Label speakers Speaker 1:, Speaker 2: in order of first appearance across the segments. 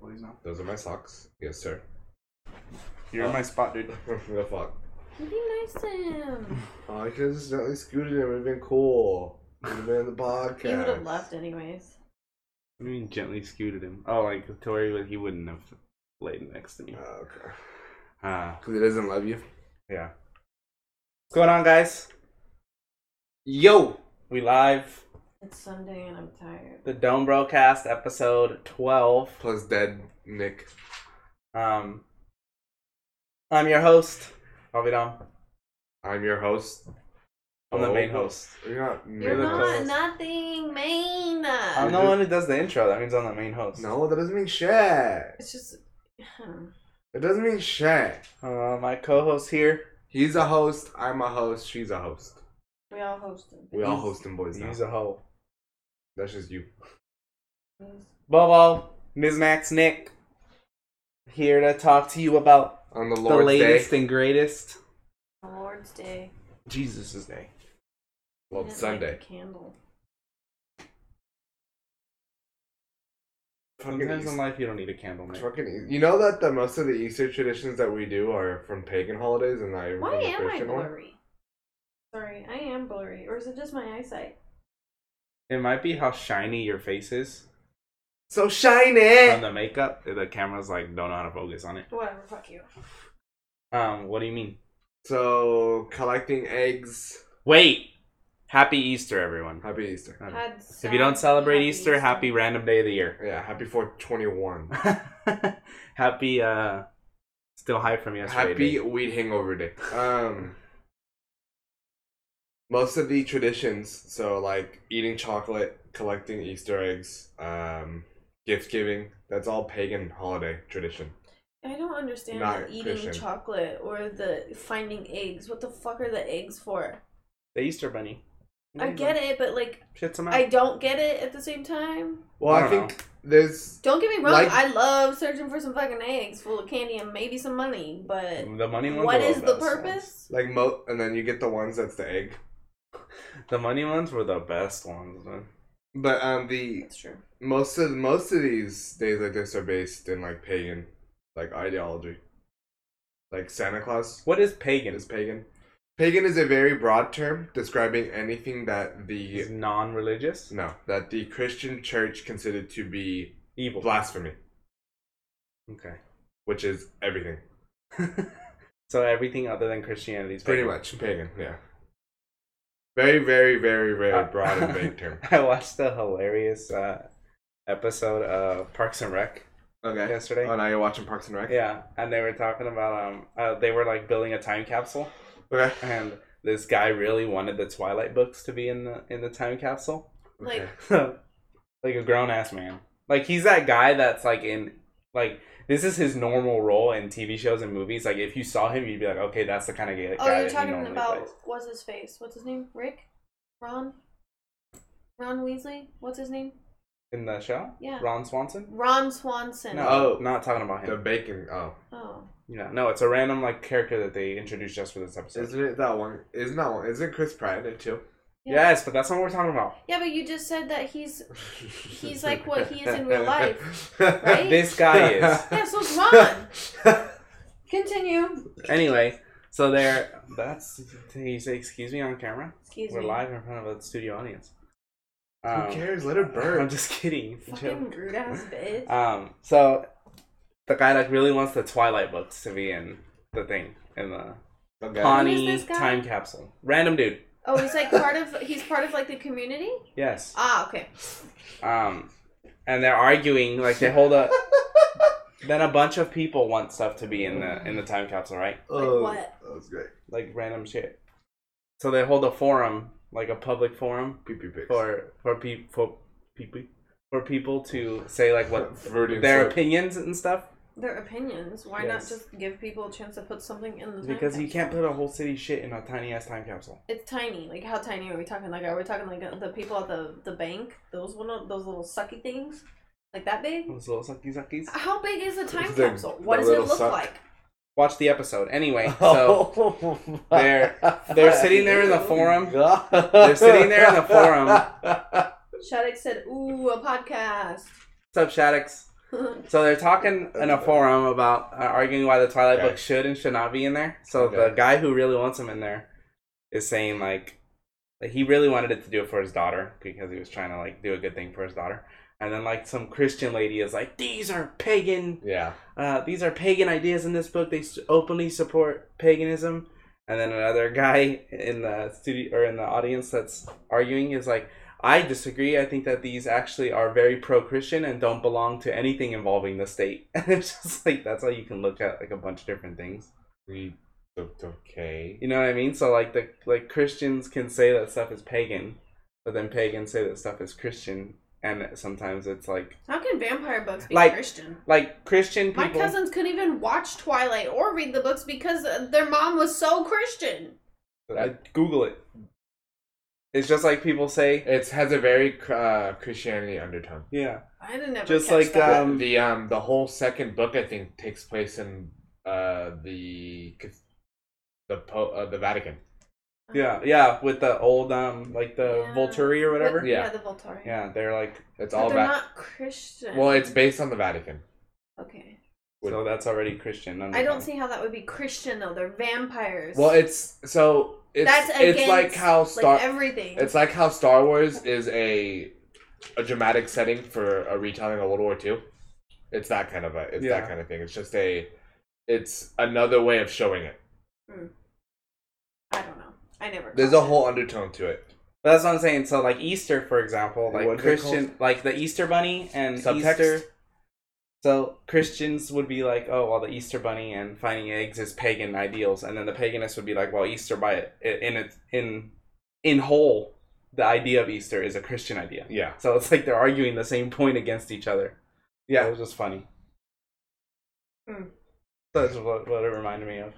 Speaker 1: boys now.
Speaker 2: Those are my socks. Yes, sir.
Speaker 1: You're in
Speaker 2: Oh.
Speaker 1: my spot, dude.
Speaker 2: the fuck.
Speaker 3: Be nice to um, him.
Speaker 2: Oh, I could have just gently scooted him. It would have been cool. It would have been in the podcast.
Speaker 3: He would have left anyways.
Speaker 1: I mean, gently scooted him. Oh, like Tori, but he wouldn't have laid next to me.
Speaker 2: Oh, okay.
Speaker 1: Ah,
Speaker 2: Because he doesn't love you.
Speaker 1: yeah. What's going on, guys? Yo, we live
Speaker 3: It's Sunday and I'm tired.
Speaker 1: the Dome Broadcast episode twelve.
Speaker 2: Plus dead Nick.
Speaker 1: Um, I'm your host, Avi Dom.
Speaker 2: I'm your host.
Speaker 1: I'm the
Speaker 2: Oh,
Speaker 1: main host.
Speaker 2: You're not main
Speaker 3: You're
Speaker 1: the
Speaker 3: not
Speaker 1: co-host.
Speaker 3: nothing main.
Speaker 1: I'm the one who does the intro. That means I'm the main host.
Speaker 2: No, that doesn't mean shit.
Speaker 3: It's just.
Speaker 2: It doesn't mean shit.
Speaker 1: Uh, my co-host here.
Speaker 2: He's a host. I'm a host. She's a host.
Speaker 3: We all host him.
Speaker 2: We all
Speaker 1: He's-
Speaker 2: hosting boys now.
Speaker 1: He's a hoe.
Speaker 2: That's just you.
Speaker 1: Bobo, Ms. Max, Nick, here to talk to you about
Speaker 2: On the
Speaker 1: the
Speaker 2: Lord's Day.
Speaker 1: latest and greatest.
Speaker 3: The Lord's Day.
Speaker 1: Jesus' day.
Speaker 3: He
Speaker 2: Well,
Speaker 3: didn't light
Speaker 2: Sunday.
Speaker 3: the candle.
Speaker 2: Fucking
Speaker 1: Sometimes in
Speaker 2: East-
Speaker 1: life you don't need a candle, man.
Speaker 2: fucking East- You know that the most of the Easter traditions that we do are from pagan holidays and not even
Speaker 3: Why
Speaker 2: from the
Speaker 3: am I
Speaker 2: Christian one?
Speaker 3: blurry? Sorry, I am blurry. Or is it just my eyesight?
Speaker 1: It might be how shiny your face is
Speaker 2: So shiny.
Speaker 1: from the makeup. The camera's like don't know how to focus on it.
Speaker 3: Whatever, fuck you.
Speaker 1: Um, what do you mean?
Speaker 2: So collecting eggs.
Speaker 1: Wait. Happy Easter, everyone.
Speaker 2: Happy Easter.
Speaker 1: Okay.
Speaker 3: Had
Speaker 1: If you don't celebrate
Speaker 3: happy
Speaker 1: Easter, happy random day of the year.
Speaker 2: Yeah. Happy 421.
Speaker 1: happy uh still high from yesterday.
Speaker 2: Happy
Speaker 1: day.
Speaker 2: weed hangover day. Um. Most of the traditions, so like eating chocolate, collecting Easter eggs, um, gift giving, that's all pagan holiday tradition.
Speaker 3: I don't understand
Speaker 2: Not
Speaker 3: the eating
Speaker 2: Christian.
Speaker 3: chocolate or the finding eggs. What the fuck are the eggs for?
Speaker 1: The Easter bunny.
Speaker 3: I get it, but like
Speaker 1: Shit's them out.
Speaker 3: I don't get it at the same time.
Speaker 2: Well, I,
Speaker 1: I don't
Speaker 2: think there's
Speaker 3: Don't get me wrong,
Speaker 2: Like-
Speaker 3: I love searching for some fucking eggs full of candy and maybe some money, but
Speaker 1: The money ones.
Speaker 3: what
Speaker 1: were
Speaker 3: is the
Speaker 1: best ones.
Speaker 3: purpose?
Speaker 2: like mo, and then you get the ones that's the egg.
Speaker 1: The money ones were the best ones. Man.
Speaker 2: But um, the
Speaker 3: That's true.
Speaker 2: most of most of these days like this are based in like pagan, like ideology. Like Santa Claus
Speaker 1: What is pagan?
Speaker 2: is pagan. Pagan is a very broad term describing anything that the
Speaker 1: Is non-religious?
Speaker 2: No, that the Christian church considered to be
Speaker 1: Evil.
Speaker 2: blasphemy,
Speaker 1: Okay.
Speaker 2: which is everything.
Speaker 1: so everything other than Christianity is
Speaker 2: Pretty
Speaker 1: pagan.
Speaker 2: much pagan, yeah. Very, very, very, very
Speaker 1: Uh,
Speaker 2: broad and vague term.
Speaker 1: I watched a hilarious uh, episode of Parks and Rec
Speaker 2: Okay.
Speaker 1: yesterday.
Speaker 2: Oh, now you're watching Parks and Rec?
Speaker 1: Yeah, and they were talking about um, uh, they were like building a time capsule,
Speaker 2: Okay.
Speaker 1: and this guy really wanted the Twilight books to be in the in the time capsule.
Speaker 3: Like-
Speaker 2: Okay.
Speaker 1: like a grown ass man. Like he's that guy that's like in like this is his normal role in TV shows and movies. Like if you saw him, you'd be like, okay, that's the kind of guy. guy
Speaker 3: Oh, you're
Speaker 1: that he
Speaker 3: talking
Speaker 1: normally
Speaker 3: about
Speaker 1: plays.
Speaker 3: what's his face? What's his name? Rick? Ron? Ron Weasley? What's his name?
Speaker 1: in the show.
Speaker 3: Yeah.
Speaker 1: Ron Swanson.
Speaker 3: Ron Swanson.
Speaker 1: No,
Speaker 2: Oh.
Speaker 1: not talking about
Speaker 2: The
Speaker 1: him.
Speaker 2: bacon. Oh.
Speaker 3: Oh.
Speaker 1: Yeah, no, it's a random like character that they introduced just for this episode.
Speaker 2: Isn't it that one? Isn't that one? Isn't Chris Pratt in it too?
Speaker 1: Yes, but that's not what we're talking about.
Speaker 3: Yeah, but you just said that he's He's like what he is in real life, right?
Speaker 1: This guy is.
Speaker 3: Yeah, so it's Ron. Continue.
Speaker 1: anyway, so there. That's. Can you say excuse me on camera?
Speaker 3: Excuse
Speaker 1: we're
Speaker 3: me.
Speaker 1: live in front of a studio audience.
Speaker 2: Who
Speaker 1: Um,
Speaker 2: cares? Let it burn.
Speaker 1: I'm just kidding. It's a joke.
Speaker 3: Fucking rude ass bitch.
Speaker 1: Um, so the guy like really wants the Twilight books to be in the thing in the
Speaker 2: Okay.
Speaker 1: Pawnee
Speaker 3: this guy?
Speaker 1: time capsule. Random dude.
Speaker 3: Oh, he's like part of he's part of like the community?
Speaker 1: Yes.
Speaker 3: Ah, okay.
Speaker 1: Um, and they're arguing like they hold up. then a bunch of people want stuff to be in the in the time capsule, right?
Speaker 2: Oh,
Speaker 3: what?
Speaker 2: That was great.
Speaker 1: Like random shit. So they hold a forum, like a public forum
Speaker 2: Pee pee pics.
Speaker 1: for for people for people for people to say like what
Speaker 2: Freudian
Speaker 1: their
Speaker 2: slip.
Speaker 1: opinions and stuff.
Speaker 3: Their opinions. Why
Speaker 1: Yes.
Speaker 3: not just give people a chance to put something in the time
Speaker 1: Because you
Speaker 3: capsule?
Speaker 1: can't put a whole city shit in a tiny ass time capsule.
Speaker 3: It's tiny. Like how tiny are we talking? Like are we talking like uh, the people at the the bank? Those one of those little sucky things, like that big.
Speaker 1: Those little sucky suckies.
Speaker 3: How big is the time
Speaker 2: The-
Speaker 3: capsule? What
Speaker 2: the
Speaker 3: does it
Speaker 2: little
Speaker 3: look
Speaker 2: suck.
Speaker 3: like?
Speaker 1: Watch the episode. Anyway, so they're- they're sitting there in the forum.
Speaker 2: Oh They're
Speaker 1: sitting there in the forum.
Speaker 3: Shattuck said, "Ooh, a podcast."
Speaker 1: what's up, Shaddix? So they're talking in a forum about uh, arguing why the Twilight
Speaker 2: Okay.
Speaker 1: book should and should not be in there. So the
Speaker 2: Okay.
Speaker 1: guy who really wants him in there is saying like that he really wanted it to do it for his daughter because he was trying to like do a good thing for his daughter. And then like some Christian lady is like, these are pagan,
Speaker 2: Yeah.
Speaker 1: uh, these are pagan ideas in this book. They s- openly support paganism. And then another guy in the studio or in the audience that's arguing is like, I disagree. I think that these actually are very pro-Christian and don't belong to anything involving the state. And it's just like that's how you can look at like a bunch of different things.
Speaker 2: We looked okay.
Speaker 1: You know what I mean? So like the like Christians can say that stuff is pagan, but then pagans say that stuff is Christian, and sometimes it's like
Speaker 3: How can vampire books be
Speaker 1: Like,
Speaker 3: Christian?
Speaker 1: like Christian
Speaker 3: My
Speaker 1: people.
Speaker 3: cousins couldn't even watch Twilight or read the books because uh, their mom was so Christian.
Speaker 1: I, Google it. It's just like people say,
Speaker 2: It has a very cr- uh, Christianity undertone.
Speaker 1: yeah,
Speaker 3: I didn't ever
Speaker 1: Just
Speaker 3: catch
Speaker 1: like,
Speaker 3: that.
Speaker 1: um,
Speaker 2: the um the whole second book I think takes place in uh the cath- the po- uh, the Vatican.
Speaker 1: yeah, yeah, with the old um like the
Speaker 3: Yeah.
Speaker 1: Volturi or whatever.
Speaker 3: But-
Speaker 1: yeah.
Speaker 3: yeah.
Speaker 2: Yeah.
Speaker 3: the Volturi.
Speaker 1: they're like
Speaker 2: It's
Speaker 3: But
Speaker 2: all
Speaker 3: they're
Speaker 2: Va-
Speaker 3: not Christian.
Speaker 2: well, it's based on the Vatican.
Speaker 3: okay.
Speaker 1: so that's already Christian.
Speaker 3: I don't
Speaker 1: undertone.
Speaker 3: see how that would be Christian though. They're vampires.
Speaker 2: Well, it's so it's
Speaker 3: that's
Speaker 2: it's like
Speaker 3: against,
Speaker 2: how Star
Speaker 3: like everything.
Speaker 2: it's like how Star Wars is a a dramatic setting for a retelling of World War II. It's that kind of a it's
Speaker 1: Yeah.
Speaker 2: that kind of thing. It's just a it's another way of showing it.
Speaker 3: I don't know. I never.
Speaker 2: There's a
Speaker 3: caught it.
Speaker 2: whole undertone to it.
Speaker 1: But that's what I'm saying. So like Easter, for example, like
Speaker 2: What they
Speaker 1: Christian,
Speaker 2: called?
Speaker 1: like the Easter Bunny and
Speaker 2: Subtext?
Speaker 1: Easter. So Christians would be like, oh, well, the Easter Bunny and finding eggs is pagan ideals, and then the paganists would be like, well, Easter by it in its in in whole, the idea of Easter is a Christian idea.
Speaker 2: Yeah.
Speaker 1: So it's like they're arguing the same point against each other. Yeah, it was just funny.
Speaker 3: Hmm.
Speaker 1: That's what, what it reminded me of.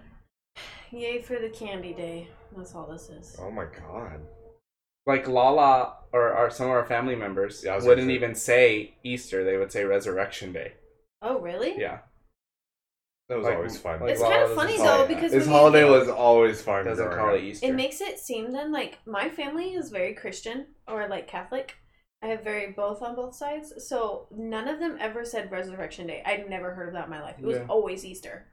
Speaker 3: Yay for the candy day. That's all this is.
Speaker 2: Oh my god.
Speaker 1: Like Lala or, or some of our family members
Speaker 2: Yeah, I was gonna
Speaker 1: wouldn't
Speaker 2: say-
Speaker 1: even say Easter; they would say Resurrection Day.
Speaker 3: Oh really?
Speaker 1: Yeah.
Speaker 2: That was
Speaker 1: Like-
Speaker 2: always fun.
Speaker 1: like
Speaker 3: It's
Speaker 1: Well,
Speaker 3: kind
Speaker 1: this
Speaker 3: of
Speaker 1: is
Speaker 3: funny
Speaker 1: all-
Speaker 3: though because
Speaker 2: This
Speaker 3: when you-
Speaker 2: holiday was always fun.
Speaker 1: Doesn't
Speaker 2: growing
Speaker 1: call
Speaker 2: up.
Speaker 1: it Easter.
Speaker 3: It makes it seem then like my family is very Christian or like Catholic. I have very both on both sides, so none of them ever said Resurrection Day. I'd never heard of that in my life. It was
Speaker 1: Yeah.
Speaker 3: always Easter.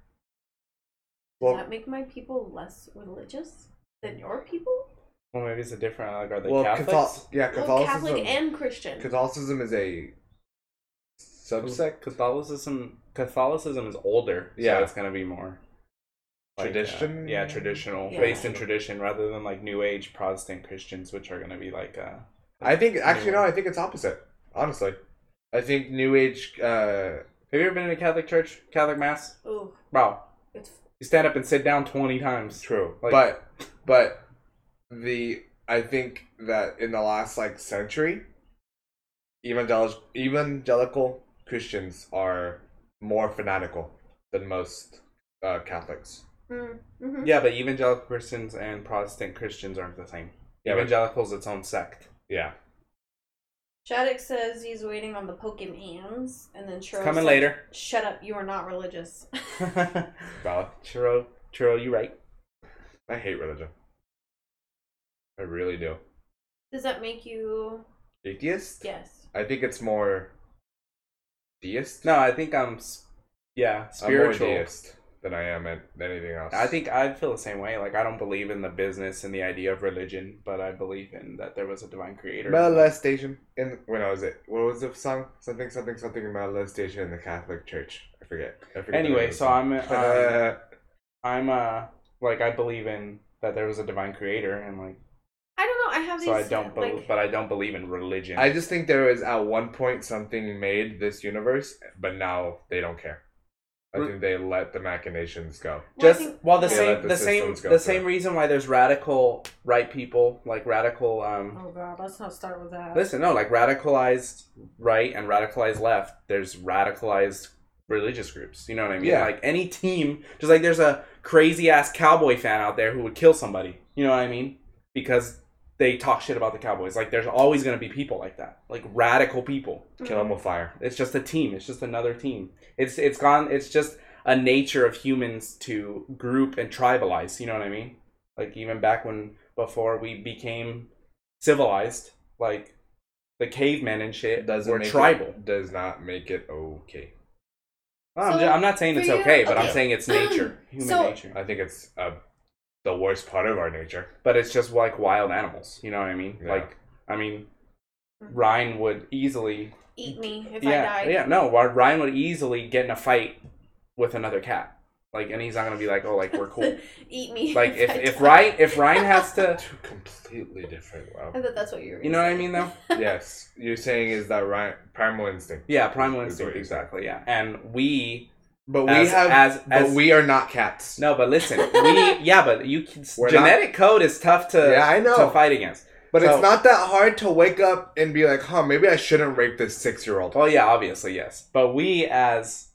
Speaker 3: Does
Speaker 2: Well,
Speaker 3: that make my people less religious than your people?
Speaker 1: well, maybe it's a different. Like, are they
Speaker 2: well,
Speaker 1: Catholics?
Speaker 2: Catholic, yeah,
Speaker 3: Well,
Speaker 2: Catholicism.
Speaker 3: Catholic and Christian.
Speaker 2: Catholicism is a subsect
Speaker 1: Catholicism. Catholicism is older.
Speaker 2: Yeah.
Speaker 1: so it's gonna be more like, uh,
Speaker 2: Tradition?
Speaker 1: yeah, traditional,
Speaker 3: Yeah.
Speaker 1: based in tradition, rather than like New Age Protestant Christians, which are gonna be like. Uh,
Speaker 2: I think actually no, I think it's opposite. Honestly, I think New Age. Uh,
Speaker 1: have you ever been in a Catholic church, Catholic mass?
Speaker 3: Ooh,
Speaker 1: Wow,
Speaker 3: it's
Speaker 1: you stand up and sit down twenty times.
Speaker 2: True,
Speaker 1: Like-
Speaker 2: but but the I think that in the last like century, evangelical evangelical Christians are more fanatical than most uh, Catholics.
Speaker 3: mm, mhm.
Speaker 1: Yeah, but evangelical Christians and Protestant Christians aren't the same.
Speaker 2: Yeah, but-
Speaker 1: Evangelicals its own sect.
Speaker 2: yeah.
Speaker 3: Shattuck says he's waiting on the Pokemans, and then
Speaker 1: It's
Speaker 3: Churro
Speaker 1: coming
Speaker 3: said,
Speaker 1: later.
Speaker 3: Shut up, you are not religious.
Speaker 2: Valid.
Speaker 1: Churro, churro, you right?
Speaker 2: I hate religion. I really do.
Speaker 3: Does that make you
Speaker 2: Atheist?
Speaker 3: yes?
Speaker 2: I think it's more deist.
Speaker 1: No, I think I'm. s- Yeah,
Speaker 2: I'm more
Speaker 1: spiritual.
Speaker 2: deist than I am at than anything else.
Speaker 1: I think I feel the same way. Like I don't believe in the business and the idea of religion, but I believe in that there was a divine creator.
Speaker 2: molestation in when I was it. What was the song? Something something something molestation in the Catholic Church. I forget. I forget the name
Speaker 1: Anyway,
Speaker 2: of the
Speaker 1: so I'm
Speaker 2: song.
Speaker 1: uh,
Speaker 2: Uh,
Speaker 1: I'm uh like I believe in that there was a divine creator and like
Speaker 3: I don't know. I have these.
Speaker 1: so I don't believe,
Speaker 3: like,
Speaker 1: but I don't believe in religion.
Speaker 2: I just think there was at one point something made this universe, but now they don't care. I
Speaker 1: Mm.
Speaker 2: think they let the machinations go.
Speaker 3: well, I
Speaker 1: just
Speaker 3: think-
Speaker 1: well the
Speaker 2: Yeah,
Speaker 1: same
Speaker 2: let
Speaker 1: the,
Speaker 2: the
Speaker 1: same
Speaker 2: systems go
Speaker 1: the
Speaker 2: through.
Speaker 1: same reason why there's radical right people like radical um
Speaker 3: Oh god, let's not start with that.
Speaker 1: listen no like radicalized right and radicalized left there's radicalized religious groups you know what i mean
Speaker 2: Yeah.
Speaker 1: like any team just like there's a crazy ass cowboy fan out there who would kill somebody you know what i mean because they talk shit about the cowboys like there's always going to be people like that like radical people
Speaker 3: Hmm.
Speaker 2: Kill
Speaker 3: Mm-hmm.
Speaker 2: them with fire.
Speaker 1: it's just a team it's just another team it's it's gone it's just a nature of humans to group and tribalize you know what i mean like even back when before we became civilized like the cavemen and shit
Speaker 2: doesn't
Speaker 1: were
Speaker 2: make
Speaker 1: tribal.
Speaker 2: It, does not make it okay.
Speaker 1: I'm,
Speaker 3: So,
Speaker 1: ju- I'm not saying
Speaker 3: for
Speaker 1: it's
Speaker 3: you-
Speaker 1: okay, but I'm
Speaker 3: okay.
Speaker 1: saying it's nature, human
Speaker 3: So-
Speaker 1: nature.
Speaker 2: I think it's uh, the worst part of our nature.
Speaker 1: But it's just like wild animals. You know what I mean?
Speaker 2: Yeah.
Speaker 1: Like, I mean, Ryan would easily.
Speaker 3: Eat me if
Speaker 1: yeah,
Speaker 3: I die.
Speaker 1: yeah. No, Ry- Ryan would easily get in a fight with another cat. Like, and he's not gonna be like, oh, like we're cool.
Speaker 3: Eat me.
Speaker 1: like, if
Speaker 3: I
Speaker 1: if
Speaker 3: die.
Speaker 1: Ryan if Ryan has to,
Speaker 2: Two completely different.
Speaker 3: I
Speaker 2: Wow.
Speaker 3: thought that's what you were.
Speaker 1: you know what I mean? Though.
Speaker 2: yes, you're saying is that right? Primal instinct.
Speaker 1: Yeah, primal
Speaker 2: Is what
Speaker 1: instinct.
Speaker 2: you're saying.
Speaker 1: Exactly. Yeah, and we
Speaker 2: But we
Speaker 1: as,
Speaker 2: have.
Speaker 1: as
Speaker 2: but
Speaker 1: as
Speaker 2: we are not cats.
Speaker 1: No, but listen, we yeah, but you can,
Speaker 2: We're
Speaker 1: genetic code is tough to
Speaker 2: yeah, I know.
Speaker 1: to fight against.
Speaker 2: But
Speaker 1: So-
Speaker 2: it's not that hard to wake up and be like, huh, maybe I shouldn't rape this six year old.
Speaker 1: Well, yeah, obviously yes, but we as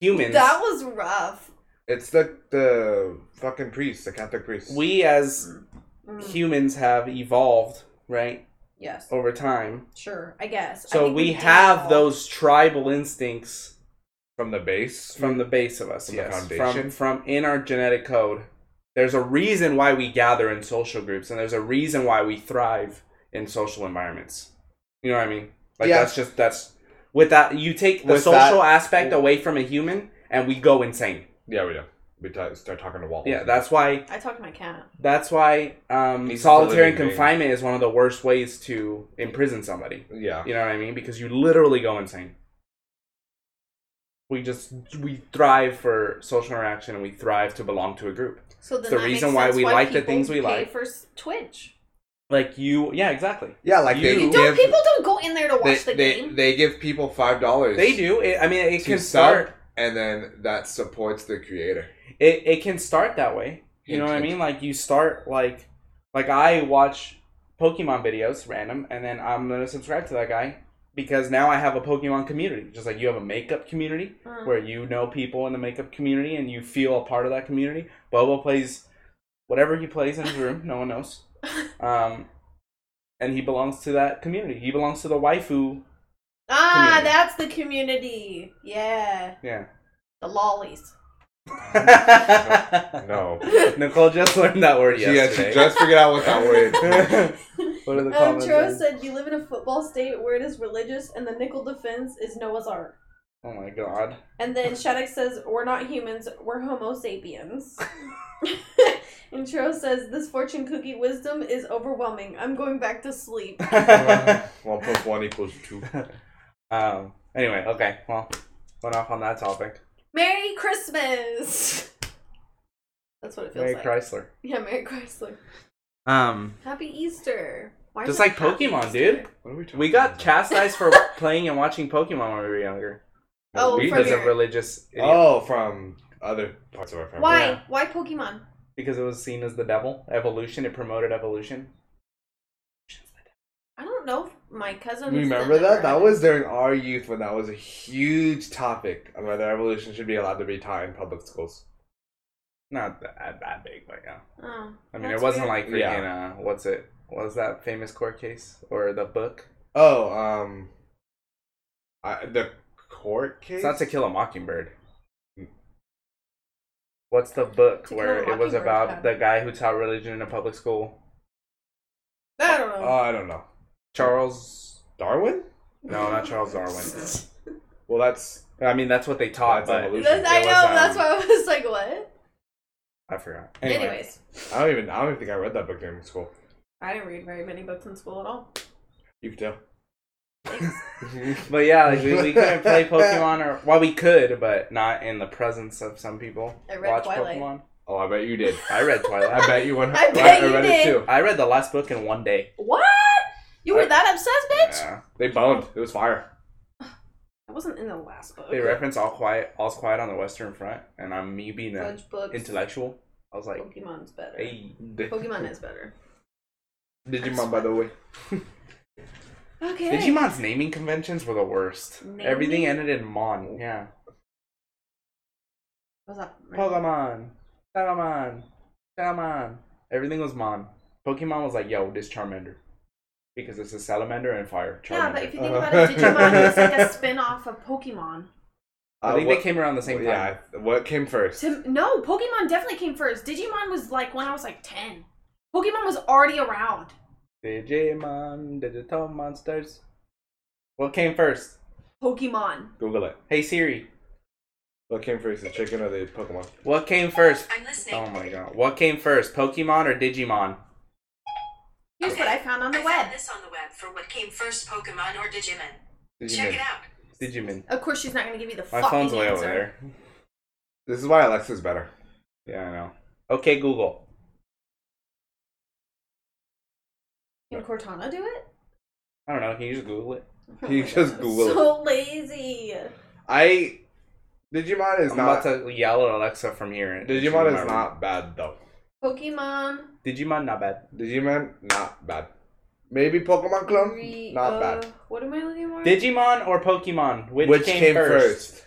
Speaker 1: humans,
Speaker 3: That was rough.
Speaker 2: It's the the fucking priest, the Catholic priest.
Speaker 1: we as
Speaker 3: Mm,
Speaker 1: humans have evolved right
Speaker 3: yes.
Speaker 1: over time.
Speaker 3: Sure. I guess. I
Speaker 1: Oh. So
Speaker 3: think
Speaker 1: we
Speaker 3: did
Speaker 1: have
Speaker 3: all-
Speaker 1: those tribal instincts
Speaker 2: from the base.
Speaker 1: from the base of us.
Speaker 2: From the
Speaker 1: yes, from
Speaker 2: foundation.
Speaker 1: from in our genetic code. There's a reason why we gather in social groups, and there's a reason why we thrive in social environments. You know what I mean? Like
Speaker 2: Yeah.
Speaker 1: that's just that's with that you take the
Speaker 2: With
Speaker 1: social
Speaker 2: that-
Speaker 1: aspect away from a human, and we go insane.
Speaker 2: yeah, we do. We ta start talking to walls.
Speaker 1: Yeah, that's why
Speaker 3: I talked to my cat.
Speaker 1: that's why um,
Speaker 2: He's
Speaker 1: solitary
Speaker 2: living being.
Speaker 1: confinement is one of the worst ways to imprison somebody.
Speaker 2: yeah.
Speaker 1: You know what I mean? Because you literally go insane. We just we thrive for social interaction and we thrive to belong to a group.
Speaker 3: So then
Speaker 1: the
Speaker 3: that makes
Speaker 1: reason why
Speaker 3: sense
Speaker 1: we like the
Speaker 3: people
Speaker 1: things we
Speaker 3: pay
Speaker 1: like.
Speaker 3: for s- Twitch.
Speaker 1: Like you, yeah, exactly.
Speaker 2: Yeah, like they
Speaker 1: You-
Speaker 2: give
Speaker 3: Don't people don't go in there to
Speaker 2: they,
Speaker 3: watch the
Speaker 2: they,
Speaker 3: game?
Speaker 2: they give people five dollars.
Speaker 1: They do. It, I mean, it
Speaker 2: to
Speaker 1: can
Speaker 2: sub,
Speaker 1: start.
Speaker 2: and then that supports the creator.
Speaker 1: It, it can start that way. You know what I mean? Like you start like like I watch Pokemon videos random, and then I'm gonna subscribe to that guy because now I have a Pokemon community. Just like you have a makeup community,
Speaker 3: Mm.
Speaker 1: where you know people in the makeup community and you feel a part of that community. Bobo plays whatever he plays in his room, no one knows. Um, and he belongs to that community. He belongs to the waifu.
Speaker 3: ah,
Speaker 1: community.
Speaker 3: that's the community. Yeah,
Speaker 1: Yeah.
Speaker 3: the lollies.
Speaker 2: No,
Speaker 1: Nicole just learned that word
Speaker 2: she had
Speaker 1: yesterday.
Speaker 2: to just figured out what that word.
Speaker 1: what are the
Speaker 3: Um,
Speaker 1: comments?
Speaker 3: Churro said, "You live in a football state where it is religious, and the nickel defense is Noah's Ark."
Speaker 1: oh my god.
Speaker 3: And then Shattuck says, We're not humans, we're Homo sapiens. and Churro says, This fortune cookie wisdom is overwhelming. I'm going back to sleep.
Speaker 2: Uh, one plus one equals two.
Speaker 1: um. Anyway, okay. Well, went off on that topic.
Speaker 3: Merry Christmas! That's what it feels
Speaker 1: Mary
Speaker 3: like.
Speaker 1: Chrysler.
Speaker 3: yeah, Merry Chrysler.
Speaker 1: Um.
Speaker 3: Happy Easter. Why
Speaker 1: Just
Speaker 3: is it
Speaker 1: like
Speaker 3: Happy
Speaker 1: Pokemon,
Speaker 3: Easter?
Speaker 1: dude.
Speaker 2: What are we talking
Speaker 1: We got
Speaker 2: about?
Speaker 1: chastised for playing and watching Pokemon when we were younger.
Speaker 3: Oh,
Speaker 2: We
Speaker 3: from
Speaker 1: because
Speaker 2: just-
Speaker 1: of
Speaker 3: your-
Speaker 1: religious. Idiot,
Speaker 2: oh, from other parts of our family.
Speaker 3: Why?
Speaker 1: Yeah.
Speaker 3: Why Pokemon?
Speaker 1: Because it was seen as the devil. Evolution. It promoted evolution.
Speaker 3: I don't know if my cousin. who's
Speaker 2: Remember
Speaker 3: done
Speaker 2: that?
Speaker 3: right?
Speaker 2: That was during our youth when that was a huge topic of whether evolution should be allowed to be taught in public schools.
Speaker 1: Not that, that big, but yeah.
Speaker 3: Oh,
Speaker 1: I mean,
Speaker 3: that's
Speaker 1: it wasn't
Speaker 3: weird.
Speaker 1: like freaking. Uh, what's it? What was that famous court case or the book?
Speaker 2: Oh, um, I, the court case.
Speaker 1: It's not To Kill a Mockingbird. What's the book
Speaker 3: To Kill a
Speaker 1: where it was
Speaker 3: Mockingbird
Speaker 1: about
Speaker 3: had-
Speaker 1: the guy who taught religion in a public school?
Speaker 3: I don't
Speaker 2: Oh,
Speaker 3: know.
Speaker 2: I don't know.
Speaker 1: Charles?
Speaker 2: Darwin?
Speaker 1: No, not Charles Darwin.
Speaker 2: Well, that's
Speaker 1: I mean, that's what they taught,
Speaker 2: That's
Speaker 1: but
Speaker 2: evolution.
Speaker 3: That's- I
Speaker 1: It was,
Speaker 3: know, that's
Speaker 1: um,
Speaker 3: why I was like, what?
Speaker 1: I forgot. Anyway,
Speaker 3: Anyways,
Speaker 2: I don't even I don't even think I read that book during school.
Speaker 3: I didn't read very many books in school at all.
Speaker 2: You can tell.
Speaker 1: but yeah, like we, we couldn't play Pokemon, or well, we could, but not in the presence of some people.
Speaker 3: I read
Speaker 1: Watch
Speaker 3: Twilight.
Speaker 1: Pokemon.
Speaker 2: oh, I bet you did.
Speaker 1: I read
Speaker 2: I
Speaker 1: Twilight.
Speaker 2: bet you went.
Speaker 3: I bet you
Speaker 2: read
Speaker 3: did.
Speaker 2: it too.
Speaker 1: I read the last book in one day.
Speaker 3: What? You were
Speaker 2: I-
Speaker 3: that obsessed, bitch?
Speaker 1: Yeah.
Speaker 2: They boned. It was fire.
Speaker 3: I wasn't in the last book.
Speaker 1: They reference all quiet, all's quiet on the Western Front, and I'm me being an
Speaker 3: Fudge books.
Speaker 1: intellectual. I was like,
Speaker 3: Pokemon's better.
Speaker 1: hey,
Speaker 3: Pokemon is better.
Speaker 2: Digimon, by the way.
Speaker 3: Okay.
Speaker 1: Digimon's naming conventions were the worst. Everything
Speaker 3: Naming?
Speaker 1: ended in mon. Yeah.
Speaker 3: What's up?
Speaker 1: Pokemon. Pokemon. Pokemon. Everything was Mon. Pokemon was like, yo, this Charmander. Because it's a salamander and fire. Charmander.
Speaker 3: Yeah, but if you think about
Speaker 2: Uh-huh.
Speaker 3: it, Digimon is like a spin off of Pokemon.
Speaker 1: I
Speaker 2: Uh,
Speaker 1: think
Speaker 2: what-
Speaker 1: they came around the same time.
Speaker 2: Yeah. What came first?
Speaker 3: To, no, Pokemon definitely came first. Digimon was like when I was like 10. Pokemon was already around.
Speaker 1: Digimon, digital monsters. What came first?
Speaker 3: Pokemon.
Speaker 2: Google it.
Speaker 1: Hey Siri,
Speaker 2: What came first, the chicken or the Pokemon?
Speaker 1: what came first?
Speaker 4: I'm listening.
Speaker 1: Oh my god. What came first, Pokemon or Digimon?
Speaker 3: Here's what I found on the
Speaker 4: I
Speaker 3: web.
Speaker 4: found this on the web for what came first, Pokemon or Digimon.
Speaker 2: Did you
Speaker 4: Check it
Speaker 2: know?
Speaker 4: out.
Speaker 1: Digimon.
Speaker 3: Of course, she's not gonna give you the
Speaker 1: My
Speaker 3: fucking
Speaker 1: phone's way
Speaker 3: answer.
Speaker 1: over there.
Speaker 2: This is why Alexa's better.
Speaker 1: Yeah, I know. Okay, Google.
Speaker 3: Can Cortana do it?
Speaker 1: I don't know. Can you just Google it?
Speaker 3: Oh
Speaker 2: You
Speaker 3: my
Speaker 2: just
Speaker 3: God,
Speaker 2: Google
Speaker 3: So lazy.
Speaker 2: I Digimon is
Speaker 1: I'm
Speaker 2: not
Speaker 1: about to yell at Alexa from here.
Speaker 2: Digimon
Speaker 1: My
Speaker 2: is
Speaker 1: room.
Speaker 2: not bad though.
Speaker 3: Pokemon.
Speaker 1: Digimon not bad.
Speaker 2: Digimon not bad. Maybe Pokemon clone
Speaker 3: Re-
Speaker 2: not
Speaker 3: uh,
Speaker 2: bad.
Speaker 3: What am I looking for?
Speaker 1: Digimon or Pokemon? Which, came, first?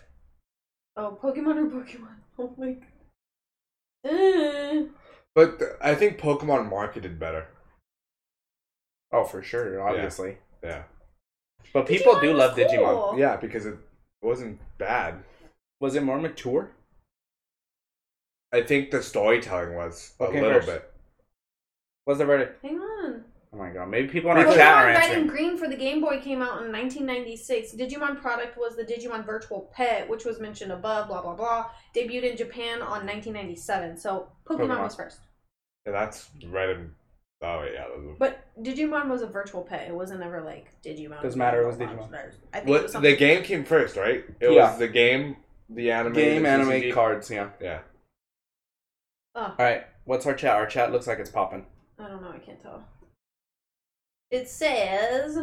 Speaker 3: oh, Pokemon or Pokemon? Oh my. God.
Speaker 2: But th- I think Pokemon marketed better.
Speaker 1: Oh, for sure, obviously.
Speaker 2: Yeah.
Speaker 1: But people
Speaker 3: Digimon
Speaker 1: do
Speaker 3: was
Speaker 1: love Digimon.
Speaker 3: cool.
Speaker 2: Yeah, because it wasn't bad.
Speaker 1: Was it more mature?
Speaker 2: I think the storytelling was a
Speaker 1: Okay,
Speaker 2: little
Speaker 1: first.
Speaker 2: bit.
Speaker 1: What's the verdict?
Speaker 3: Hang on.
Speaker 1: Oh my god, maybe people in our
Speaker 3: Pokemon
Speaker 1: chat are
Speaker 3: Red and
Speaker 1: answering.
Speaker 3: Green for the Game Boy came out in 1996. Digimon product was the Digimon Virtual Pet, which was mentioned above. Blah blah blah. Debuted in Japan on 1997. So Pokemon,
Speaker 1: Pokemon.
Speaker 3: was first,
Speaker 2: And that's red and oh wait, yeah, those were-
Speaker 3: but Digimon was a virtual pet. It wasn't ever like Digimon.
Speaker 1: Doesn't matter, it was
Speaker 3: blah, blah,
Speaker 1: Digimon.
Speaker 3: blah. I think it was
Speaker 2: What
Speaker 3: something-
Speaker 2: the game came first, right? It
Speaker 1: Yeah.
Speaker 2: was the game, the anime,
Speaker 1: Game,
Speaker 2: the
Speaker 1: anime,
Speaker 2: TCG.
Speaker 1: cards, yeah.
Speaker 2: Yeah.
Speaker 3: Oh,
Speaker 1: Alright, what's our chat? Our chat looks like it's popping.
Speaker 3: I don't know. I can't tell. It says,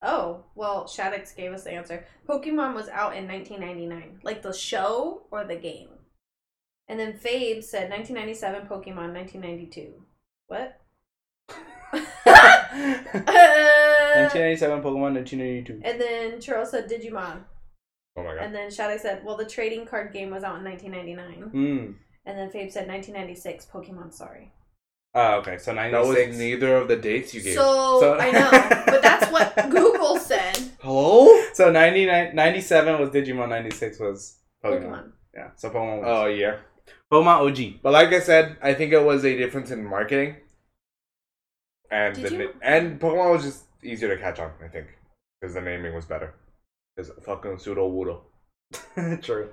Speaker 3: "Oh, well, Shaddix gave us the answer. Pokemon was out in 1999, like the show or the game." And then Fabe said 1997 Pokemon, 1992. What? Uh,
Speaker 1: 1997 Pokemon, 1992.
Speaker 3: and then Churro said Digimon.
Speaker 2: Oh my god.
Speaker 3: And then Shaddix said, "Well, the trading card game was out in 1999."
Speaker 1: Hmm.
Speaker 3: And then Fabe said 1996 Pokemon. Sorry.
Speaker 1: Oh, okay, so
Speaker 2: That was
Speaker 1: 96.
Speaker 2: neither of the dates you gave.
Speaker 3: So,
Speaker 1: So-
Speaker 3: I know, but that's what Google said.
Speaker 2: Hello?
Speaker 1: so 99, 97 was Digimon, 96 was Pokemon.
Speaker 3: Pokemon.
Speaker 1: Yeah, so Pokemon
Speaker 2: Oh
Speaker 1: was.
Speaker 2: yeah. Oh.
Speaker 1: Pokemon OG.
Speaker 2: But like I said, I think it was a difference in marketing. And
Speaker 3: Did
Speaker 2: the,
Speaker 3: you-
Speaker 2: na- and Pokemon was just easier to catch on, I think, because the naming was better. Because fucking pseudo Wudo.
Speaker 1: True.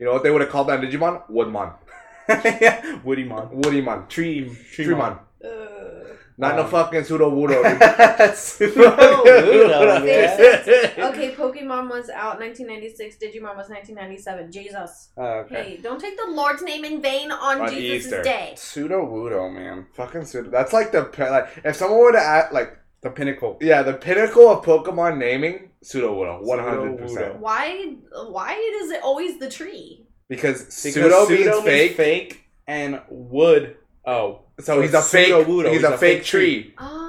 Speaker 2: You know what they would have called that Digimon? Woodmon,
Speaker 1: yeah, Woodymon.
Speaker 2: Woodymon,
Speaker 1: Tree,
Speaker 2: Treemon.
Speaker 3: Uh,
Speaker 2: Not no
Speaker 1: Um.
Speaker 2: fucking pseudo Wudo.
Speaker 1: Pseudo-Wudo, man.
Speaker 3: okay, Pokemon was out 1996. Digimon was 1997. Jesus.
Speaker 1: Oh, okay.
Speaker 3: Hey, don't take the Lord's name in vain on,
Speaker 2: On
Speaker 3: Jesus'
Speaker 2: Easter.
Speaker 3: day.
Speaker 1: Pseudo Wudo, man.
Speaker 2: Fucking pseudo. That's like the pe- like if someone were to add like
Speaker 1: The pinnacle.
Speaker 2: yeah the pinnacle of Pokemon naming pseudo Wudo, one hundred
Speaker 1: Pseudo-Wudo.
Speaker 2: percent.
Speaker 3: Why? Why is it always the tree?
Speaker 2: Because
Speaker 1: Because
Speaker 2: pseudo, means fake,
Speaker 1: fake and wood. Oh.
Speaker 2: so he's a fake.
Speaker 1: pseudo-Wudo.
Speaker 2: He's, a, fake, tree.
Speaker 3: Oh.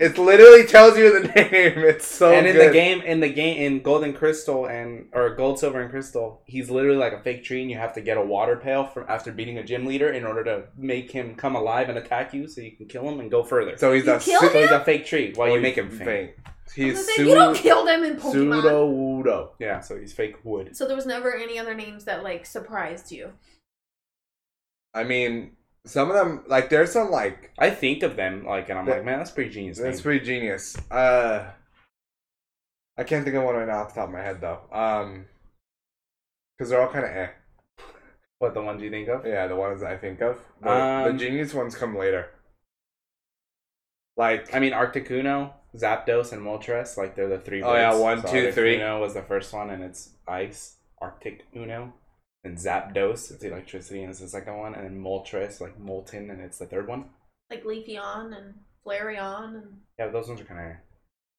Speaker 2: It literally tells you the name. It's so
Speaker 1: and in
Speaker 2: good.
Speaker 1: the game, in the game, in Gold and Crystal and or Gold, Silver and Crystal, he's literally like a fake tree, and you have to get a water pail from after beating a gym leader in order to make him come alive and attack you, so you can kill him and go further. So,
Speaker 2: so Oh, he's
Speaker 3: You
Speaker 2: a
Speaker 3: killed
Speaker 1: he's
Speaker 2: pseudo.
Speaker 1: a fake tree while you make him faint.
Speaker 3: I was
Speaker 2: He's
Speaker 3: gonna say, you don't
Speaker 2: pseudo
Speaker 3: kill them in Pokemon.
Speaker 2: pseudo wudo.
Speaker 1: Yeah, so he's fake wood.
Speaker 3: So there was never any other names that like surprised you.
Speaker 2: I mean, some of them like there's some like
Speaker 1: I think of them like, and I'm like, man, that's pretty genius.
Speaker 2: that's
Speaker 1: name.
Speaker 2: pretty genius. Uh, I can't think of one right now off the top of my head though. Um, because they're all kind of eh.
Speaker 1: what the ones you think of?
Speaker 2: Yeah, the ones I think of. The, the
Speaker 1: Um,
Speaker 2: genius ones come later. Like
Speaker 1: I mean, Articuno, Zapdos, and Moltres, like they're the three.
Speaker 2: Oh, yeah,
Speaker 1: birds.
Speaker 2: one, two, three.
Speaker 1: Articuno was the first one, and it's ice. Arctic Uno, and Zapdos, it's electricity, and it's the second one, and then Moltres, like molten, and it's the third one.
Speaker 3: Like Leafeon and Flareon and
Speaker 1: Yeah, those ones are kind of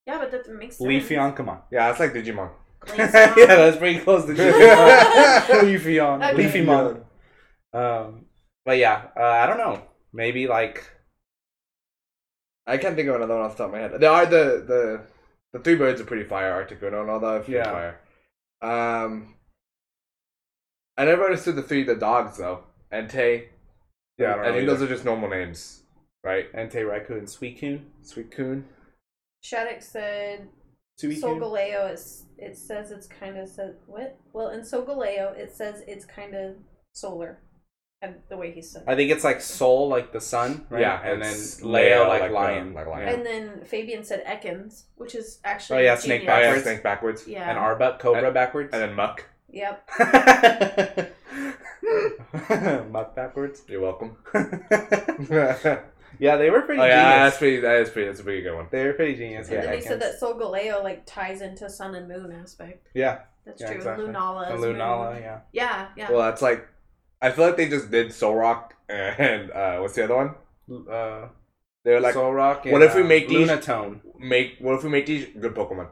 Speaker 3: yeah, but that makes sense.
Speaker 1: Leafeon. Come on,
Speaker 2: yeah, it's like Digimon.
Speaker 1: yeah,
Speaker 3: Glaceon.
Speaker 1: that's pretty close to Digimon. Leafeon,
Speaker 3: Okay.
Speaker 1: Leafeon. Um, but yeah, uh, I don't know. Maybe like
Speaker 2: I can't think of another one off the top of my head. There are the the the three birds are pretty fire. Articuno and all that. are Pretty
Speaker 1: Yeah.
Speaker 2: Fire. Um, I never understood the three the dogs though. Entei.
Speaker 1: yeah, I,
Speaker 2: I,
Speaker 1: don't know
Speaker 2: think
Speaker 1: either.
Speaker 2: those are just normal names, right? Oh,
Speaker 1: Entei, Raikou, and Suicune.
Speaker 2: Suicune.
Speaker 3: Shattuck said Solgaleo, it's, it says it's kind of what? Well, in Solgaleo, it says it's kind of solar. and the way he said.
Speaker 1: I think it's like Soul, like the sun, right?
Speaker 2: Yeah,
Speaker 1: and then
Speaker 2: it's
Speaker 1: Leo,
Speaker 2: Leo,
Speaker 1: like,
Speaker 2: like the-
Speaker 1: lion,
Speaker 2: like lion.
Speaker 1: and,
Speaker 3: And then Fabian said Ekans, which is actually
Speaker 1: Oh, yeah, snake
Speaker 3: genius.
Speaker 2: Oh, yeah,
Speaker 1: Backwards.
Speaker 2: snake backwards.
Speaker 3: Yeah.
Speaker 1: Arbuck, Cobra backwards,
Speaker 2: And then muck.
Speaker 3: Yep.
Speaker 1: Muck backwards.
Speaker 2: You're welcome.
Speaker 1: yeah, they were
Speaker 2: oh
Speaker 1: pretty
Speaker 2: yeah, that's
Speaker 1: genius.
Speaker 2: pretty. That is pretty. That's a pretty good one.
Speaker 1: They were pretty genius.
Speaker 3: And
Speaker 1: Yeah,
Speaker 3: then they
Speaker 1: I
Speaker 3: said
Speaker 1: guess.
Speaker 3: that Sol Galeo like ties into sun and moon aspect.
Speaker 1: Yeah,
Speaker 3: That's
Speaker 1: Yeah,
Speaker 3: true.
Speaker 1: exactly.
Speaker 3: Lunala.
Speaker 1: and
Speaker 3: is moon.
Speaker 1: Lunala. Yeah,
Speaker 3: Yeah, yeah.
Speaker 2: Well, that's like, I feel like they just did Soul Rock and uh, what's the other one?
Speaker 1: uh,
Speaker 2: They're like,
Speaker 1: Soul Rock. And,
Speaker 2: what if we
Speaker 1: uh,
Speaker 2: make these-
Speaker 1: Lunatone?
Speaker 2: make what if we make these good Pokemon?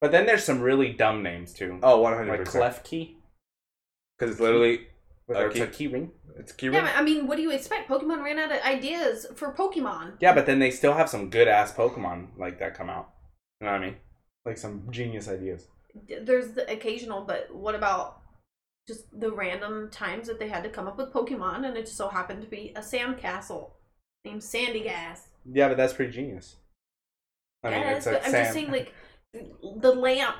Speaker 1: But then there's some really dumb names too,
Speaker 2: Oh, one hundred
Speaker 1: like
Speaker 2: percent.
Speaker 1: Klefki,
Speaker 2: Because it's literally
Speaker 1: with
Speaker 2: A
Speaker 1: or it's
Speaker 2: key-
Speaker 1: a key ring.
Speaker 2: it's
Speaker 3: yeah,
Speaker 2: Kyrie.
Speaker 3: but, I mean, what do you expect? Pokemon ran out of ideas for Pokemon.
Speaker 1: Yeah, but then they still have some good ass Pokemon like that come out. You know what I mean? Like some genius ideas.
Speaker 3: D- There's the occasional, but what about just the random times that they had to come up with Pokemon, and it just so happened to be a sandcastle named Sandy Gas.
Speaker 1: Yeah, but that's pretty genius. I mean,
Speaker 3: yes,
Speaker 1: it's like
Speaker 3: but I'm
Speaker 1: Sam,
Speaker 3: just saying, like the lamp.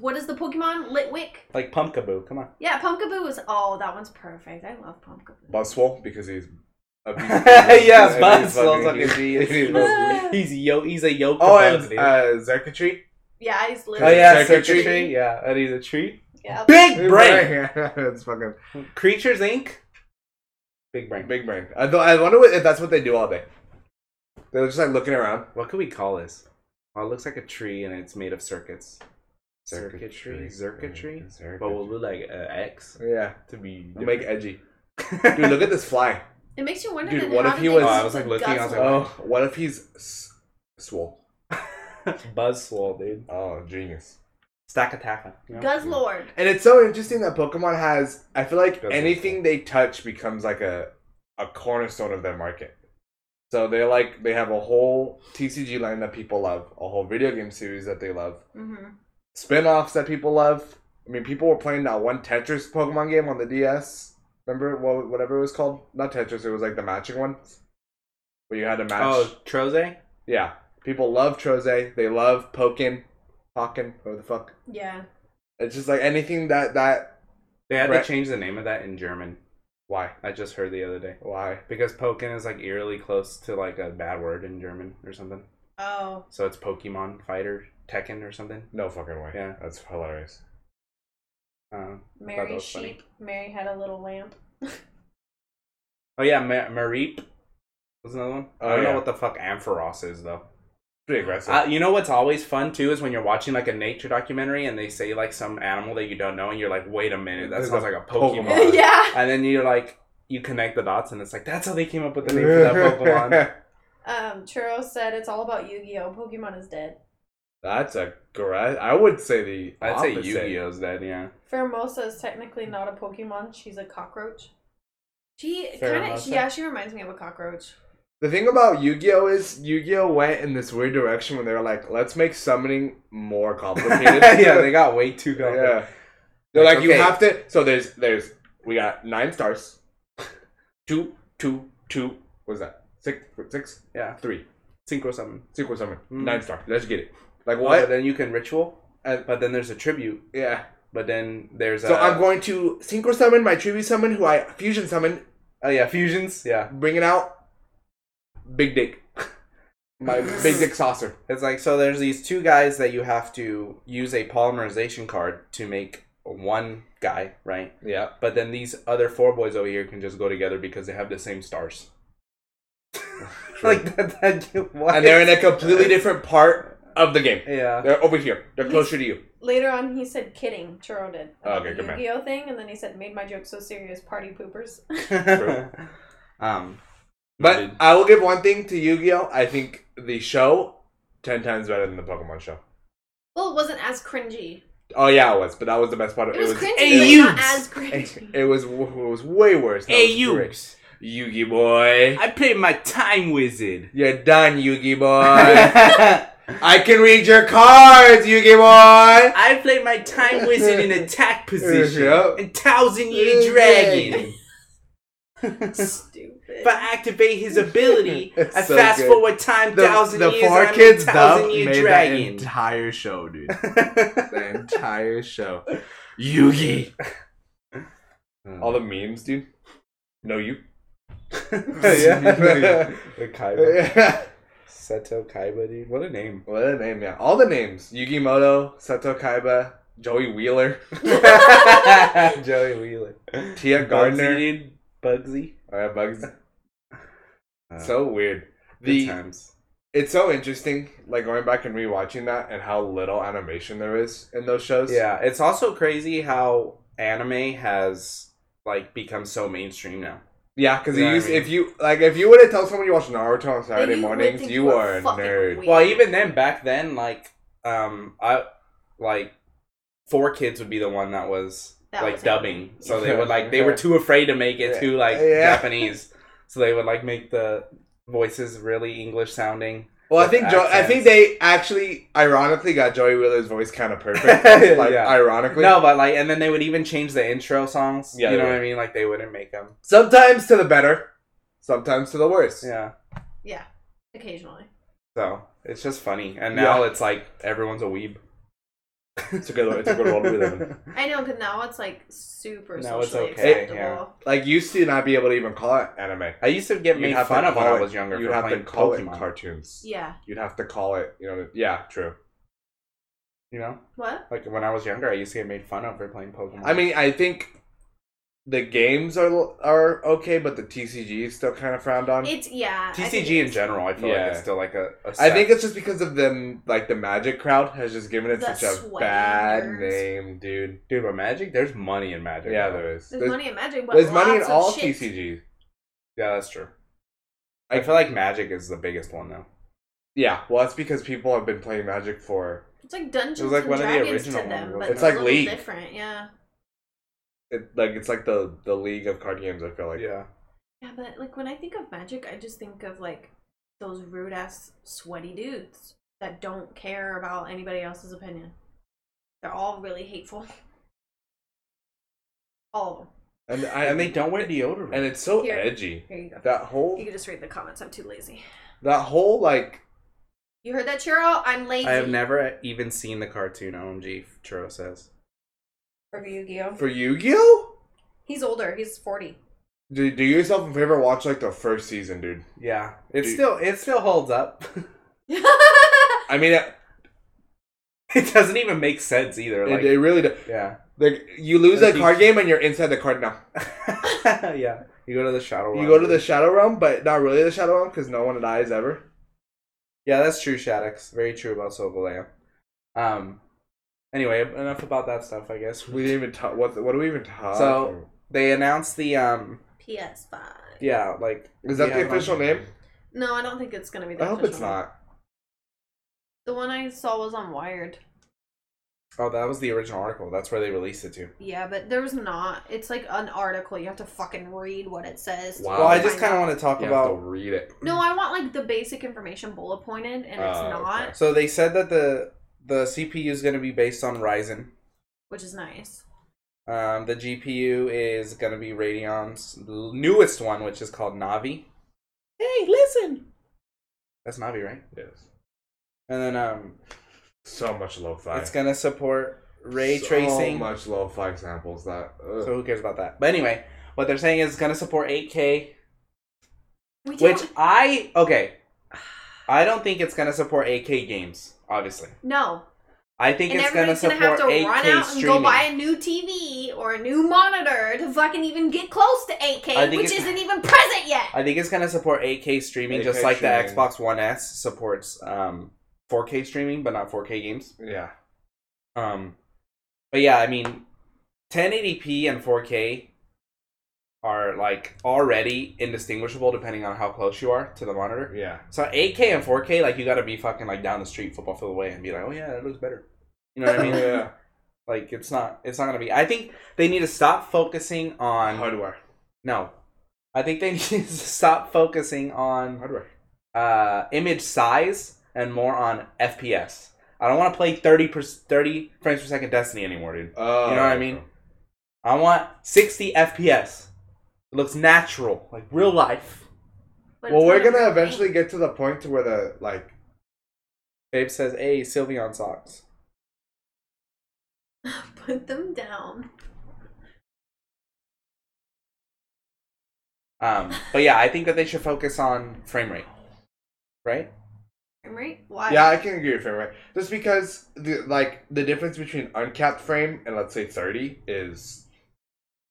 Speaker 3: What is the Pokemon? Litwick.
Speaker 1: like Pumpkaboo. Come on.
Speaker 3: Yeah, Pumpkaboo is. Oh, that one's perfect. I love Pumpkaboo.
Speaker 2: Buzzwole because he's a
Speaker 1: Yes,
Speaker 2: he's
Speaker 1: Buzzwole's
Speaker 2: fucking-
Speaker 1: like a genius.
Speaker 2: he's Buzzwole.
Speaker 1: He's yo. He's a yoke.
Speaker 2: Oh,
Speaker 1: above,
Speaker 2: and
Speaker 1: dude.
Speaker 2: uh, Zerkatry.
Speaker 3: yeah, I just
Speaker 1: oh
Speaker 3: literally.
Speaker 1: yeah,
Speaker 2: circuitry.
Speaker 1: circuitry. Yeah, that is a tree.
Speaker 3: yeah.
Speaker 1: Big brain.
Speaker 2: That's fucking
Speaker 1: Creatures Inc. Big brain.
Speaker 2: big brain. I, th- I wonder what, if that's what they do all day. They're just like looking around.
Speaker 1: What could we call this? Well, it looks like a tree and it's made of circuits. Circuitry, circuitry. But we'll do like uh, X
Speaker 2: Yeah,
Speaker 1: to be.
Speaker 2: we'll make edgy.
Speaker 1: different.
Speaker 2: Dude, look at this fly.
Speaker 3: It makes you wonder.
Speaker 2: Dude,
Speaker 3: then
Speaker 2: what
Speaker 3: how
Speaker 2: if
Speaker 3: did
Speaker 2: he
Speaker 3: they
Speaker 2: was-
Speaker 3: come
Speaker 2: Oh, I
Speaker 3: up
Speaker 1: was, like,
Speaker 3: with
Speaker 1: looking, I was
Speaker 3: Guzzler?
Speaker 1: like,
Speaker 2: Oh, what if he's s- swole?
Speaker 1: Buzz swole, dude.
Speaker 2: Oh, genius.
Speaker 1: Stack attacker. You know?
Speaker 3: Guzzlord.
Speaker 2: And it's so interesting that Pokemon has. I feel like
Speaker 1: That's
Speaker 2: anything they touch becomes like a a cornerstone of their market. So they're like they have a whole TCG line that people love, a whole video game series that they love,
Speaker 3: Mm-hmm.
Speaker 2: spin-offs that people love. I mean, people were playing that one Tetris Pokemon game on the DS. Remember what whatever it was called? Not Tetris. It was like the matching one where you had to match.
Speaker 1: Oh, Troze.
Speaker 2: Yeah, people love Troze. They love Pokin, Pokin, whatever the fuck.
Speaker 3: Yeah.
Speaker 2: It's just like anything that that.
Speaker 1: They had
Speaker 2: Right.
Speaker 1: to change the name of that in German.
Speaker 2: Why?
Speaker 1: I just heard the other day
Speaker 2: Why?
Speaker 1: because "poken" is like eerily close to like a bad word in German or something.
Speaker 3: Oh.
Speaker 1: So it's Pokemon Fighter Tekken or something.
Speaker 2: No fucking way.
Speaker 1: Yeah.
Speaker 2: That's hilarious.
Speaker 1: Uh, that
Speaker 3: Mary
Speaker 1: was funny.
Speaker 3: sheep. Mary had a little lamp.
Speaker 1: oh yeah, Ma- Mareep was another one.
Speaker 2: Oh,
Speaker 1: I don't
Speaker 2: yeah.
Speaker 1: know what the fuck Ampharos is though.
Speaker 2: Pretty aggressive.
Speaker 1: Uh, you know what's always fun too is when you're watching like a nature documentary and they say like some animal that you don't know and you're like, wait a minute, that
Speaker 2: There's
Speaker 1: sounds
Speaker 2: a
Speaker 1: like a
Speaker 2: Pokemon.
Speaker 1: Pokemon.
Speaker 3: yeah.
Speaker 1: And then you're like, you connect the dots and it's like that's how they came up with the name for that Pokemon.
Speaker 3: Um, Churro said it's all about Yu-Gi-Oh. Pokemon is dead.
Speaker 2: That's aggressive. I would say the.
Speaker 1: I'd say
Speaker 2: opposite.
Speaker 1: Yu-Gi-Oh's dead, yeah.
Speaker 3: Pheromosa is technically not a Pokemon. She's a cockroach. She kind of
Speaker 1: Pheromosa?
Speaker 3: yeah. She reminds me of a cockroach.
Speaker 2: The thing about Yu-Gi-Oh is Yu-Gi-Oh went in this weird direction when they were like, let's make summoning more complicated.
Speaker 1: yeah, they got way too
Speaker 2: Yeah.
Speaker 1: complicated.
Speaker 2: They're like,
Speaker 1: Like,
Speaker 2: you
Speaker 1: okay.
Speaker 2: have to. So there's there's we got nine stars. two two two. What's that? Six six
Speaker 1: Yeah,
Speaker 2: three.
Speaker 1: synchro summon.
Speaker 2: Sequel summon.
Speaker 1: Mm.
Speaker 2: Nine star. Let's get it. Like
Speaker 1: What? But
Speaker 2: what?
Speaker 1: then you can ritual, uh,
Speaker 2: And-
Speaker 1: but then there's a tribute,
Speaker 2: yeah.
Speaker 1: but then there's
Speaker 2: So
Speaker 1: a,
Speaker 2: I'm going to synchro summon my tribute summon, who I fusion summon,
Speaker 1: oh yeah fusions, yeah.
Speaker 2: bring it out. Big dick. My big dick saucer.
Speaker 1: It's like so there's these two guys that you have to use a polymerization card to make one guy, right?
Speaker 2: Yeah.
Speaker 1: But then these other four boys over here can just go together because they have the same stars. like that, that what?
Speaker 2: And they're in a completely different part of the game.
Speaker 1: yeah.
Speaker 2: They're over here. They're
Speaker 3: Yes.
Speaker 2: closer to you.
Speaker 3: Later on, he said kidding. Churro did about
Speaker 2: Okay,
Speaker 3: the
Speaker 2: good man.
Speaker 3: Yu-Gi-Oh thing, and then he said made my joke so serious. Party poopers.
Speaker 1: um,
Speaker 2: But I will give one thing to Yu-Gi-Oh. I think the show ten times better than the Pokemon show.
Speaker 3: well, it wasn't as cringy.
Speaker 2: Oh yeah, it was. But that was the best part of
Speaker 3: It
Speaker 2: it.
Speaker 3: was,
Speaker 2: was,
Speaker 3: cringy,
Speaker 1: AUs.
Speaker 3: but not as cringy.
Speaker 2: it was. It was way worse. That was great. Yu-Gi boy.
Speaker 1: I played my time wizard.
Speaker 2: You're done, Yu-Gi boy.
Speaker 1: I
Speaker 2: I can read your cards, Yu-Gi boy.
Speaker 1: played my time wizard in attack position
Speaker 2: Yep.
Speaker 1: and thousand year
Speaker 2: Yeah.
Speaker 1: dragon.
Speaker 3: Stupid.
Speaker 1: If I activate his ability, I
Speaker 2: It's so
Speaker 1: fast
Speaker 2: good.
Speaker 1: forward time thousand years.
Speaker 2: four
Speaker 1: I'm
Speaker 2: kids
Speaker 1: a thousand
Speaker 2: dub
Speaker 1: year
Speaker 2: made
Speaker 1: dragon.
Speaker 2: that entire show, dude. the entire show. Yugi. All the memes, dude. No, you.
Speaker 1: yeah. the Kaiba.
Speaker 2: yeah.
Speaker 1: Seto Kaiba, dude. What a name.
Speaker 2: What a name, yeah. All the names. Yugimoto, Seto Kaiba, Joey Wheeler,
Speaker 1: Joey Wheeler.
Speaker 2: Tia
Speaker 1: Gardner.
Speaker 2: Gardner.
Speaker 1: Bugsy, dude. Bugsy.
Speaker 2: Oh, yeah, Bugs.
Speaker 1: Uh,
Speaker 2: So weird.
Speaker 1: good
Speaker 2: The
Speaker 1: times.
Speaker 2: it's so interesting, like going back and rewatching that and how little animation there is in those shows.
Speaker 1: Yeah, it's also crazy how anime has like become so mainstream now.
Speaker 2: Yeah, because
Speaker 1: You know
Speaker 2: you
Speaker 1: what I
Speaker 2: use
Speaker 1: mean?
Speaker 2: if you like if you were to tell someone you watch Naruto on Saturday
Speaker 3: you would
Speaker 2: mornings,
Speaker 3: think
Speaker 2: you,
Speaker 3: you were
Speaker 2: are a
Speaker 3: fucking
Speaker 2: nerd.
Speaker 3: weird.
Speaker 1: Well, even then, back then, like, um, I like four kids would be the one that was
Speaker 3: That
Speaker 1: like
Speaker 3: was it.
Speaker 1: dubbing, so they
Speaker 2: Yeah.
Speaker 1: would like they were too afraid to make it
Speaker 2: Yeah.
Speaker 1: too like
Speaker 2: Yeah.
Speaker 1: Japanese, so they would like make the voices really English sounding.
Speaker 2: Well, I
Speaker 1: With
Speaker 2: think jo- I
Speaker 1: accents.
Speaker 2: think they actually ironically got Joey Wheeler's voice kind of perfect. like
Speaker 1: Yeah.
Speaker 2: ironically,
Speaker 1: No, but like, and then they would even change the intro songs.
Speaker 2: Yeah,
Speaker 1: you know
Speaker 2: yeah.
Speaker 1: what I mean? Like they wouldn't make them.
Speaker 2: sometimes to the better, sometimes to the worse.
Speaker 1: Yeah.
Speaker 3: Yeah, occasionally.
Speaker 1: So it's just funny, and now it's like everyone's a weeb.
Speaker 2: It's a good. It's a good world we live in.
Speaker 3: I know, because now it's like super
Speaker 1: Now it's
Speaker 3: socially
Speaker 1: okay,
Speaker 3: acceptable.
Speaker 1: yeah.
Speaker 2: Like used to not be able to even call it anime.
Speaker 1: I used to get
Speaker 2: You'd
Speaker 1: made
Speaker 2: have to
Speaker 1: fun of when
Speaker 2: call
Speaker 1: I
Speaker 2: it-
Speaker 1: was younger
Speaker 2: You'd
Speaker 1: for
Speaker 2: have to
Speaker 1: playing
Speaker 2: call
Speaker 1: Pokemon.
Speaker 2: it cartoons.
Speaker 3: Yeah.
Speaker 2: You'd have to call it. You know. Yeah. True.
Speaker 1: you know,
Speaker 3: What?
Speaker 1: like when I was younger, I used to get made fun of for playing Pokemon.
Speaker 2: I mean, I think the games are are okay, but the TCG is still kind of frowned on.
Speaker 3: It's yeah. I think
Speaker 1: TCG in
Speaker 3: it's-
Speaker 1: general, I feel like
Speaker 2: Yeah.
Speaker 1: it's still like a. a
Speaker 2: I think
Speaker 1: sect.
Speaker 2: it's just because of them, like the Magic crowd has just given it
Speaker 3: The
Speaker 2: such a
Speaker 3: sway
Speaker 2: bad
Speaker 3: nerds.
Speaker 2: name, dude.
Speaker 1: dude, but Magic, there's money in Magic.
Speaker 2: Yeah, there is.
Speaker 3: There's,
Speaker 2: There's,
Speaker 3: money in magic. but
Speaker 2: there's money in
Speaker 3: lots of
Speaker 2: all
Speaker 3: shit.
Speaker 2: TCGs.
Speaker 1: yeah, that's true. I feel like Magic is the biggest one though.
Speaker 2: Yeah, well, it's because people have been playing Magic for
Speaker 3: It's like Dungeons
Speaker 1: It was like
Speaker 3: and
Speaker 1: one of the
Speaker 3: Dragons to
Speaker 1: original
Speaker 3: them,
Speaker 1: ones.
Speaker 3: but
Speaker 2: It's
Speaker 3: it's like
Speaker 2: like
Speaker 3: a little
Speaker 2: League.
Speaker 3: different. Yeah.
Speaker 2: it, like it's like the the league of card games. I feel like
Speaker 1: yeah,
Speaker 3: Yeah, but like when I think of magic, I just think of like those rude ass sweaty dudes that don't care about anybody else's opinion. They're all really hateful. All of them.
Speaker 2: and I
Speaker 1: and they don't wear deodorant.
Speaker 2: and it's so
Speaker 3: Here.
Speaker 2: edgy.
Speaker 3: Here you go.
Speaker 2: That whole
Speaker 3: You can just read the comments. I'm too lazy.
Speaker 2: that whole like
Speaker 3: You heard that, Churro? I'm lazy.
Speaker 1: I have never even seen the cartoon. Omg, Churro says.
Speaker 3: For Yu-Gi-Oh.
Speaker 2: for Yu Gi Oh.
Speaker 3: He's older. He's 40.
Speaker 2: Do, do yourself a favor, watch like the first season, dude.
Speaker 1: Yeah, it
Speaker 2: Dude.
Speaker 1: still it still holds up.
Speaker 2: I mean, it,
Speaker 1: it doesn't even make sense either. Like,
Speaker 2: it, it really does.
Speaker 1: yeah,
Speaker 2: Like you lose
Speaker 1: Does
Speaker 2: a
Speaker 1: he-
Speaker 2: card game and you're inside the card now.
Speaker 1: yeah. You go to the shadow.
Speaker 2: You
Speaker 1: realm,
Speaker 2: go to the
Speaker 1: dude.
Speaker 2: shadow realm, but not really the shadow realm because no one dies ever.
Speaker 1: Yeah, that's true, Shaddix. Very true about Sogaleo. Um. Anyway, enough about that stuff. I guess
Speaker 2: We didn't even talk. What what do we even talk?
Speaker 1: So- they announced the um.
Speaker 3: PS5.
Speaker 1: Yeah, like
Speaker 2: is that
Speaker 1: Yeah,
Speaker 2: the
Speaker 1: like-
Speaker 2: official name?
Speaker 3: No, I don't think it's gonna be. The
Speaker 2: I hope
Speaker 3: official
Speaker 2: it's
Speaker 3: one.
Speaker 2: not.
Speaker 3: The one I saw was on Wired.
Speaker 1: Oh, that was the original article. That's where they released it to.
Speaker 3: Yeah, but there was not. It's like an article. You have to fucking read what it says. to
Speaker 2: Wow.
Speaker 1: Well, I just
Speaker 3: find
Speaker 1: kind of
Speaker 3: out.
Speaker 1: want to talk
Speaker 2: You have to
Speaker 1: about.
Speaker 2: read it.
Speaker 3: No, I want like the basic information bullet pointed, and it's
Speaker 2: Oh,
Speaker 3: not,
Speaker 2: okay.
Speaker 1: So they said that the the CPU is going to be based on Ryzen.
Speaker 3: which is nice.
Speaker 1: Um, the GPU is going to be Radeon's l- newest one, which is called Navi. Hey, listen. That's Navi, right?
Speaker 2: Yes.
Speaker 1: And then um,
Speaker 2: So much lo-fi.
Speaker 1: it's going to support ray
Speaker 2: so
Speaker 1: tracing.
Speaker 2: much lo-fi samples that. Ugh.
Speaker 1: So who cares about that? But anyway, what they're saying is it's going to support 8K,
Speaker 3: We don't.
Speaker 1: which I okay. I don't think it's going to support 8K games, obviously.
Speaker 3: no,
Speaker 1: I think
Speaker 3: and
Speaker 1: it's going to
Speaker 3: everybody's gonna
Speaker 1: support
Speaker 3: have to
Speaker 1: 8K
Speaker 3: run out
Speaker 1: streaming.
Speaker 3: and go buy a new TV or a new monitor to fucking even get close to 8K,
Speaker 1: I think
Speaker 3: which
Speaker 1: it's-
Speaker 3: isn't even present yet.
Speaker 1: I think it's gonna support 8K streaming, just
Speaker 2: 8K
Speaker 1: like the
Speaker 2: streaming.
Speaker 1: Xbox One S supports um, 4K streaming, but not 4K games.
Speaker 2: Yeah.
Speaker 1: Um, but yeah, I mean, 1080p and 4K are like already indistinguishable depending on how close you are to the monitor.
Speaker 2: Yeah.
Speaker 1: So 8K and 4K, like you gotta be fucking like down the street, football field away, and be like, oh yeah, that looks better. You know what I mean?
Speaker 2: yeah.
Speaker 1: Like it's not, it's not gonna be. I think they need to stop focusing on
Speaker 2: Hardware.
Speaker 1: no. I think they need to stop focusing on
Speaker 2: Hardware.
Speaker 1: uh, image size and more on FPS. I don't want to play 30 per, 30 frames per second Destiny anymore, dude.
Speaker 2: Oh,
Speaker 1: You know what I mean? I want 60 FPS. It looks natural, like real life.
Speaker 3: But
Speaker 2: Well,
Speaker 3: it's
Speaker 2: we're
Speaker 3: not
Speaker 2: gonna
Speaker 3: even-
Speaker 2: eventually get to the point to where the like
Speaker 1: Babe says, "Hey, Sylveon socks."
Speaker 3: put them down.
Speaker 1: Um, but yeah, I think that they should focus on frame rate, right?
Speaker 3: Right? Why?
Speaker 2: Yeah, I can agree with frame rate. Just because the like the difference between uncapped frame and let's say thirty is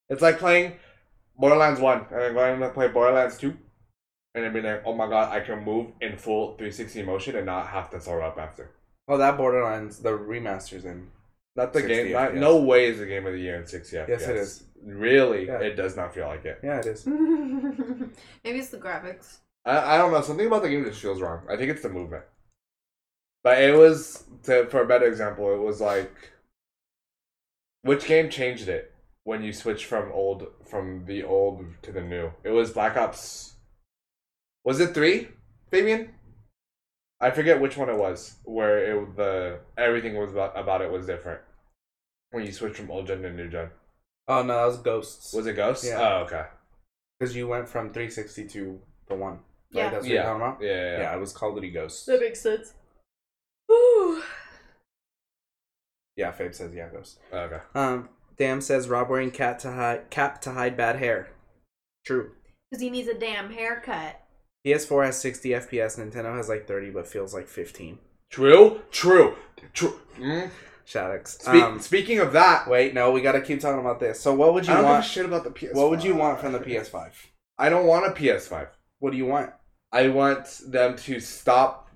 Speaker 2: it's like playing Borderlands one and then going to play Borderlands two and then be like, Oh my god, I can move in full three sixty motion and not have to throw up after.
Speaker 1: Well, Oh, that borderlines the remasters in.
Speaker 2: That's the
Speaker 1: 60
Speaker 2: game not,
Speaker 1: FPS.
Speaker 2: no way is the game of the year in sixty FPS.
Speaker 1: Yes, it is.
Speaker 2: Really,
Speaker 1: Yeah.
Speaker 2: it does not feel like it.
Speaker 1: Yeah, it is.
Speaker 3: Maybe it's the graphics.
Speaker 2: I, I don't know. Something about the game just feels wrong. I think it's the movement. But it was to, for a better example. It was like which game changed it when you switched from old from the old to the new. It was Black Ops. Was it three, Fabian? I forget which one it was. Where it the everything was about, about it was different when you switched from old gen to new gen.
Speaker 1: Oh no, that was Ghosts.
Speaker 2: Was it Ghost?
Speaker 1: Yeah.
Speaker 2: Oh, okay.
Speaker 1: Because you went from 360 to the one. Right?
Speaker 3: Yeah.
Speaker 1: That's what
Speaker 2: Yeah.
Speaker 1: you're talking about?
Speaker 2: Yeah, yeah,
Speaker 1: Yeah.
Speaker 2: yeah.
Speaker 1: it was Call of Duty Ghosts.
Speaker 3: That makes sense. Ooh.
Speaker 1: Yeah, Fabe says yeah, Ghosts.
Speaker 2: Oh, Okay.
Speaker 1: Um, Dam says Rob wearing cat to hide cap to hide bad hair. True.
Speaker 3: Because he needs a damn haircut.
Speaker 1: PS4 has 60 FPS. Nintendo has like 30, but feels like 15.
Speaker 2: True. True. True. Mm.
Speaker 1: Shaddix.
Speaker 2: Spe-
Speaker 1: um,
Speaker 2: speaking of that,
Speaker 1: wait, no, we gotta keep talking about this. So, what would
Speaker 2: I
Speaker 1: you
Speaker 2: don't
Speaker 1: want?
Speaker 2: give a shit about the PS.
Speaker 1: What would you want from the PS5?
Speaker 2: I don't want a PS5.
Speaker 1: What do you want?
Speaker 2: I want them to stop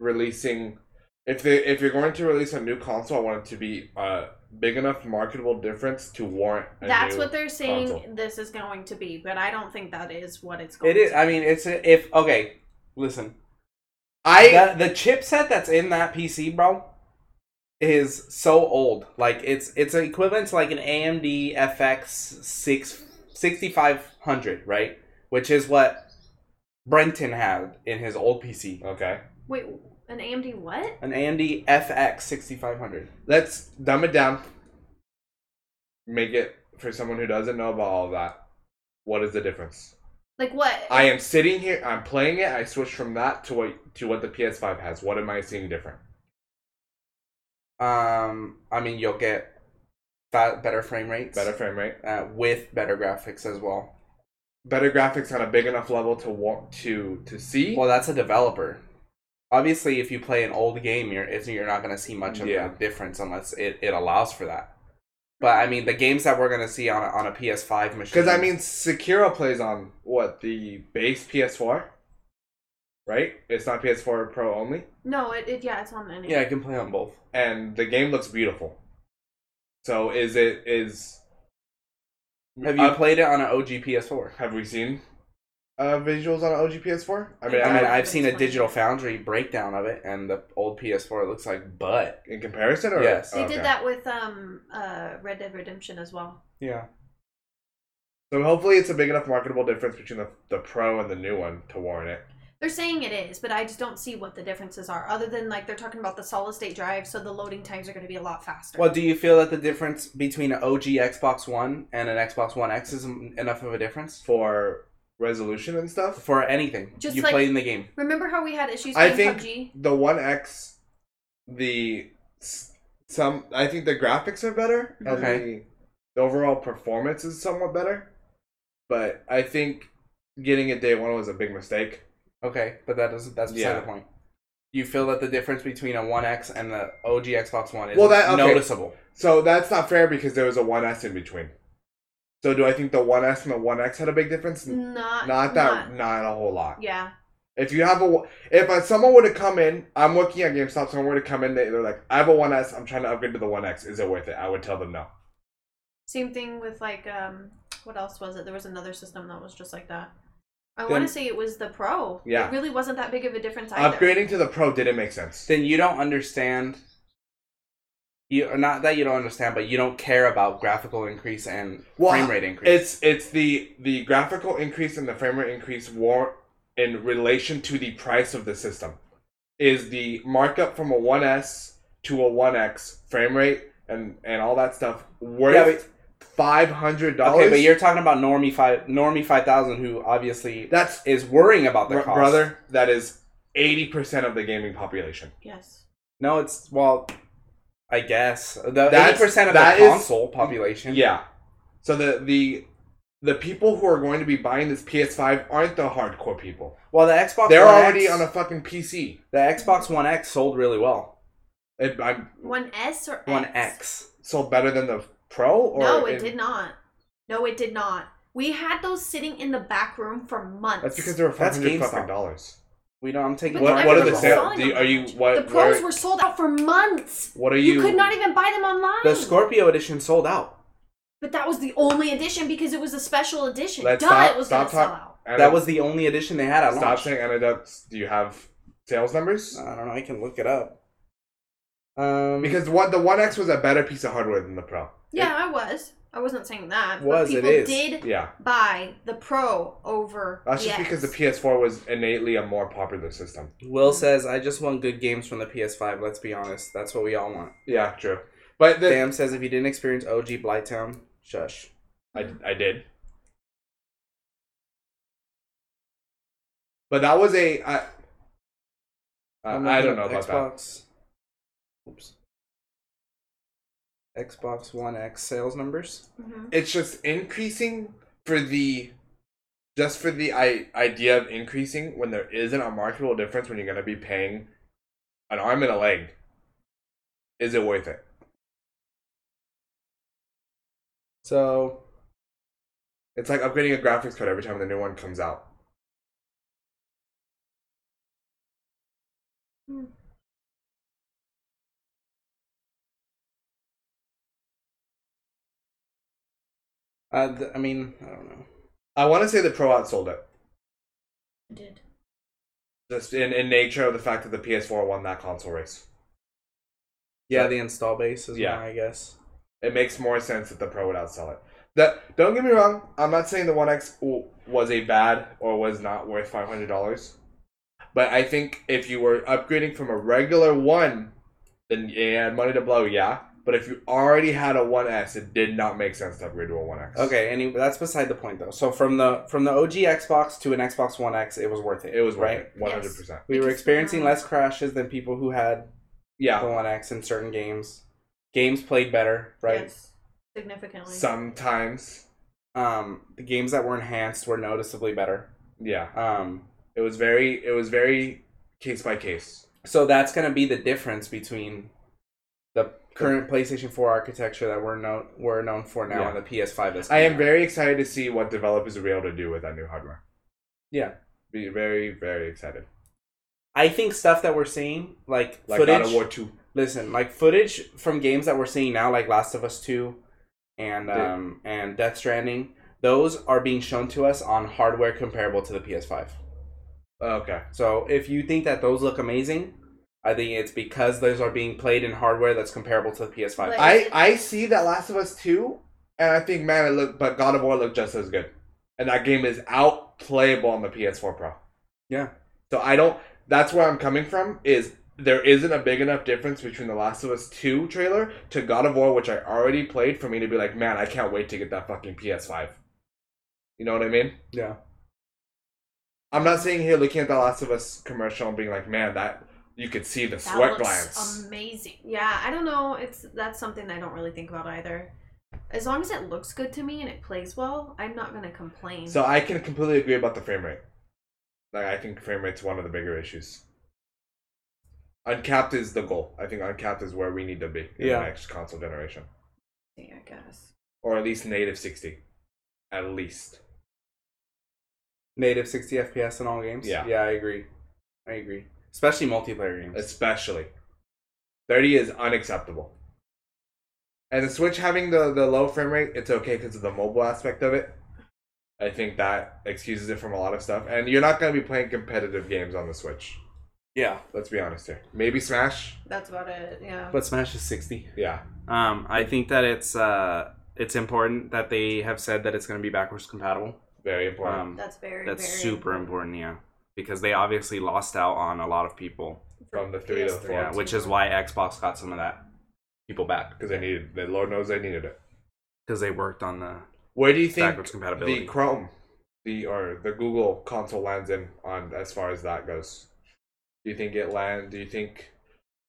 Speaker 2: releasing. If they if you're going to release a new console, I want it to be a big enough marketable difference to warrant. A
Speaker 3: That's
Speaker 2: new-
Speaker 3: what they're saying
Speaker 2: console.
Speaker 3: this is going to be, but I don't think that is what it's going
Speaker 1: It is.
Speaker 3: to
Speaker 1: I mean, it's a, if okay. Listen,
Speaker 2: I
Speaker 1: the, the chipset that's in that PC, bro, is so old. Like it's it's equivalent to like an AMD FX six sixty five hundred, right? Which is what Brenton had in his old PC,
Speaker 2: okay.
Speaker 3: Wait, an AMD what?
Speaker 1: an AMD FX sixty five hundred.
Speaker 2: Let's dumb it down. Make it for someone who doesn't know about all that. What is the difference?
Speaker 3: Like what?
Speaker 2: I am sitting here. I'm playing it. I switched from that to what to what the PS5 has. What am I seeing different?
Speaker 1: Um, I mean, you'll get fa- better frame rates,
Speaker 2: Better frame rate.
Speaker 1: uh, with better graphics as well.
Speaker 2: better graphics on a big enough level to want to to see.
Speaker 1: Well, that's a developer. Obviously, if you play an old game, you're it's, you're not going to see much of
Speaker 2: Yeah.
Speaker 1: a difference unless it, it allows for that. But I mean, the games that we're going to see on a, on a PS5 machine.
Speaker 2: Because I mean, Sekiro plays on what the base PS4, right? It's not PS4 Pro only,
Speaker 3: no, it, it yeah, it's on any.
Speaker 1: yeah, I can play on both.
Speaker 2: and the game looks beautiful. So is it is
Speaker 1: Have you
Speaker 2: Uh,
Speaker 1: played it on an OG PS4?
Speaker 2: have we seen uh, visuals on an OG PS4? I mean,
Speaker 3: Yeah,
Speaker 1: I mean,
Speaker 2: I
Speaker 1: I've seen a
Speaker 3: Explain.
Speaker 1: Digital Foundry breakdown of it, and the old PS4 looks like butt.
Speaker 2: in comparison, or
Speaker 1: Yes.
Speaker 3: They
Speaker 2: Okay.
Speaker 3: did that with um uh Red Dead Redemption as well.
Speaker 1: Yeah.
Speaker 2: So hopefully, it's a big enough marketable difference between the the Pro and the new one to warrant it.
Speaker 3: They're saying it is, but I just don't see what the differences are. Other than like they're talking about the solid state drive, so the loading times are going to be a lot faster.
Speaker 1: Well, do you feel that the difference between an OG Xbox One and an Xbox One X is en- enough of a difference
Speaker 2: for resolution and stuff.
Speaker 1: for anything?
Speaker 3: Just
Speaker 1: you
Speaker 3: like-
Speaker 1: play in the game.
Speaker 3: Remember how we had issues
Speaker 2: I
Speaker 3: playing
Speaker 2: think-
Speaker 3: PUBG?
Speaker 2: the one X, the s- some I think the graphics are better. and
Speaker 1: Okay.
Speaker 2: the- the overall performance is somewhat better, but I think getting it day one was a big mistake.
Speaker 1: Okay, but that doesn't. That's beside
Speaker 2: Yeah.
Speaker 1: the point. You feel that the difference between a One X and the OG Xbox One is
Speaker 2: Well, that- okay.
Speaker 1: noticeable.
Speaker 2: So that's not fair because there was a one S in between. So do I think the one S and the one X had a big difference? N-
Speaker 3: Not
Speaker 2: Not that, not, a whole lot.
Speaker 3: yeah.
Speaker 2: If you have a, w- if uh, someone were to come in, I'm looking at GameStop. Someone were to come in, they, they're like, "I have a 1S. I'm trying to upgrade to the 1X. Is it worth it?" I would tell them no.
Speaker 3: Same thing with like um what else was it? There was another system that was just like that. I
Speaker 1: Then-
Speaker 3: want to say it was the Pro.
Speaker 2: Yeah.
Speaker 3: It really wasn't that big of a difference either.
Speaker 2: Upgrading to the Pro didn't make sense.
Speaker 1: Then you don't understand. You not that you don't understand, but you don't care about graphical increase and
Speaker 2: Well,
Speaker 1: frame rate increase.
Speaker 2: It's it's the the graphical increase and the frame rate increase war in relation to the price of the system. Is the markup from a 1S to a 1X frame rate and and all that stuff worth five hundred dollars?
Speaker 1: okay, but you're talking about normie five normie five thousand who obviously
Speaker 2: that's
Speaker 1: is worrying about the
Speaker 2: br-
Speaker 1: cost.
Speaker 2: brother. That is eighty percent of the gaming population.
Speaker 3: Yes.
Speaker 1: no, it's well, I guess the
Speaker 2: That's-
Speaker 1: eighty percent of
Speaker 2: that
Speaker 1: the
Speaker 2: is-
Speaker 1: console population.
Speaker 2: Yeah. So the the the people who are going to be buying this PS5 aren't the hardcore people.
Speaker 1: Well, the Xbox
Speaker 2: They're
Speaker 1: One
Speaker 2: already
Speaker 1: X,
Speaker 2: on a fucking PC.
Speaker 1: the Xbox One X sold really well.
Speaker 2: It I
Speaker 3: One S or X?
Speaker 1: One X.
Speaker 2: sold better than the Pro or
Speaker 3: No, it did not. No, it did not. We had those sitting in the back room for months.
Speaker 2: That's because they were five
Speaker 1: That's
Speaker 2: hundred
Speaker 1: GameStop.
Speaker 2: fucking dollars.
Speaker 1: We don't. I'm taking.
Speaker 3: But
Speaker 2: What
Speaker 3: the
Speaker 2: what are
Speaker 3: Xbox
Speaker 2: the
Speaker 3: was
Speaker 2: sales?
Speaker 3: selling
Speaker 2: Do you-
Speaker 3: them.
Speaker 2: Are you what?
Speaker 3: the pros
Speaker 2: where-
Speaker 3: were sold out for months.
Speaker 2: What are
Speaker 3: You,
Speaker 2: you?
Speaker 3: could not even buy them online.
Speaker 1: The Scorpio edition sold out.
Speaker 3: but that was the only edition because it was a special edition.
Speaker 2: Let's
Speaker 3: Duh,
Speaker 2: stop-
Speaker 3: it was
Speaker 2: stop
Speaker 3: gonna sell
Speaker 2: talk-
Speaker 3: out.
Speaker 2: Ana-
Speaker 1: That was the only edition they had at
Speaker 2: Stop
Speaker 1: launch.
Speaker 2: saying anecdotes. Do you have sales numbers?
Speaker 1: I don't know. I can look it up. Um,
Speaker 2: Because what the One X was a better piece of hardware than the Pro.
Speaker 3: Yeah, I was. I wasn't saying that.
Speaker 1: Was,
Speaker 3: but
Speaker 1: it
Speaker 3: people
Speaker 1: is.
Speaker 3: did
Speaker 2: Yeah,
Speaker 3: buy the Pro over.
Speaker 2: Oh, that's
Speaker 3: the
Speaker 2: just
Speaker 3: X.
Speaker 2: because the PS4 was innately a more popular system.
Speaker 1: Will says, "I just want good games from the PS5." Let's be honest. That's what we all want.
Speaker 2: Yeah, true. But the,
Speaker 1: Sam says, "If you didn't experience OG Blighttown, shush."
Speaker 2: I, I did. But that was a I, I,
Speaker 1: I'm
Speaker 2: I
Speaker 1: looking
Speaker 2: don't know
Speaker 1: up
Speaker 2: about that.
Speaker 1: Xbox. Oops. Xbox One X sales numbers.
Speaker 3: Mhm.
Speaker 2: It's just increasing for the just for the I, idea of increasing when there isn't a marketable difference when you're going to be paying an arm and a leg. Is it worth it?
Speaker 1: So
Speaker 2: It's like upgrading a graphics card every time the new one comes out.
Speaker 1: Uh, th- I mean, I don't know.
Speaker 2: I want to say the Pro outsold it.
Speaker 3: It did.
Speaker 2: Just in, in nature of the fact that the PS4 won that console race.
Speaker 1: Yeah, the install base is yeah.
Speaker 2: Yeah.
Speaker 1: I guess.
Speaker 2: it makes more sense that the Pro would outsell it. That don't get me wrong, I'm not saying the One X w- was a bad or was not worth five hundred dollars, but I think if you were upgrading from a regular one, then you had money to blow, yeah. But if you already had a One S, it did not make sense to upgrade to a One X.
Speaker 1: Okay, any that's beside the point though. So from the from the OG Xbox to an Xbox One X, it was worth it.
Speaker 2: it was
Speaker 1: right.
Speaker 2: right, one hundred percent.
Speaker 1: We were
Speaker 3: Because-
Speaker 1: experiencing less crashes than people who had the
Speaker 2: Yeah,
Speaker 1: One X in certain games. Games played better, right?
Speaker 3: Yes. Significantly.
Speaker 2: sometimes.
Speaker 1: Um, the games that were enhanced were noticeably better.
Speaker 2: Yeah,
Speaker 1: Um,
Speaker 2: it was very, it was very case by case.
Speaker 1: so that's gonna be the difference between the current PlayStation Four architecture that we're known we're known for now
Speaker 2: Yeah.
Speaker 1: and the PS Five. that's
Speaker 2: I am
Speaker 1: coming out.
Speaker 2: very excited to see what developers will be able to do with that new hardware.
Speaker 1: Yeah.
Speaker 2: Be very, very excited.
Speaker 1: I think stuff that we're seeing, like,
Speaker 2: Like
Speaker 1: footage,
Speaker 2: God of War 2.
Speaker 1: listen, like footage from games that we're seeing now, like Last of Us Two, and
Speaker 2: Yeah.
Speaker 1: um and Death Stranding, those are being shown to us on hardware comparable to the PS Five.
Speaker 2: Oh, Okay.
Speaker 1: So if you think that those look amazing, I think it's because those are being played in hardware that's comparable to the PS Five.
Speaker 3: Like-
Speaker 2: I, I see that Last of Us 2, and I think, man, it looked, but God of War looked just as good. And that game is outplayable on the PS4 Pro.
Speaker 1: Yeah.
Speaker 2: So I don't, that's where I'm coming from, is there isn't a big enough difference between the Last of Us 2 trailer to God of War, which I already played, for me to be like, man, I can't wait to get that fucking PS5. You know what I mean?
Speaker 1: yeah,
Speaker 2: I'm not saying here looking at the Last of Us commercial and being like, man, that you could see the
Speaker 3: That
Speaker 2: sweat
Speaker 3: looks
Speaker 2: glands.
Speaker 3: Amazing. Yeah, I don't know. It's that's something I don't really think about either. As long as it looks good to me and it plays well, I'm not gonna complain.
Speaker 2: so I can completely agree about the frame rate. Like I think frame rate's one of the bigger issues. Uncapped is the goal. I think uncapped is where we need to be in
Speaker 1: Yeah.
Speaker 2: the next console generation,
Speaker 3: Yeah, I guess.
Speaker 2: or at least native sixty, at least.
Speaker 1: native sixty FPS in all games.
Speaker 2: Yeah.
Speaker 1: yeah, I agree. I agree, especially multiplayer games.
Speaker 2: especially. 30 is unacceptable. And the Switch having the, the low frame rate, it's okay because of the mobile aspect of it. I think that excuses it from a lot of stuff. And you're not going to be playing competitive games on the Switch.
Speaker 1: yeah,
Speaker 2: Let's be honest here. Maybe Smash?
Speaker 3: That's about it. Yeah.
Speaker 1: but Smash is sixty.
Speaker 2: Yeah.
Speaker 1: Um, I think that it's uh, it's important that they have said that it's going to be backwards compatible.
Speaker 2: Very important.
Speaker 1: Um,
Speaker 3: that's very.
Speaker 1: that's
Speaker 3: very
Speaker 1: super important, yeah, because they obviously lost out on a lot of people,
Speaker 2: From the three to the
Speaker 3: PS3.
Speaker 2: four.
Speaker 1: yeah, which is why Xbox got some of that people back
Speaker 2: Because they needed The Lord knows they needed it.
Speaker 1: because they worked on the
Speaker 2: Where do you think
Speaker 1: backwards
Speaker 2: the
Speaker 1: compatibility.
Speaker 2: Chrome the or the Google console lands in on as far as that goes? Do you think it land? Do you think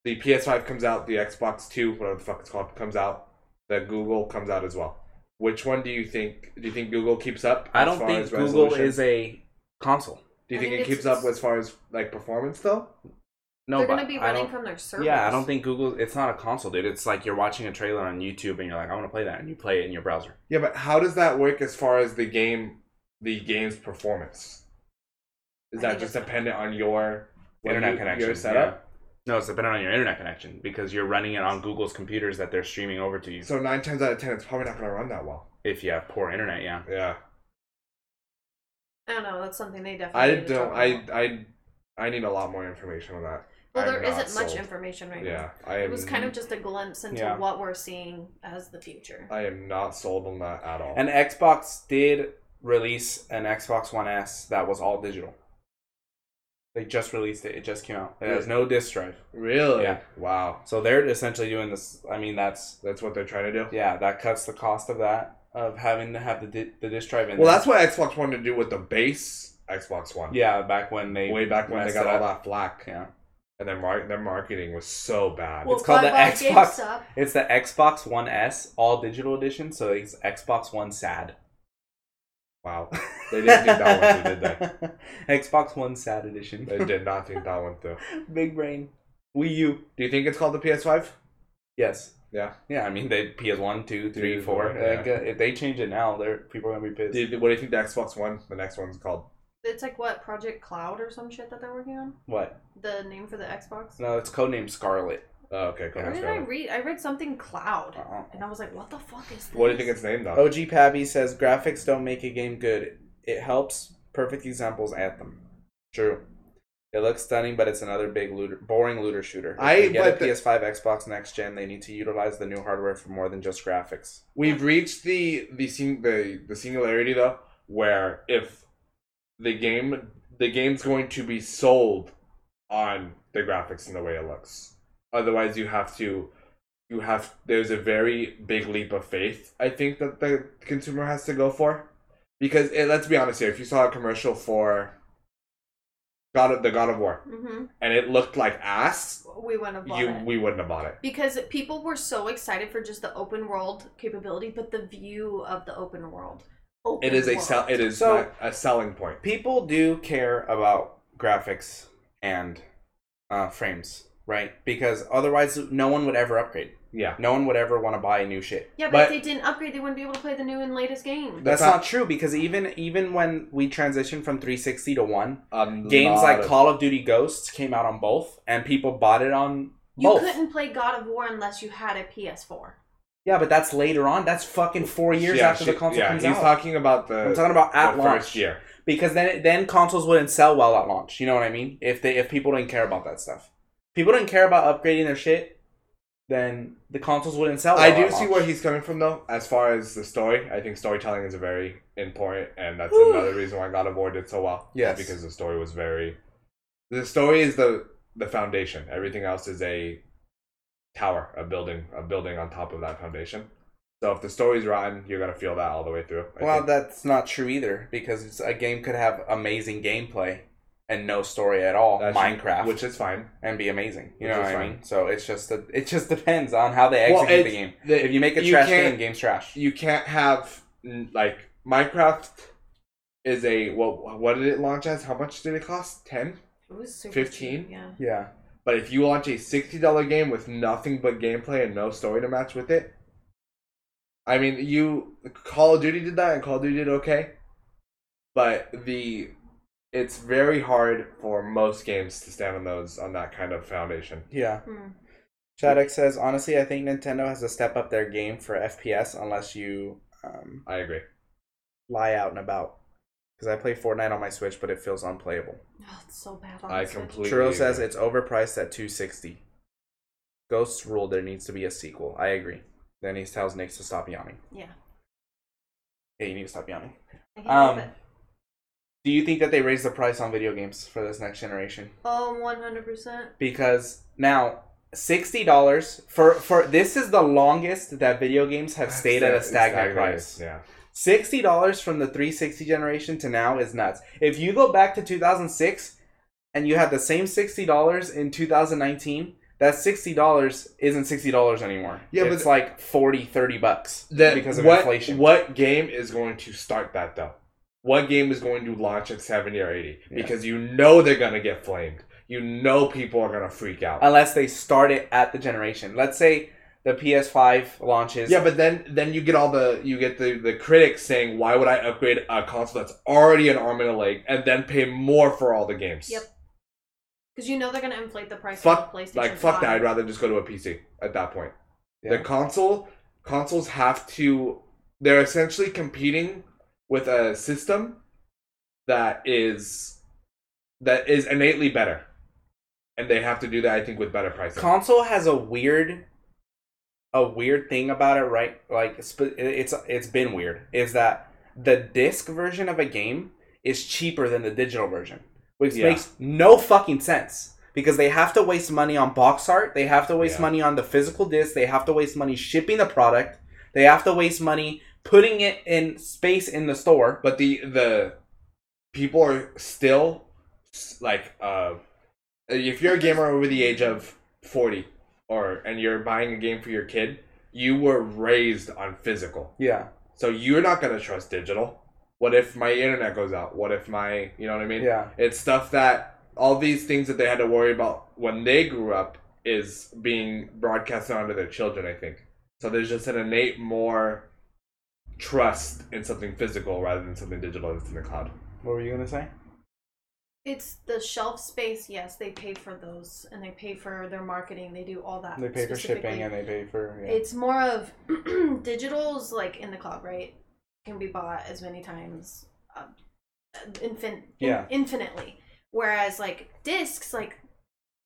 Speaker 2: the PS5 comes out, the Xbox Two, whatever the fuck it's called, comes out, the Google comes out as well? Which one do you think? Do you think Google keeps up?
Speaker 1: I
Speaker 2: as
Speaker 1: don't
Speaker 2: far
Speaker 1: think
Speaker 2: as
Speaker 1: Google
Speaker 2: resolution?
Speaker 1: is a console.
Speaker 2: Do you
Speaker 3: I
Speaker 2: think, it
Speaker 3: think
Speaker 2: keeps up
Speaker 3: it's-
Speaker 2: as far as like performance though?
Speaker 1: No,
Speaker 3: They're
Speaker 1: but
Speaker 3: gonna be
Speaker 1: I
Speaker 3: running
Speaker 1: don't.
Speaker 3: from their servers.
Speaker 1: Yeah, I don't think Google. It's not a console, dude. It's like you're watching a trailer on YouTube and you're like, I want to play that, and you play it in your browser.
Speaker 2: Yeah, but how does that work as far as the game, the game's performance? Is
Speaker 3: I
Speaker 2: that
Speaker 3: think
Speaker 2: just
Speaker 3: it's-
Speaker 2: dependent on your when
Speaker 1: internet
Speaker 2: you-
Speaker 1: connection.
Speaker 2: your
Speaker 1: yeah.
Speaker 2: setup?
Speaker 1: No, it's dependent on your internet connection because you're running it on Google's computers that they're streaming over to you.
Speaker 2: So nine times out of ten, it's probably not going to run that well.
Speaker 1: if you have poor internet, yeah.
Speaker 2: Yeah,
Speaker 3: I don't know. That's something they definitely.
Speaker 2: I
Speaker 3: need to
Speaker 2: don't.
Speaker 3: talk
Speaker 2: I
Speaker 3: about.
Speaker 2: I I need a lot more information on that.
Speaker 3: Well,
Speaker 2: I'm
Speaker 3: there
Speaker 2: not
Speaker 3: isn't much
Speaker 2: sold.
Speaker 3: information right now.
Speaker 2: Yeah, I am.
Speaker 3: It was kind of just a glimpse into
Speaker 1: Yeah.
Speaker 3: what we're seeing as the future.
Speaker 2: I am not sold on that at all.
Speaker 1: And Xbox did release an Xbox One S that was all digital. They just released it. It just came out. It has no disk drive.
Speaker 2: really?
Speaker 1: Yeah.
Speaker 2: Wow.
Speaker 1: So they're essentially doing this. I mean, that's
Speaker 2: That's what they're trying to do.
Speaker 1: yeah, that cuts the cost of that of having to have the di- the disk drive in.
Speaker 2: Well,
Speaker 1: there.
Speaker 2: that's what Xbox wanted to do with the base Xbox One.
Speaker 1: yeah. Back when they
Speaker 2: Way back when they
Speaker 1: messed
Speaker 2: got
Speaker 1: it
Speaker 2: all
Speaker 1: up.
Speaker 2: that flack,
Speaker 1: Yeah,
Speaker 2: and their mar- their marketing was so bad.
Speaker 3: well,
Speaker 1: it's called
Speaker 3: bye
Speaker 1: the
Speaker 3: bye
Speaker 1: Xbox.
Speaker 3: GameStop.
Speaker 1: it's the Xbox One S all digital edition. So it's Xbox One sad.
Speaker 2: Wow. They didn't think that one through, did they?
Speaker 1: Xbox One sad edition.
Speaker 2: They did not think that one through.
Speaker 1: Big brain. Wii U.
Speaker 2: Do you think it's called the PS5?
Speaker 1: Yes.
Speaker 2: Yeah.
Speaker 1: Yeah, I mean they PS one, two, three,
Speaker 2: Three,
Speaker 1: four.
Speaker 2: four, yeah.
Speaker 1: Like, uh, if they change it now, they're people are gonna be pissed.
Speaker 2: Do you, what do you think the Xbox One, the next one's called?
Speaker 3: It's like what Project Cloud or some shit that they're working on.
Speaker 1: What?
Speaker 3: The name for the Xbox.
Speaker 1: No, it's codenamed Scarlet.
Speaker 2: Oh, okay, cool.
Speaker 1: Yeah.
Speaker 3: Where
Speaker 2: that's
Speaker 3: did I
Speaker 2: good.
Speaker 3: read? I read something Cloud,
Speaker 1: Uh-uh.
Speaker 3: and I was like, "What the fuck is this?"
Speaker 2: What do you think it's named though?
Speaker 1: OG Pappy says graphics don't make a game good. It helps. Perfect examples at them. True. It looks stunning, but it's another big looter, boring looter shooter. If
Speaker 2: I-
Speaker 1: they get
Speaker 2: but
Speaker 1: a
Speaker 2: the-
Speaker 1: PS5, Xbox next gen. They need to utilize the new hardware for more than just graphics.
Speaker 2: We've reached the the sing- the the singularity though, where if the game the game's going to be sold on the graphics and the way it looks. Otherwise, you have to you have there's a very big leap of faith. I think that the consumer has to go for because eh, let's be honest here. If you saw a commercial for God of the God of War
Speaker 3: hmm
Speaker 2: and it looked like ass,
Speaker 3: We went and bought
Speaker 2: you
Speaker 3: it
Speaker 2: we wouldn't have bought it.
Speaker 3: because people were so excited for just the open world capability, but the view of the open world. Open
Speaker 2: It is a
Speaker 3: world.
Speaker 2: sell. It is
Speaker 1: So-
Speaker 2: not a selling point.
Speaker 1: people do care about graphics and uh, frames, right? Because otherwise, no one would ever upgrade.
Speaker 2: Yeah.
Speaker 1: No one would ever want to buy new shit.
Speaker 3: Yeah, but,
Speaker 2: But-
Speaker 3: if they didn't upgrade, they wouldn't be able to play the new and latest game.
Speaker 1: That's,
Speaker 2: That's
Speaker 1: not,
Speaker 2: not-
Speaker 1: true because even even when we transitioned from 360 to one,
Speaker 2: Um,
Speaker 1: games
Speaker 2: lot
Speaker 1: like
Speaker 2: of-
Speaker 1: Call of Duty Ghosts came out on both, and people bought it on
Speaker 3: You
Speaker 1: both.
Speaker 3: couldn't play God of War unless you had a PS4.
Speaker 1: Yeah, but that's later on. That's fucking four years
Speaker 2: Yeah,
Speaker 1: after
Speaker 2: she-
Speaker 1: the console
Speaker 2: yeah,
Speaker 1: comes
Speaker 2: he's
Speaker 1: out.
Speaker 2: talking about the,
Speaker 1: I'm talking about at
Speaker 2: the
Speaker 1: launch
Speaker 2: first year.
Speaker 1: because then then consoles wouldn't sell well at launch. You know what I mean? If they if people didn't care about that stuff, people didn't care about upgrading their shit, then the consoles wouldn't sell. Well
Speaker 2: I
Speaker 1: at
Speaker 2: do see
Speaker 1: launch.
Speaker 2: where he's coming from though. As far as the story, I think storytelling is very important, and that's
Speaker 1: Whew.
Speaker 2: another reason why God of War did so well.
Speaker 1: Yes.
Speaker 2: because the story was very. The story is the the foundation. Everything else is a tower, a building, a building on top of that foundation. So if the story's rotten, you're gonna feel that all the way through. I
Speaker 1: Well,
Speaker 2: think.
Speaker 1: that's not true either because it's, a game could have amazing gameplay and no story at all.
Speaker 2: That's-
Speaker 1: Minecraft,
Speaker 2: which is fine.
Speaker 1: and be amazing. You
Speaker 2: which
Speaker 1: know what
Speaker 2: is
Speaker 1: I
Speaker 2: fine.
Speaker 1: mean? So it's just a, it just depends on how they
Speaker 2: Well,
Speaker 1: execute the
Speaker 2: it's-
Speaker 1: game.
Speaker 2: the-
Speaker 1: If you make a
Speaker 2: you
Speaker 1: trash
Speaker 2: can't-
Speaker 1: game, game's trash.
Speaker 2: you can't have n- like Minecraft is a what what did it launch as? How much did it cost? 10?
Speaker 3: It was super
Speaker 2: 15?
Speaker 3: cheap, Yeah.
Speaker 1: Yeah,
Speaker 2: But if you launch a $60 game with nothing but gameplay and no story to match with it, I mean, you Call of Duty did that and Call of Duty did okay. But the it's very hard for most games to stand on those on that kind of foundation.
Speaker 1: yeah.
Speaker 3: Hmm.
Speaker 1: Shadek says honestly, I think Nintendo has to step up their game for FPS unless you um,
Speaker 2: I agree.
Speaker 1: lie out and about. Because I play Fortnite on my Switch, but it feels unplayable.
Speaker 3: Oh, it's so bad. On
Speaker 2: I
Speaker 3: the Switch.
Speaker 2: completely
Speaker 1: Churro says
Speaker 2: agree.
Speaker 1: it's overpriced at 260. Ghosts rule there needs to be a sequel. I agree. Then he tells Nick to stop yawning.
Speaker 3: Yeah.
Speaker 1: Hey, you need to stop yawning.
Speaker 3: I can't
Speaker 1: Um,
Speaker 3: help it.
Speaker 1: do you think that they raise the price on video games for this next generation?
Speaker 3: Oh, 100%.
Speaker 1: Because now sixty dollars for for this is the longest that video games have stayed at a stagnant price.
Speaker 2: Yeah.
Speaker 1: Sixty dollars from the 360 generation to now is nuts. If you go back to 2006 and you had the same sixty dollars in 2019, that sixty dollars isn't sixty dollars anymore.
Speaker 2: Yeah,
Speaker 1: Yeah,
Speaker 2: but-
Speaker 1: it's like 40, 30 bucks
Speaker 2: Then
Speaker 1: because of
Speaker 2: what,
Speaker 1: inflation.
Speaker 2: What game is going to start that though? What game is going to launch at 70 or 80?
Speaker 1: Yeah.
Speaker 2: Because you know they're going to get flamed. You know people are going to freak out.
Speaker 1: Unless they start it at the generation. Let's say the PS Five launches.
Speaker 2: yeah, but then then you get all the you get the the critics saying why would I upgrade a console that's already an arm and a leg and then pay more for all the games?
Speaker 3: Yep. Because you know they're gonna inflate the price
Speaker 2: Fuck-
Speaker 3: of the PlayStation.
Speaker 2: Like fuck that.
Speaker 3: 5.
Speaker 2: I'd rather just go to a PC at that point. The
Speaker 1: Yeah.
Speaker 2: console consoles have to they're essentially competing with a system that is that is innately better. And they have to do that I think with better pricing.
Speaker 1: console has a weird a weird thing about it right like sp- it's it's been weird is that the disc version of a game is cheaper than the digital version which
Speaker 2: Yeah.
Speaker 1: makes no fucking sense because they have to waste money on box art they have to waste
Speaker 2: Yeah.
Speaker 1: money on the physical disc they have to waste money shipping the product they have to waste money putting it in space in the store
Speaker 2: but the the people are still like uh if you're a gamer over the age of 40 or and you're buying a game for your kid, you were raised on physical.
Speaker 1: yeah
Speaker 2: So you're not gonna trust digital. What if my internet goes out? What if my you know what I mean?
Speaker 1: yeah
Speaker 2: It's stuff that all these things that they had to worry about when they grew up is being broadcasted onto their children, I think. So there's just an innate more trust in something physical rather than something digital that's in the cloud.
Speaker 1: what were you gonna say
Speaker 3: It's the shelf space. Yes, they pay for those, and they pay for their marketing. They do all that.
Speaker 1: they pay for shipping
Speaker 3: specifically.
Speaker 1: and they pay for yeah.
Speaker 3: It's more of digital's like in the cloud, right? Can be bought as many times, uh, infin-
Speaker 1: Yeah.
Speaker 3: infinitely. Whereas like discs, like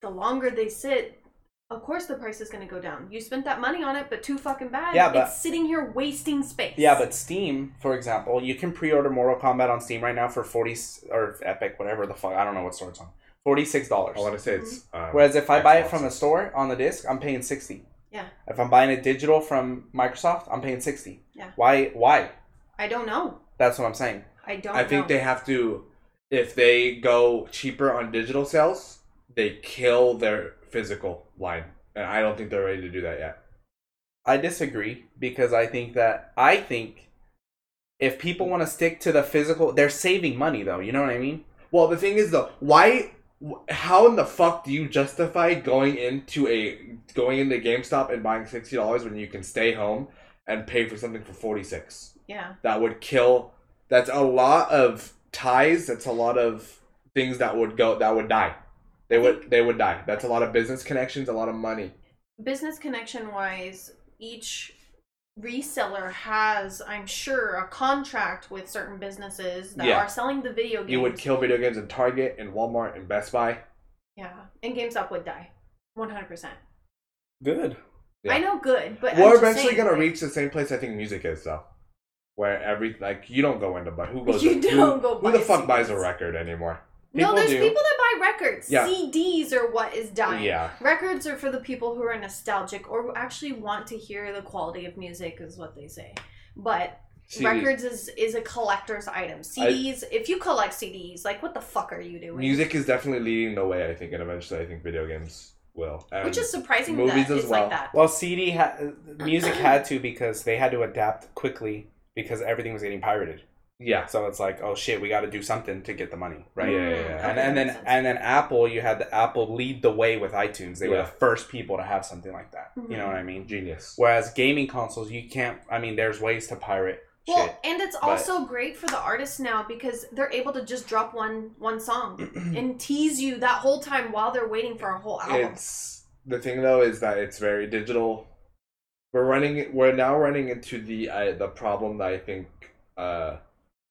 Speaker 3: the longer they sit, of course the price is going to go down. You spent that money on it, but too fucking bad.
Speaker 1: Yeah, but-
Speaker 3: it's sitting here wasting space.
Speaker 1: Yeah, but Steam, for example, you can pre-order Mortal Kombat on Steam right now for forty s- or Epic, whatever the fuck. I don't know what store it's on. Forty-six dollars.
Speaker 2: I want to say it's
Speaker 3: Mm-hmm.
Speaker 2: um,
Speaker 1: Whereas if I buy it from a
Speaker 2: Xboxes.
Speaker 1: store on the disc, I'm paying sixty.
Speaker 3: Yeah.
Speaker 1: If I'm buying it digital from Microsoft, I'm paying sixty.
Speaker 3: Yeah.
Speaker 1: Why? Why?
Speaker 3: I don't know.
Speaker 1: That's what I'm saying.
Speaker 3: I don't.
Speaker 2: I think
Speaker 3: know.
Speaker 2: they have to if they go cheaper on digital sales, they kill their physical line. And I don't think they're ready to do that yet.
Speaker 1: I disagree because I think that I think if people want to stick to the physical, they're saving money though. You know what I mean?
Speaker 2: Well, the thing is though, why? wh- How in the fuck do you justify going into a going into GameStop and buying sixty dollars when you can stay home and pay for something for forty six?
Speaker 3: Yeah.
Speaker 2: That would kill. That's a lot of ties. That's a lot of things that would go. That would die. They would. They would die. That's a lot of business connections. A lot of money.
Speaker 3: business connection wise, each reseller has, I'm sure, a contract with certain businesses that
Speaker 2: Yeah.
Speaker 3: are selling the video games.
Speaker 2: You would kill video games in Target and Walmart and Best Buy.
Speaker 3: Yeah, and GameStop would die, 100. percent
Speaker 1: Good.
Speaker 2: Yeah.
Speaker 3: I know, good, but
Speaker 2: We're
Speaker 3: I'm just
Speaker 2: eventually
Speaker 3: saying,
Speaker 2: gonna
Speaker 3: like,
Speaker 2: reach the same place I think music is though, where every like you don't go into buy who goes
Speaker 3: You
Speaker 2: who-
Speaker 3: don't go
Speaker 2: who
Speaker 3: buy
Speaker 2: the fuck
Speaker 3: CDs.
Speaker 2: buys a record anymore?
Speaker 3: No,
Speaker 1: people
Speaker 3: there's
Speaker 1: do.
Speaker 3: people that buy records.
Speaker 2: Yeah.
Speaker 3: CDs are what is dying.
Speaker 2: Yeah,
Speaker 3: Records are for the people who are nostalgic or who actually want to hear the quality of music, is what they say. But
Speaker 2: CD.
Speaker 3: Records is is a collector's item. CDs, if you collect CDs, like what the fuck are you doing?
Speaker 2: music is definitely leading the way. I think, and eventually, I think video games will. And
Speaker 3: which is surprising
Speaker 2: movies
Speaker 3: that
Speaker 2: as
Speaker 3: it's
Speaker 2: well.
Speaker 3: like that.
Speaker 1: Well, CD ha- music had to because they had to adapt quickly because everything was getting pirated.
Speaker 2: yeah,
Speaker 1: So it's like, oh shit, we got to do something to get the money, right?
Speaker 2: Yeah,
Speaker 3: Mm,
Speaker 2: yeah, yeah.
Speaker 1: And, and then and then Apple, you had the Apple lead the way with iTunes. They were
Speaker 2: Yeah. Mm-hmm.
Speaker 1: the first people to have something like that. You know what I mean?
Speaker 2: genius.
Speaker 1: Whereas gaming consoles, you can't. I mean, there's ways to pirate
Speaker 3: well,
Speaker 1: shit.
Speaker 3: and it's also great for the artists now because they're able to just drop one one song and tease you that whole time while they're waiting for a whole album.
Speaker 2: It's the thing though is that it's very digital. We're running. We're now running into the uh, the problem that I think, uh,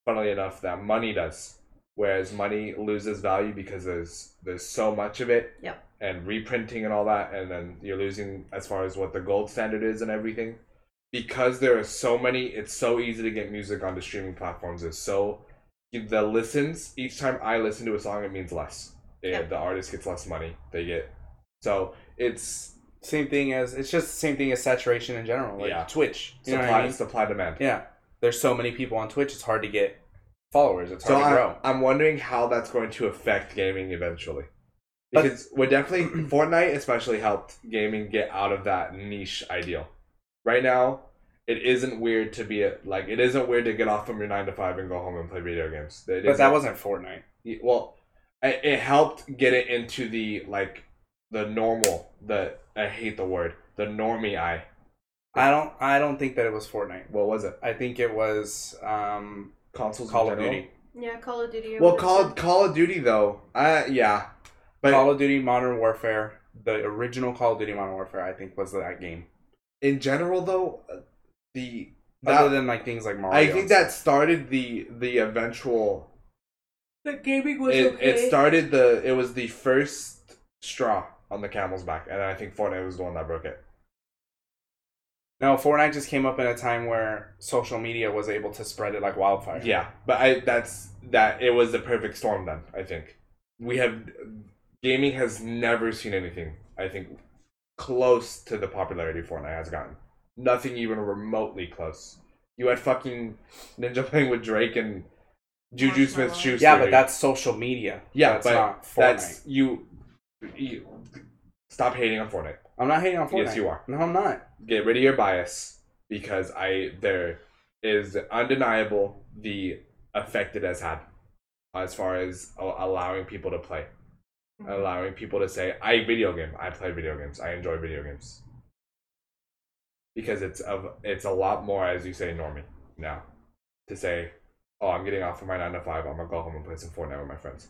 Speaker 2: funnily enough, that money does. Whereas money loses value because there's there's so much of it.
Speaker 3: Yep.
Speaker 2: And reprinting and all that, and then you're losing as far as what the gold standard is and everything. Because there are so many, it's so easy to get music onto streaming platforms. It's so the listens each time I listen to a song, it means less. Yeah,
Speaker 3: Yep.
Speaker 2: the artist gets less money. They get so it's
Speaker 1: Same thing as it's just the same thing as saturation in general, like
Speaker 2: Yeah.
Speaker 1: Twitch. You know
Speaker 2: supply
Speaker 1: what I mean?
Speaker 2: supply demand.
Speaker 1: Yeah, there's so many people on Twitch. It's hard to get followers. It's
Speaker 2: So
Speaker 1: hard to
Speaker 2: I,
Speaker 1: grow.
Speaker 2: I'm wondering how that's going to affect gaming eventually.
Speaker 1: But-
Speaker 2: because we're definitely Fortnite especially helped gaming get out of that niche ideal. Right now, it isn't weird to be a, like it isn't weird to get off from your nine to five and go home and play video games. It
Speaker 1: But that
Speaker 2: isn't.
Speaker 1: wasn't Fortnite.
Speaker 2: Y- well, it, it helped get it into the like the normal. The I hate the word the normie eye.
Speaker 1: I don't. I don't think that it was Fortnite.
Speaker 2: What was it?
Speaker 1: I think it was um,
Speaker 2: Consoles in
Speaker 1: Call of
Speaker 2: general?
Speaker 1: Duty.
Speaker 3: Yeah, Call of Duty. or
Speaker 2: Well,
Speaker 3: whatever.
Speaker 2: Call Call of Duty though. Uh, yeah, but
Speaker 1: Call of Duty Modern Warfare. The original Call of Duty Modern Warfare, I think, was that game.
Speaker 2: in general though, uh, the
Speaker 1: Other
Speaker 2: that,
Speaker 1: than like things like Mario.
Speaker 2: I think that started the the eventual.
Speaker 3: The gaming was
Speaker 2: It,
Speaker 3: okay.
Speaker 2: it started the it was the first straw on the camel's back, and I think Fortnite was the one that broke it.
Speaker 1: no Fortnite just came up in a time where social media was able to spread it like wildfire.
Speaker 2: Yeah, but I that's that it was the perfect storm then, I think. We have gaming has never seen anything, I think, close to the popularity Fortnite has gotten. Nothing even remotely close. You had fucking Ninja playing with Drake and Juju
Speaker 3: Marshmallow.
Speaker 2: Smith Schuster.
Speaker 1: Yeah, but that's social media.
Speaker 2: Yeah,
Speaker 1: that's
Speaker 2: but
Speaker 1: not Fortnite.
Speaker 2: that's you, you stop hating on Fortnite.
Speaker 1: I'm not hating on Fortnite.
Speaker 2: Yes, you are.
Speaker 1: No, I'm not.
Speaker 2: Get rid of your bias because I there is undeniable the effect it has had as far as a- allowing people to play,
Speaker 1: Mm-hmm.
Speaker 2: allowing people to say, "I video game. I play video games. I enjoy video games." Because it's of it's a lot more, as you say, normie now, to say, "Oh, I'm getting off of my nine to five. I'm gonna go home and play some Fortnite with my friends."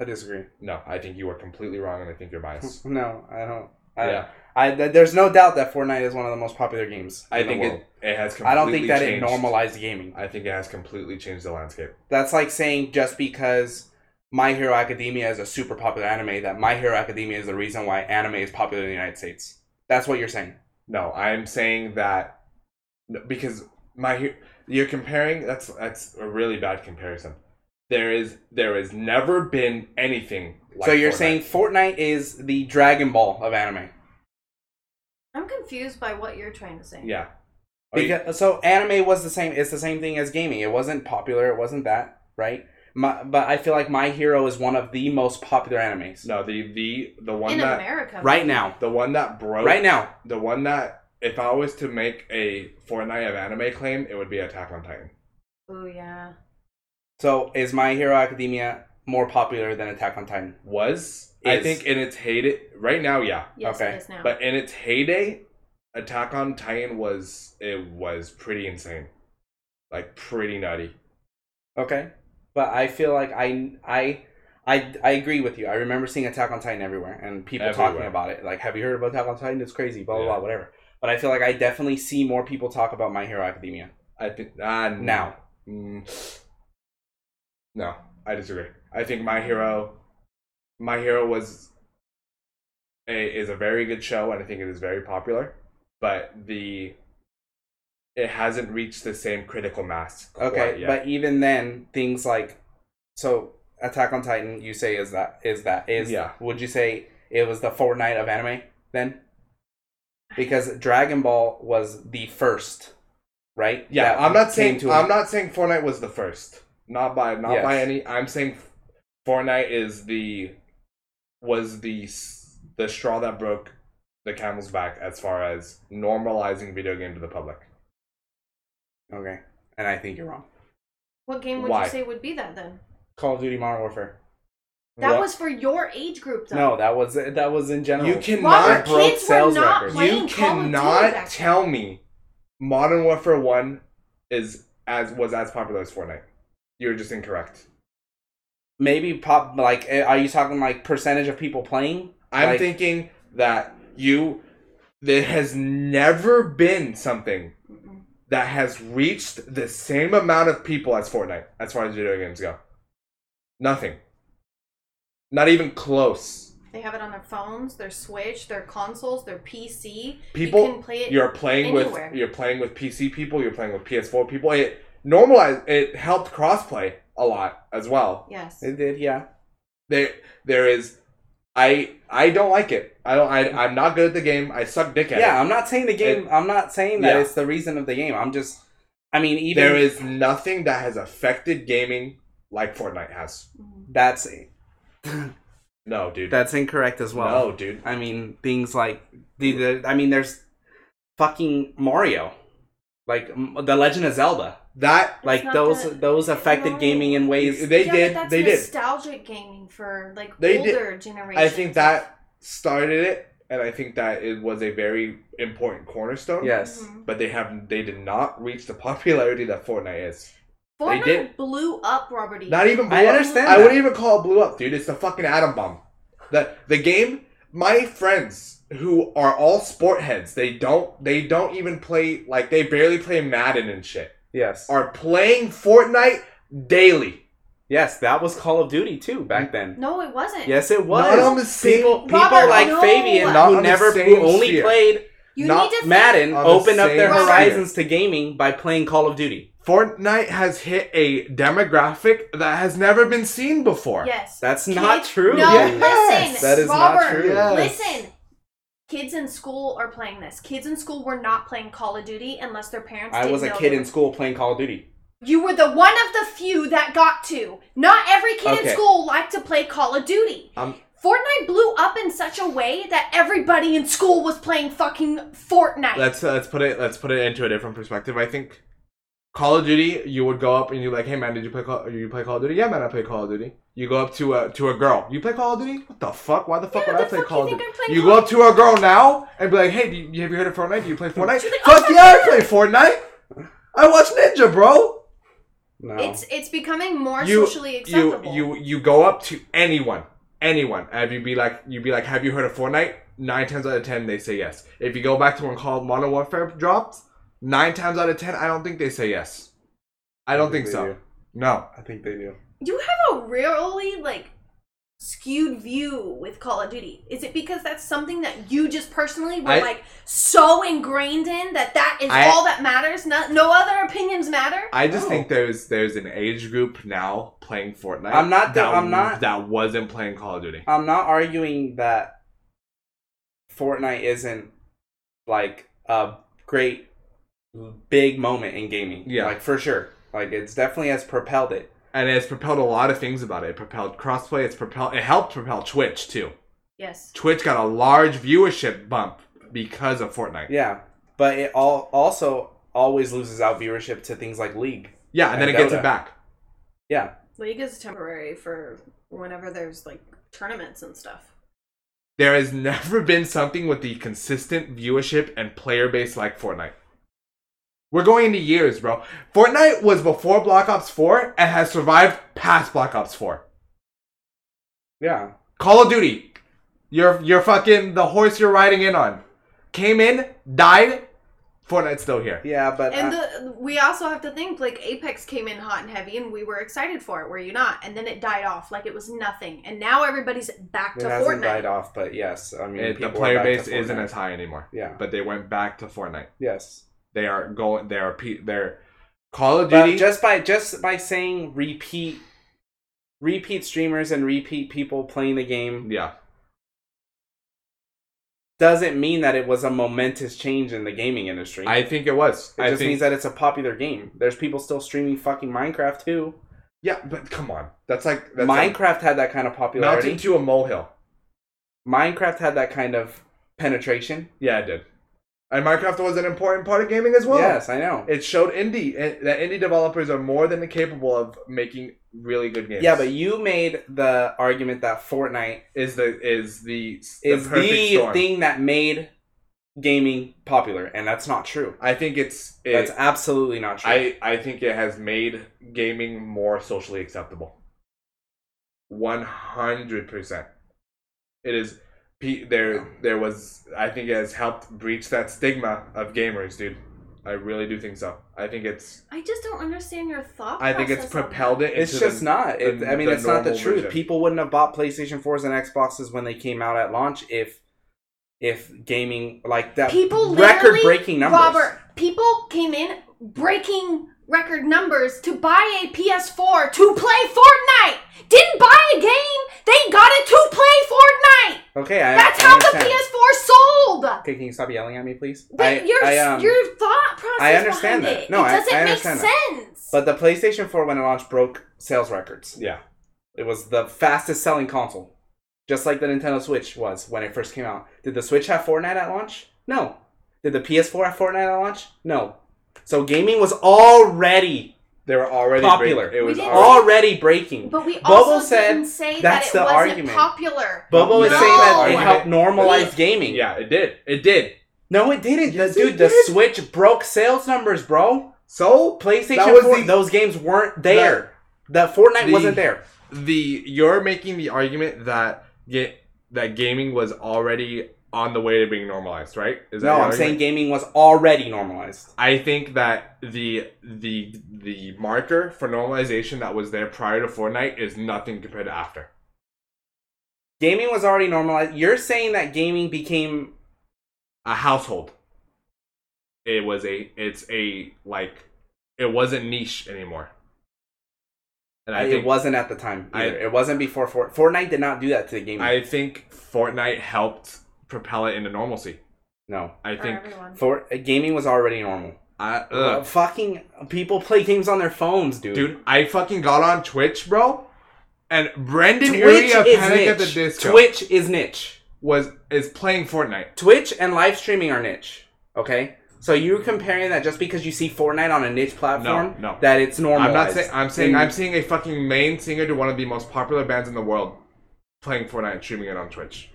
Speaker 1: I disagree.
Speaker 2: No, I think you are completely wrong, and I think you're biased.
Speaker 1: No, I don't. I,
Speaker 2: yeah,
Speaker 1: I, th- there's no doubt that Fortnite is one of the most popular games.
Speaker 2: I
Speaker 1: in the
Speaker 2: think
Speaker 1: world.
Speaker 2: it, it has. Completely
Speaker 1: I don't think that
Speaker 2: changed.
Speaker 1: it normalized gaming.
Speaker 2: I think it has completely changed the landscape.
Speaker 1: That's like saying just because My Hero Academia is a super popular anime, that My Hero Academia is the reason why anime is popular in the United States. That's what you're saying.
Speaker 2: No, I'm saying that no, because my he- you're comparing. That's that's a really bad comparison. There is there has never been anything. like
Speaker 1: so you're
Speaker 2: Fortnite.
Speaker 1: saying Fortnite is the Dragon Ball of anime.
Speaker 3: I'm confused by what you're trying to say.
Speaker 2: yeah. Are you-
Speaker 1: Because, so anime was the same. It's the same thing as gaming. It wasn't popular. It wasn't that right. My, but I feel like My Hero is one of the most popular animes
Speaker 2: no the the the one
Speaker 3: In
Speaker 2: that
Speaker 3: America.
Speaker 1: right now.
Speaker 2: the one that broke
Speaker 1: Right now,
Speaker 2: the one that if I was to make a Fortnite of anime claim, it would be Attack on Titan.
Speaker 3: Oh yeah.
Speaker 1: so is My Hero Academia more popular than Attack on Titan?
Speaker 2: Was I
Speaker 1: Is.
Speaker 2: think in its heyday right now? Yeah,
Speaker 3: Yes,
Speaker 1: Okay,
Speaker 3: it is now.
Speaker 2: but in its heyday, Attack on Titan was it was pretty insane, like pretty nutty.
Speaker 1: Okay, but I feel like I I I I agree with you. I remember seeing Attack on Titan everywhere and people talking
Speaker 2: Everywhere.
Speaker 1: about it. Like, have you heard about Attack on Titan? It's crazy. Blah blah
Speaker 2: Yeah.
Speaker 1: blah. Whatever. But I feel like I definitely see more people talk about My Hero Academia
Speaker 2: I think ah n-
Speaker 1: now.
Speaker 2: mm, no, I disagree. I think My Hero, My Hero was a is a very good show, and I think it is very popular. But the it hasn't reached the same critical mass. quite
Speaker 1: Okay,
Speaker 2: yet.
Speaker 1: but even then, things like so Attack on Titan, you say is that is that is
Speaker 2: Yeah.
Speaker 1: Would you say it was the Fortnite of anime then? Because Dragon Ball was the first, right?
Speaker 2: yeah,
Speaker 1: That
Speaker 2: I'm not saying
Speaker 1: came to
Speaker 2: I'm not saying Fortnite was the first. Not by not by
Speaker 1: Yes.
Speaker 2: any. I'm saying Fortnite is the was the s- the straw that broke the camel's back as far as normalizing video game to the public.
Speaker 1: okay, and I think you're wrong.
Speaker 3: what game would
Speaker 2: why?
Speaker 3: you say would be that then?
Speaker 1: Call of Duty Modern Warfare.
Speaker 3: That
Speaker 2: What-
Speaker 3: was for your age group though.
Speaker 1: No, that was that was in general.
Speaker 2: You cannot-
Speaker 1: It
Speaker 3: Robert,
Speaker 1: broke
Speaker 3: kids were
Speaker 1: sales
Speaker 3: not
Speaker 1: records.
Speaker 3: playing
Speaker 2: you
Speaker 3: Call of Duty
Speaker 2: cannot
Speaker 3: back
Speaker 2: tell me Modern Warfare One is as was as popular as Fortnite. You're just incorrect.
Speaker 1: maybe pop like eh, are you talking like percentage of people playing?
Speaker 2: I'm
Speaker 1: Like-
Speaker 2: thinking that you there has never been something
Speaker 3: then. Mm-mm.
Speaker 2: that has reached the same amount of people as Fortnite, as far as video games go. Nothing. Not even close.
Speaker 3: They have it on their phones, their Switch, their consoles, their PC. you
Speaker 2: People,
Speaker 3: can play it.
Speaker 2: you are playing
Speaker 3: anywhere.
Speaker 2: with you're playing with PC people. You're playing with PS4 people. It normalized. It helped crossplay a lot as well.
Speaker 3: yes.
Speaker 1: It did, yeah.
Speaker 2: There, there is. I I don't like it. I don't.
Speaker 3: Mm-hmm.
Speaker 2: I, I'm not good at the game. I suck dick at
Speaker 1: Yeah,
Speaker 2: it.
Speaker 1: I'm not saying the game. I'm not saying that
Speaker 2: Yeah.
Speaker 1: it's the reason of the game. I'm just, I mean, even
Speaker 2: There is nothing that has affected gaming like Fortnite has.
Speaker 3: Mhm.
Speaker 1: that's
Speaker 2: No, dude.
Speaker 1: That's incorrect as well.
Speaker 2: no, dude.
Speaker 1: I mean, things like the, the I mean, there's fucking Mario, like m- the Legend of Zelda,
Speaker 2: That
Speaker 1: like
Speaker 3: not
Speaker 1: those
Speaker 3: that-
Speaker 1: those affected
Speaker 3: Mario.
Speaker 1: gaming in ways.
Speaker 2: they
Speaker 3: yeah,
Speaker 2: did.
Speaker 3: But that's
Speaker 2: they did.
Speaker 3: nostalgic gaming for like
Speaker 2: They did.
Speaker 3: older generations.
Speaker 2: I think that started it, and I think that it was a very important cornerstone.
Speaker 1: Yes,
Speaker 3: Mhm.
Speaker 2: But they have they did not reach the popularity that Fortnite is. They
Speaker 5: Fortnite
Speaker 2: did.
Speaker 5: blew up Robert E.
Speaker 2: Not even blew
Speaker 1: I
Speaker 2: up.
Speaker 1: understand.
Speaker 2: I
Speaker 1: that.
Speaker 2: wouldn't even call it blew up, dude. It's the fucking atom bomb. The the game. My friends who are all sport heads, they don't they don't even play like they barely play Madden and shit.
Speaker 1: yes,
Speaker 2: Are playing Fortnite daily.
Speaker 1: yes. That was Call of Duty too back then.
Speaker 3: no, it wasn't.
Speaker 1: Yes, it was.
Speaker 2: Not on the same-
Speaker 1: people, people
Speaker 3: Robert,
Speaker 1: like
Speaker 3: no.
Speaker 1: Fabian
Speaker 3: Not
Speaker 1: who
Speaker 2: on the
Speaker 1: never
Speaker 2: same
Speaker 1: who only
Speaker 2: sphere.
Speaker 1: played
Speaker 3: you
Speaker 2: not
Speaker 3: need to
Speaker 1: Madden
Speaker 2: On the
Speaker 1: opened up their
Speaker 2: same
Speaker 1: horizons to gaming by playing Call of Duty.
Speaker 2: Fortnite has hit a demographic that has never been seen before.
Speaker 3: Yes.
Speaker 1: That's not true.
Speaker 3: No,
Speaker 2: Yes.
Speaker 3: listen,
Speaker 1: That is
Speaker 3: Robert,
Speaker 1: not true.
Speaker 2: Yes.
Speaker 3: Listen, kids in school are playing this. Kids in school were not playing Call of Duty unless their parents.
Speaker 1: I
Speaker 3: didn't
Speaker 1: was a
Speaker 3: know
Speaker 1: kid
Speaker 3: they
Speaker 1: in
Speaker 3: were-
Speaker 1: school playing Call of Duty.
Speaker 3: You were the one of the few that got to. Not every kid in
Speaker 2: Okay.
Speaker 3: school liked to play Call of Duty.
Speaker 2: Um,
Speaker 3: Fortnite blew up in such a way that everybody in school was playing fucking Fortnite.
Speaker 2: let's uh, let's put it let's put it into a different perspective. I think Call of Duty, you would go up and you're like, "Hey man, did you play Call? You play Call of Duty? Yeah, man, I play Call of Duty." You go up to a to a girl, you play Call of Duty? What the fuck? Why the fuck
Speaker 3: Yeah,
Speaker 2: would I
Speaker 3: the
Speaker 2: play
Speaker 3: fuck
Speaker 2: Call of
Speaker 3: you
Speaker 2: Duty?
Speaker 3: think I'm playing
Speaker 2: You
Speaker 3: Call
Speaker 2: go up to a girl now and be like, "Hey, do you, have you heard of Fortnite? Do you play Fortnite?"
Speaker 3: She's like, "Oh
Speaker 2: fuck
Speaker 3: my
Speaker 2: yeah, I play Fortnite. I watch Ninja, bro.
Speaker 1: No.
Speaker 3: It's it's becoming more
Speaker 2: You-
Speaker 3: socially
Speaker 2: you
Speaker 3: acceptable.
Speaker 2: you you go up to anyone, anyone, and you be like, you be like, have you heard of Fortnite? Nine times out of ten, they say yes. If you go back to when Call of Modern Warfare drops, nine times out of ten, I don't think they say yes. I don't think
Speaker 1: they
Speaker 2: so.
Speaker 1: do.
Speaker 2: No,
Speaker 1: I think they do.
Speaker 3: you have a really like skewed view with Call of Duty. Is it because that's something that you just personally were
Speaker 2: I-
Speaker 3: like so ingrained in that that is
Speaker 2: I-
Speaker 3: all that matters? No, no other opinions matter.
Speaker 2: I just
Speaker 1: No.
Speaker 2: think there's there's an age group now playing Fortnite.
Speaker 1: Oh. I'm not-
Speaker 2: That,
Speaker 1: I'm not-
Speaker 2: That wasn't playing Call of Duty.
Speaker 1: I'm not arguing that Fortnite isn't like a great big moment in gaming.
Speaker 2: Yeah.
Speaker 1: Like for sure. Like it's definitely has propelled it.
Speaker 2: And it's propelled a lot of things about it. It propelled crossplay. It's propelled. It helped propel Twitch too.
Speaker 3: Yes.
Speaker 2: Twitch got a large viewership bump because of Fortnite.
Speaker 1: Yeah. But it all also always loses out viewership to things like League.
Speaker 2: Yeah, and then
Speaker 1: And
Speaker 2: it gets
Speaker 1: Dota.
Speaker 2: it back.
Speaker 1: Yeah.
Speaker 3: League is temporary for whenever there's like tournaments and stuff.
Speaker 2: There has never been something with the consistent viewership and player base like Fortnite. We're going into years, bro. Fortnite was before Black Ops 4 and has survived past Black Ops 4.
Speaker 1: Yeah.
Speaker 2: Call of Duty, you're, you're fucking the horse you're riding in on. Came in, died, Fortnite's still here.
Speaker 1: Yeah, but
Speaker 3: And
Speaker 1: I-
Speaker 3: the, we also have to think like Apex came in hot and heavy, and we were excited for it. Were you not? And then it died off like it was nothing, and now everybody's back to
Speaker 1: it hasn't
Speaker 3: Fortnite.
Speaker 1: died off, but yes. I mean
Speaker 2: It-
Speaker 1: people
Speaker 2: the
Speaker 1: are
Speaker 2: player
Speaker 1: back to
Speaker 2: base isn't
Speaker 1: Fortnite.
Speaker 2: as high anymore,
Speaker 1: Yeah.
Speaker 2: but they went back to Fortnite.
Speaker 1: Yes.
Speaker 2: They are going, they are, pe- they're Call of
Speaker 1: But
Speaker 2: Duty.
Speaker 1: just by just by saying repeat repeat streamers and repeat people playing the game
Speaker 2: yeah.
Speaker 1: doesn't mean that it was a momentous change in the gaming industry.
Speaker 2: I think it was.
Speaker 1: it
Speaker 2: I
Speaker 1: just
Speaker 2: think
Speaker 1: means that it's a popular game. There's people still streaming fucking Minecraft too.
Speaker 2: Yeah, but come on. That's like that's like
Speaker 1: Minecraft had that kind of popularity.
Speaker 2: mountain to a molehill.
Speaker 1: Minecraft had that kind of penetration.
Speaker 2: Yeah, it did. And Minecraft was an important part of gaming as well.
Speaker 1: yes, I know.
Speaker 2: It showed indie eh, that indie developers are more than capable of making really good games.
Speaker 1: Yeah, but you made the argument that Fortnite
Speaker 2: is the is the
Speaker 1: is
Speaker 2: the
Speaker 1: the,
Speaker 2: perfect storm.
Speaker 1: thing that made gaming popular, and that's not true.
Speaker 2: I think it's it,
Speaker 1: that's absolutely not true.
Speaker 2: I I think it has made gaming more socially acceptable. One hundred percent. It is. pe- There, there was. I think it has helped breach that stigma of gamers, dude. I really do think so. I think it's.
Speaker 3: I just don't understand your thought.
Speaker 2: I think it's
Speaker 3: process on that.
Speaker 2: propelled it. Into
Speaker 1: It's just
Speaker 2: the-
Speaker 1: not. It,
Speaker 2: the-
Speaker 1: I mean,
Speaker 2: the
Speaker 1: it's not the
Speaker 2: normal
Speaker 1: truth.
Speaker 2: version.
Speaker 1: People wouldn't have bought PlayStation 4s and Xboxes when they came out at launch if if gaming like that
Speaker 3: People
Speaker 1: record
Speaker 3: literally-
Speaker 1: breaking numbers.
Speaker 3: Robert, people came in breaking record numbers to buy a PS4 to play Fortnite. Didn't buy a game. They got it to play Fortnite.
Speaker 1: Okay, I,
Speaker 3: That's
Speaker 1: I
Speaker 3: how the
Speaker 1: understand.
Speaker 3: PS4 sold.
Speaker 1: Okay, can you stop yelling at me, please?
Speaker 3: But
Speaker 1: I-
Speaker 3: your
Speaker 1: I, um,
Speaker 3: your thought process.
Speaker 1: I understand
Speaker 3: behind
Speaker 1: that.
Speaker 3: It.
Speaker 1: No,
Speaker 3: it
Speaker 1: I-
Speaker 3: doesn't
Speaker 1: I
Speaker 3: make
Speaker 1: understand
Speaker 3: sense.
Speaker 1: But the PlayStation 4 when it launched broke sales records.
Speaker 2: Yeah.
Speaker 1: It was the fastest selling console. Just like the Nintendo Switch was when it first came out. Did the Switch have Fortnite at launch? No. Did the PS4 have Fortnite at launch? No. So gaming was already
Speaker 2: They were already
Speaker 1: Popular.
Speaker 2: Big, it
Speaker 3: We
Speaker 2: was
Speaker 3: didn't-
Speaker 2: already,
Speaker 1: already breaking.
Speaker 3: But we
Speaker 1: Bobo
Speaker 3: also
Speaker 1: said
Speaker 3: didn't say that
Speaker 1: that's
Speaker 3: it
Speaker 1: the
Speaker 3: wasn't
Speaker 1: argument.
Speaker 3: popular.
Speaker 1: Bobo is
Speaker 3: No.
Speaker 1: saying that it
Speaker 2: No.
Speaker 1: helped normalize gaming.
Speaker 6: Yeah, it did. It did.
Speaker 1: No, it didn't. The-
Speaker 2: Yes, it
Speaker 1: dude, the
Speaker 2: did.
Speaker 1: Switch broke sales numbers, bro.
Speaker 2: so That
Speaker 1: PlayStation
Speaker 2: was
Speaker 1: 4,
Speaker 2: the-
Speaker 1: those games weren't there. That Fortnite
Speaker 6: The-
Speaker 1: wasn't there.
Speaker 6: The you're making the argument that ga- that gaming was already on the way to being normalized, right? Is
Speaker 1: No,
Speaker 6: your
Speaker 1: I'm
Speaker 6: argument?
Speaker 1: saying gaming was already normalized.
Speaker 6: I think that the the the marker for normalization that was there prior to Fortnite is nothing compared to after.
Speaker 1: Gaming was already normalized. You're saying that gaming became
Speaker 6: A household. It was a it's a like it wasn't niche anymore. And I
Speaker 1: it
Speaker 6: think
Speaker 1: wasn't at the time.
Speaker 6: I-
Speaker 1: either. it wasn't before Fort, Fortnite did not do that to the gaming.
Speaker 6: I think Fortnite helped propel it into normalcy.
Speaker 1: no,
Speaker 6: I
Speaker 7: For
Speaker 6: think
Speaker 7: everyone.
Speaker 1: for uh, gaming was already normal.
Speaker 6: I
Speaker 1: Uh,
Speaker 6: ugh.
Speaker 1: fucking people play games on their phones, dude.
Speaker 6: dude, I fucking got on Twitch, bro, and Brendan
Speaker 1: Twitch
Speaker 6: Urie of
Speaker 1: is
Speaker 6: Panic
Speaker 1: niche.
Speaker 6: at the Disco
Speaker 1: Twitch is niche.
Speaker 6: was is playing Fortnite.
Speaker 1: Twitch and live streaming are niche. Okay, so you're comparing that just because you see Fortnite on a niche platform
Speaker 6: no.
Speaker 1: that it's normalized.
Speaker 6: I'm not saying I'm saying
Speaker 1: And
Speaker 6: I'm seeing a fucking main singer to one of the most popular bands in the world playing Fortnite and streaming it on Twitch.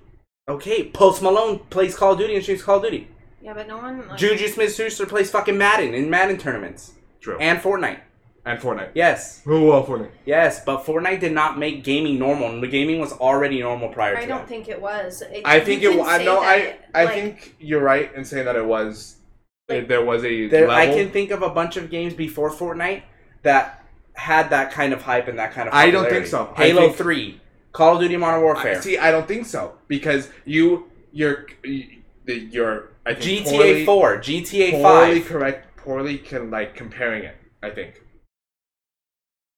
Speaker 1: okay. Post Malone plays Call of Duty and shoots Call of Duty.
Speaker 7: Yeah, but no one. Like,
Speaker 1: Juju Smith-Schuster plays fucking Madden in Madden tournaments
Speaker 6: True. And,
Speaker 1: and Fortnite.
Speaker 6: Fortnite.
Speaker 1: Yes.
Speaker 6: Oh well, Fortnite.
Speaker 1: Yes, but Fortnite did not make gaming normal. The gaming was already normal prior to
Speaker 7: I don't
Speaker 1: that.
Speaker 7: think it was. It,
Speaker 2: I think
Speaker 7: you
Speaker 2: it.
Speaker 7: can
Speaker 2: I
Speaker 7: say
Speaker 2: know.
Speaker 7: that
Speaker 2: I
Speaker 7: it,
Speaker 2: I
Speaker 7: like,
Speaker 2: think you're right in saying that it was.
Speaker 7: Like-
Speaker 6: there was a
Speaker 1: There,
Speaker 6: level.
Speaker 1: I can think of a bunch of games before Fortnite that had that kind of hype and that kind of.
Speaker 6: I don't think
Speaker 1: popularity.
Speaker 6: so. I
Speaker 1: Halo
Speaker 6: think-
Speaker 1: Three, Call of Duty Modern Warfare,
Speaker 2: I, see, I don't think so because you you're you, the- you're I think
Speaker 1: GTA
Speaker 2: poorly-
Speaker 1: Four, GTA
Speaker 2: poorly
Speaker 1: Five.
Speaker 2: correct poorly can like comparing it i think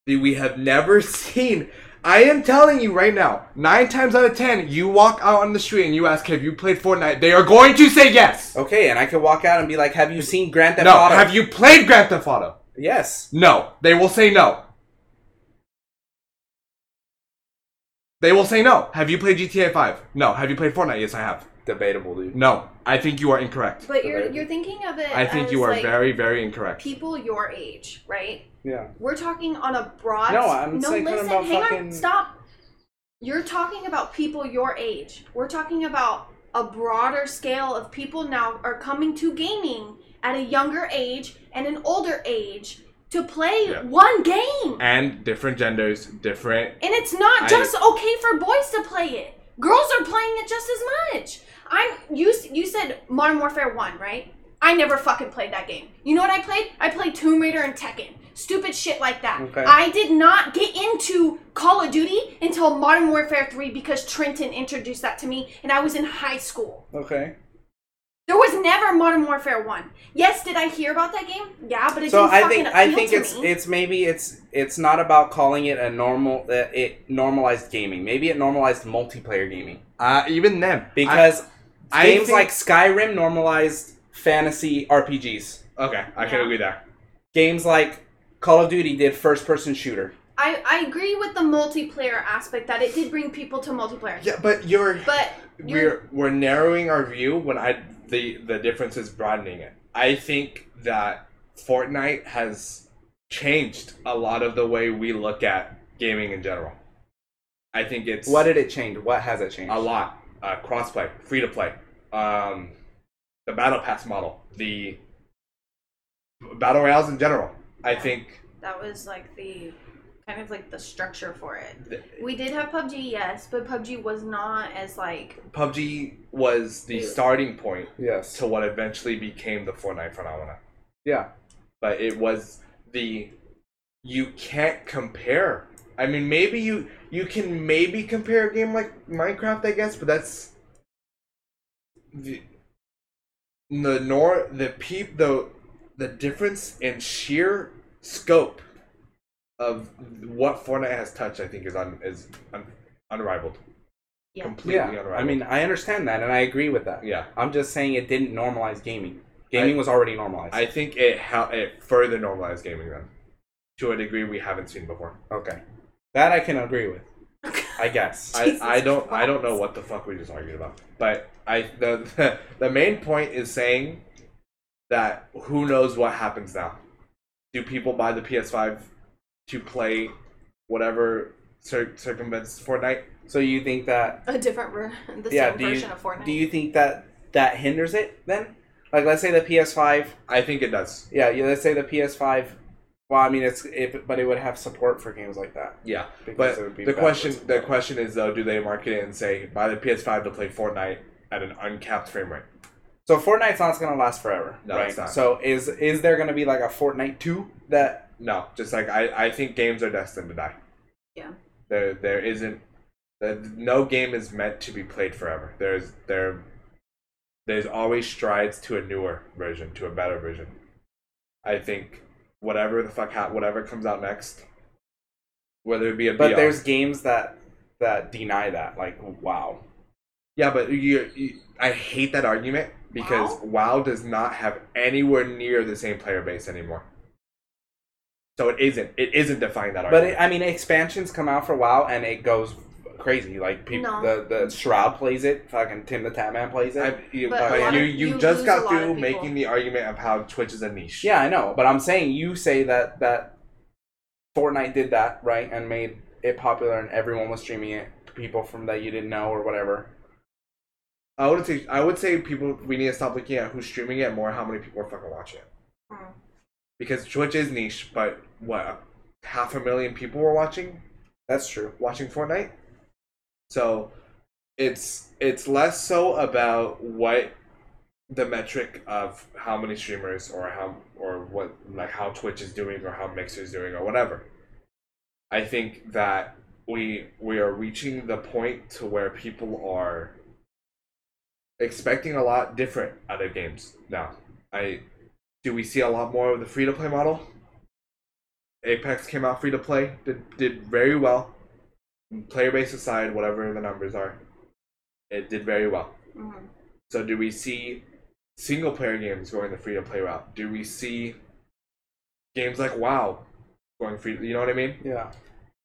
Speaker 2: The- we have never seen
Speaker 6: I am telling you right now, nine times out of ten, you walk out on the street and you ask, "Have you played Fortnite?" They are going to say yes.
Speaker 1: Okay, and I could walk out and be like, "Have you seen Oh, Grand Theft
Speaker 6: no.
Speaker 1: Auto?"
Speaker 6: Have you played Grand Theft Auto?
Speaker 1: Yes.
Speaker 6: No. They will say no. They will say no. Have you played GTA 5? No. Have you played Fortnite? Yes, I have.
Speaker 1: Debatable, dude.
Speaker 6: No. I think you are incorrect.
Speaker 3: But you're you're thinking of it.
Speaker 6: I think
Speaker 3: as,
Speaker 6: you are
Speaker 3: like,
Speaker 6: very, very incorrect.
Speaker 3: people your age, right?
Speaker 1: Yeah.
Speaker 3: We're talking on a broad.
Speaker 1: No, I'm saying
Speaker 3: listen,
Speaker 1: about
Speaker 3: hang
Speaker 1: fucking-
Speaker 3: on, stop. You're talking about people your age. We're talking about a broader scale of people now are coming to gaming at a younger age and an older age to play
Speaker 6: Yeah.
Speaker 3: one game.
Speaker 6: And different genders, different.
Speaker 3: And it's not
Speaker 6: I-
Speaker 3: just okay for boys to play it. Girls are playing it just as much. I'm you. s- You said Modern Warfare One, right? I never fucking played that game. You know what I played? I played Tomb Raider and Tekken. Stupid shit like that.
Speaker 1: Okay.
Speaker 3: I did not get into Call of Duty until Modern Warfare 3 because Trenton introduced that to me and I was in high school.
Speaker 1: Okay.
Speaker 3: There was never Modern Warfare 1. Yes, did I hear about that game? Yeah, but it
Speaker 1: so
Speaker 3: didn't
Speaker 1: I
Speaker 3: fucking
Speaker 1: think
Speaker 3: appeal
Speaker 1: I think
Speaker 3: to
Speaker 1: it's
Speaker 3: me.
Speaker 1: it's maybe it's it's not about calling it a normal uh, it normalized gaming. Maybe it normalized multiplayer gaming
Speaker 6: Uh, even them.
Speaker 1: because
Speaker 6: I
Speaker 1: games
Speaker 6: think-
Speaker 1: like Skyrim normalized fantasy RPGs.
Speaker 6: Okay, I can
Speaker 3: Yeah.
Speaker 6: agree there.
Speaker 1: Games like Call of Duty did first person shooter.
Speaker 3: I, I agree with the multiplayer aspect that it did bring people to multiplayer.
Speaker 2: yeah but you're
Speaker 3: But you're,
Speaker 2: we're we're narrowing our view when i the the difference is broadening it i think that fortnite has changed a lot of the way we look at gaming in general i think it's
Speaker 1: What did it change? What has it changed?
Speaker 2: a lot. Uh, crossplay, free to play, um, the battle pass model, the battle royales in general. I think
Speaker 7: that was like the kind of like the structure for it.
Speaker 2: th-
Speaker 3: we did have PUBG, yes, but PUBG was not as like
Speaker 2: PUBG was the starting point
Speaker 1: Yes.
Speaker 2: to what eventually became the Fortnite phenomena.
Speaker 1: Yeah.
Speaker 2: but it was the you can't compare. I mean, maybe you you can maybe compare a game like Minecraft, I guess, but that's the the nor the peep the the difference in sheer scope of what Fortnite has touched. I think is un is un, unrivaled.
Speaker 7: Yeah.
Speaker 2: Completely
Speaker 1: Yeah.
Speaker 2: unrivaled.
Speaker 1: I mean, I understand that and I agree with that.
Speaker 2: yeah.
Speaker 1: I'm just saying it didn't normalize gaming. Gaming was already normalized.
Speaker 2: I think it how it further normalized gaming then to a degree we haven't seen before.
Speaker 1: okay. That I can agree with. I guess.
Speaker 2: I, I don't I don't know what the fuck we just argued about. But I the the main point is saying that who knows what happens now. Do people buy the PS5 to play whatever cir- circumvents Fortnite?
Speaker 1: So you think that
Speaker 8: A different ver- the
Speaker 1: Yeah,
Speaker 8: same
Speaker 1: do you-
Speaker 8: version of Fortnite.
Speaker 1: do you think that that hinders it then? Like let's say the PS5
Speaker 2: I think it does.
Speaker 1: yeah, yeah let's say the PS5 well I mean it's it, but it would have support for games like that.
Speaker 2: Yeah.
Speaker 1: because
Speaker 2: But
Speaker 1: it would be
Speaker 2: the question
Speaker 1: backwards.
Speaker 2: the question is though, do they market it and say buy the PS5 to play Fortnite at an uncapped frame rate?
Speaker 1: So Fortnite's not going to last forever,
Speaker 2: No,
Speaker 1: right?
Speaker 2: it's not.
Speaker 1: So is is there going to be like a Fortnite 2 that
Speaker 2: No, just like I, I think games are destined to die.
Speaker 8: Yeah.
Speaker 2: There there isn't that no game is meant to be played forever. There's there there's always strides to a newer version, to a better version. I think whatever the fuck ha- whatever comes out next, whether it be a
Speaker 1: but
Speaker 2: VR
Speaker 1: there's games that that deny that like wow.
Speaker 2: Yeah, but you, you, I hate that argument because WoW? does not have anywhere near the same player base anymore. So it isn't. It isn't defying that
Speaker 1: But
Speaker 2: argument.
Speaker 1: it, I mean, expansions come out for a while, and it goes crazy. Like people,
Speaker 8: No.
Speaker 1: the the Shroud plays it. Fucking Tim the Tatman plays it.
Speaker 2: I, you,
Speaker 8: But
Speaker 2: but,
Speaker 1: a lot
Speaker 2: you,
Speaker 8: of-
Speaker 2: you,
Speaker 8: you
Speaker 2: just
Speaker 8: lose a
Speaker 2: got
Speaker 8: lot of
Speaker 2: through
Speaker 8: people.
Speaker 2: making the argument of how Twitch is a niche.
Speaker 1: yeah, I know. But I'm saying you say that that Fortnite did that right and made it popular, and everyone was streaming it. People from that you didn't know or whatever.
Speaker 2: I would say I would say people we need to stop looking at who's streaming it more, how many people are fucking watching it.
Speaker 8: Hmm.
Speaker 2: Because Twitch is niche, but what half a million people were watching
Speaker 1: That's true.
Speaker 2: watching Fortnite. So it's it's less so about what the metric of how many streamers or how or what like how Twitch is doing or how Mixer is doing or whatever. I think that we we are reaching the point to where people are expecting a lot different out of games now. I do we see a lot more of the free to play model? Apex came out free to play, did did very well player base aside, whatever the numbers are, it did very well.
Speaker 3: Mm-hmm.
Speaker 8: Mhm.
Speaker 2: So, do we see single player games going the free to play route? Do we see games like WoW going free? You know what I mean?
Speaker 1: Yeah.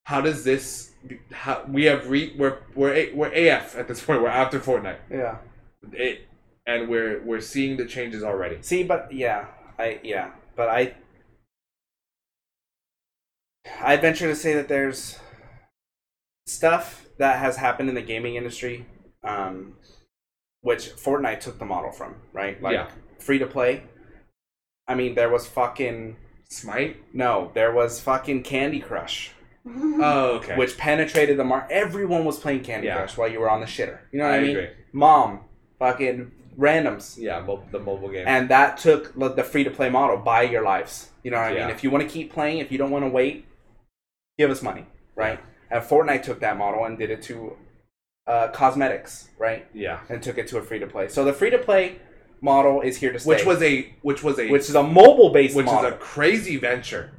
Speaker 2: How does this? How we have re we're we're A, we're AF at this point. We're after Fortnite,
Speaker 1: Yeah.
Speaker 2: it, and we're we're seeing the changes already.
Speaker 1: See, but yeah, I yeah, but I I venture to say that there's stuff that has happened in the gaming industry, um, which Fortnite took the model from, right? Like
Speaker 2: Yeah.
Speaker 1: free to play. I mean, there was fucking
Speaker 2: Smite.
Speaker 1: no, there was fucking Candy Crush,
Speaker 8: Mm-hmm.
Speaker 2: Oh, okay.
Speaker 1: which penetrated the market. Everyone was playing Candy
Speaker 2: Yeah.
Speaker 1: Crush while you were on the shitter. You know what
Speaker 2: I
Speaker 1: I, mean?
Speaker 2: agree.
Speaker 1: Mom, fucking randoms
Speaker 2: Yeah, mo- the mobile game.
Speaker 1: and that took like, the free to play model buy your lives you know what i
Speaker 2: Yeah.
Speaker 1: mean if you want to keep playing if you don't want to wait give us money right and fortnite took that model and did it to uh, cosmetics right
Speaker 2: yeah,
Speaker 1: and took it to a free to play so the free to play model is here to stay
Speaker 2: which was a which was a
Speaker 1: which is a mobile based
Speaker 2: which
Speaker 1: model
Speaker 2: is a crazy venture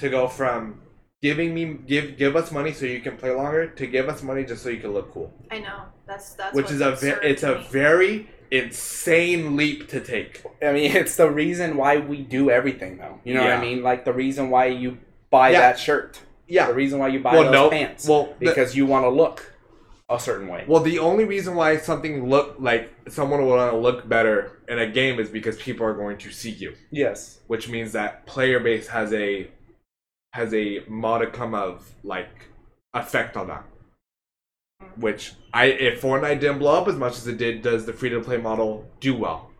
Speaker 2: to go from giving me give give us money so you can play longer to give us money just so you can look cool
Speaker 8: I know. That's that's what's
Speaker 2: which is a ve-
Speaker 8: absurd
Speaker 2: it's
Speaker 8: to
Speaker 2: a
Speaker 8: me.
Speaker 2: very insane leap to take
Speaker 1: I mean, it's the reason why we do everything, though. You know what
Speaker 2: Yeah.
Speaker 1: I mean? Like the reason why you buy
Speaker 2: Yeah.
Speaker 1: that shirt,
Speaker 2: yeah
Speaker 1: the reason why you buy
Speaker 2: well
Speaker 1: those
Speaker 2: no
Speaker 1: pants,
Speaker 2: well the,
Speaker 1: because you want to look a certain way.
Speaker 2: well the only reason why something look like someone will want to look better in a game is because people are going to see you
Speaker 1: yes.
Speaker 2: which means that player base has a has a modicum of like effect on that. Which I if Fortnite didn't blow up as much as it did, does the free to play model do well?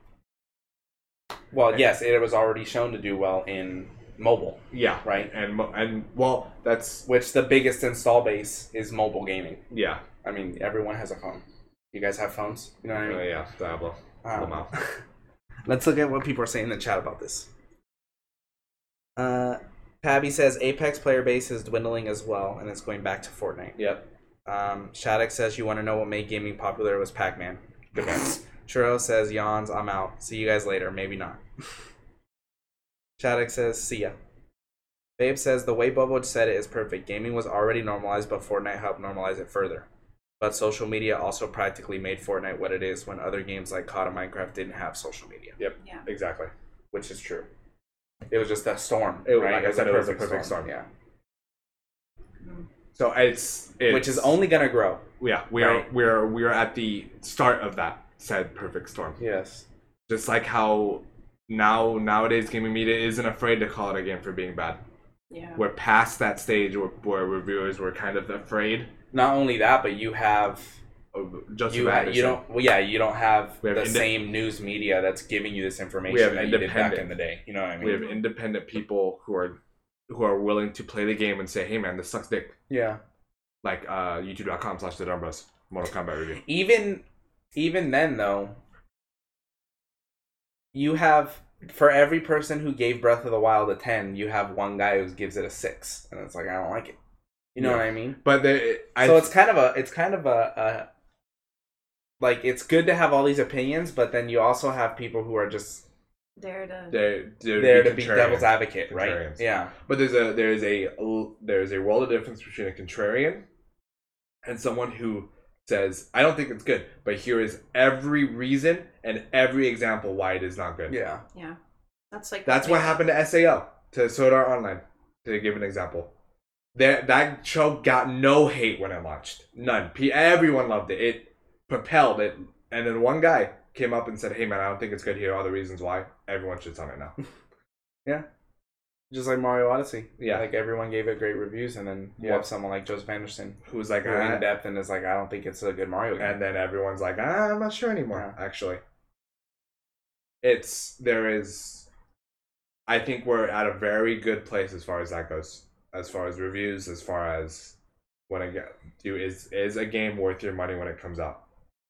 Speaker 1: Well, yes, it was already shown to do well in mobile,
Speaker 2: Yeah,
Speaker 1: right?
Speaker 2: and mo- and well, that's
Speaker 1: Which the biggest install base is mobile gaming.
Speaker 2: yeah,
Speaker 1: I mean, everyone has a phone. You guys have phones, you know what I
Speaker 2: Uh,
Speaker 1: mean?
Speaker 2: yeah, Diablo.
Speaker 1: Um,
Speaker 2: Lamau.
Speaker 1: let's look at what people are saying in the chat about this. Uh, Pabby says Apex player base is dwindling as well, and it's going back to Fortnite.
Speaker 2: Yep.
Speaker 1: Um, Shattuck says you want to know what made gaming popular was Pac-Man.
Speaker 2: Good one.
Speaker 1: Churro says yawns. I'm out. See you guys later. Maybe not. Shattuck says see ya. Babe says the way Bubble said it is perfect. Gaming was already normalized, but Fortnite helped normalize it further. But social media also practically made Fortnite what it is when other games like COD and Minecraft didn't have social media,
Speaker 2: Exactly.
Speaker 1: which is true. It was just a storm,
Speaker 2: It was-
Speaker 1: right?
Speaker 2: like I
Speaker 1: It was
Speaker 2: said,
Speaker 1: a
Speaker 2: it was a
Speaker 1: perfect
Speaker 2: perfect
Speaker 1: storm.
Speaker 2: storm.
Speaker 1: Yeah.
Speaker 2: So it's, it's
Speaker 1: which is only gonna grow.
Speaker 2: yeah we are
Speaker 1: Right.
Speaker 2: we are we are at the start of that said perfect storm.
Speaker 1: Yes.
Speaker 2: Just like how now nowadays gaming media isn't afraid to call it a game for being bad.
Speaker 3: Yeah.
Speaker 2: We're past that stage where, where reviewers were kind of afraid
Speaker 1: Not only that, but you have
Speaker 2: of just
Speaker 1: you
Speaker 2: about
Speaker 1: ha- you don't well, yeah you don't have,
Speaker 2: We have
Speaker 1: the
Speaker 2: inde-
Speaker 1: same news media that's giving you this
Speaker 2: We have
Speaker 1: information that you did back
Speaker 2: independent-
Speaker 1: in the day. You know what I mean?
Speaker 2: we have independent people who are who are willing to play the game and say, "Hey, man, this sucks dick."
Speaker 1: yeah.
Speaker 2: Like uh, YouTube.com/slash The Dumbros Mortal Kombat review.
Speaker 1: Even even then though, you have for every person who gave Breath of the Wild a ten, you have one guy who gives it a six, and it's like I don't like it. You know
Speaker 2: Yeah.
Speaker 1: what I mean?
Speaker 2: But they, I,
Speaker 1: so it's kind of a it's kind of a, a like it's good to have all these opinions, but then you also have people who are just
Speaker 9: There to.
Speaker 2: they're, they're
Speaker 1: there to be
Speaker 2: contrarian.
Speaker 1: devil's advocate, right?
Speaker 2: Contrarians.
Speaker 1: Yeah,
Speaker 2: But there's a there is a l- there is a world of difference between a contrarian and someone who says, "I don't think it's good," but here is every reason and every example why it is not good.
Speaker 1: yeah.
Speaker 3: That's like
Speaker 2: That's what happened to SAO to Soda Art Online. To give an example, that that show got no hate when it launched. None. P- everyone loved it. It propelled it, and then one guy came up and said, "Hey man, I don't think it's good. Here are all the reasons why. Everyone should on it now."
Speaker 1: Just like Mario Odyssey.
Speaker 2: Yeah.
Speaker 1: Like everyone gave it great reviews, and then you
Speaker 2: Yeah.
Speaker 1: have someone like Joseph Anderson
Speaker 2: Who was like,
Speaker 1: who
Speaker 2: "Ah,
Speaker 1: in depth and is like, I don't think it's a good Mario game.
Speaker 2: and then everyone's like, ah, I'm not sure anymore. Actually, it's there is. I think we're at a very good place as far as that goes. As far as reviews, as far as when I get do is is a game worth your money when it comes out,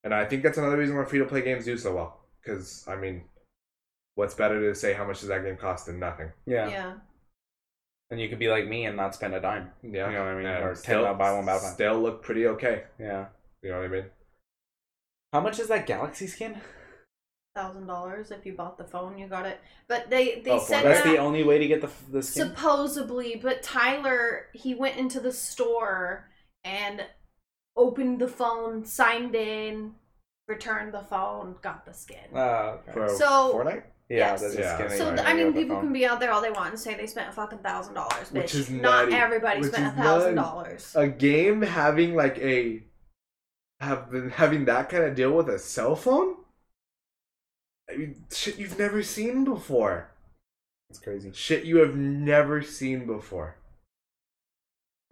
Speaker 2: and I think that's another reason why free to play games do so well. Because I mean, what's better to say how much does that game cost than nothing?
Speaker 1: yeah.
Speaker 9: Yeah.
Speaker 1: And you could be like me and not spend a dime.
Speaker 2: Yeah,
Speaker 1: You know what I mean?
Speaker 2: And
Speaker 1: or ten
Speaker 2: still,
Speaker 1: out buy one battle pass.
Speaker 2: still look pretty okay.
Speaker 1: Yeah.
Speaker 2: You know what I mean?
Speaker 1: How much is that Galaxy skin?
Speaker 9: Thousand dollars if you bought the phone, you got it. But they they
Speaker 1: Oh,
Speaker 9: said
Speaker 1: that's
Speaker 9: that
Speaker 1: the only way to get the the skin.
Speaker 3: supposedly, but Tyler he went into the store and opened the phone, signed in, returned the phone, got the skin.
Speaker 1: Oh, okay.
Speaker 2: For
Speaker 3: So-
Speaker 2: Fortnite,
Speaker 1: yeah,
Speaker 3: yes.
Speaker 1: that's
Speaker 2: Yeah,
Speaker 1: the skin.
Speaker 2: that's
Speaker 3: so
Speaker 1: that you
Speaker 3: th-
Speaker 1: buy
Speaker 3: I mean,
Speaker 1: with the
Speaker 3: people
Speaker 1: phone.
Speaker 3: can be out there all they want and say they spent a fucking thousand dollars, bitch.
Speaker 2: Which is
Speaker 3: not
Speaker 2: nutty.
Speaker 3: everybody
Speaker 2: Which
Speaker 3: spent a
Speaker 2: is
Speaker 3: thousand
Speaker 2: nutty. Uh,
Speaker 3: dollars.
Speaker 2: a game having like a have been having that kind of deal with a cell phone I mean, shit you've never seen before
Speaker 1: It's crazy.
Speaker 2: shit you have never seen before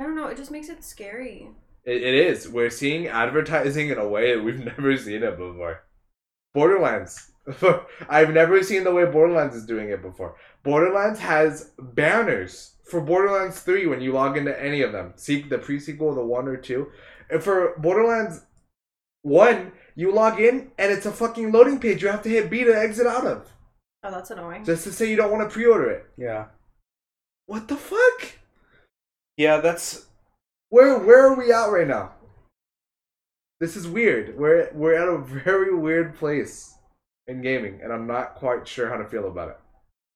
Speaker 3: I don't know. It just makes it scary.
Speaker 2: it, it is we're seeing advertising in a way that we've never seen it before borderlands i've never seen the way borderlands is doing it before borderlands has banners for borderlands 3 when you log into any of them seek the pre-sequel the one or two and for borderlands One, you log in and it's a fucking loading page you have to hit B to exit out of.
Speaker 3: Oh, that's annoying.
Speaker 2: Just to say you don't want to pre order it.
Speaker 1: Yeah.
Speaker 2: What the fuck?
Speaker 1: Yeah, that's
Speaker 2: Where where are we at right now? This is weird. We're we're at a very weird place in gaming, and I'm not quite sure how to feel about it.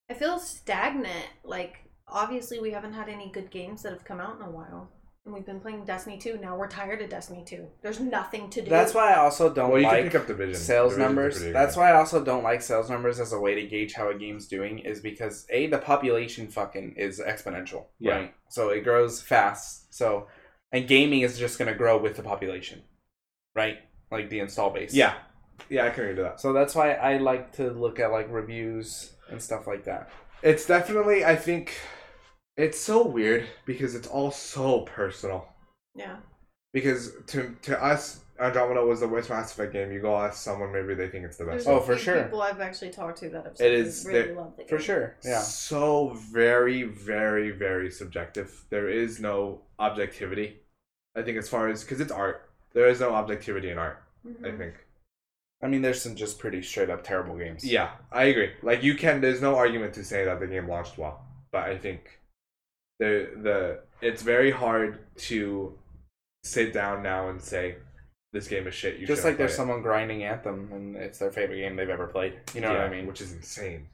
Speaker 3: I feel stagnant. Like, obviously, we haven't had any good games that have come out in a while. And we've been playing Destiny 2. Now we're tired of Destiny 2. There's nothing to do.
Speaker 1: that's why I also don't
Speaker 2: well, you
Speaker 1: like
Speaker 2: can pick up division
Speaker 1: sales
Speaker 2: Division's
Speaker 1: numbers.
Speaker 2: pretty good.
Speaker 1: That's why I also don't like sales numbers as a way to gauge how a game's doing is because a the population fucking is exponential,
Speaker 2: Yeah.
Speaker 1: right? So it grows fast. So and gaming is just going to grow with the population, right? Like the install base.
Speaker 2: Yeah, yeah, I can agree to that.
Speaker 1: So that's why I like to look at like reviews and stuff like that.
Speaker 2: It's definitely, I think, it's so weird because it's all so personal.
Speaker 3: Yeah.
Speaker 2: Because to to us, Andromeda was the worst Mass Effect game. You go ask someone, maybe they think it's the
Speaker 3: There's
Speaker 2: best.
Speaker 3: a
Speaker 1: Oh, for
Speaker 3: few
Speaker 1: sure.
Speaker 3: people I've actually talked to that have
Speaker 2: It is-
Speaker 3: really
Speaker 2: there-
Speaker 3: love the game.
Speaker 1: For sure. Yeah.
Speaker 2: So very, very, very subjective. There is no objectivity. I think as far as because it's art, there is no objectivity in art.
Speaker 3: Mm-hmm.
Speaker 1: Mm-hmm.
Speaker 2: I think.
Speaker 1: I mean there's some just pretty straight up terrible games.
Speaker 2: Yeah, I agree. Like you can, there's no argument to say that the game launched well, but I think the the it's very hard to sit down now and say this game is shit. You
Speaker 1: just
Speaker 2: shouldn't
Speaker 1: like
Speaker 2: play
Speaker 1: there's
Speaker 2: it."
Speaker 1: someone grinding Anthem and it's their favorite game they've ever played. You know what
Speaker 2: Yeah,
Speaker 1: I mean?
Speaker 2: which is insane.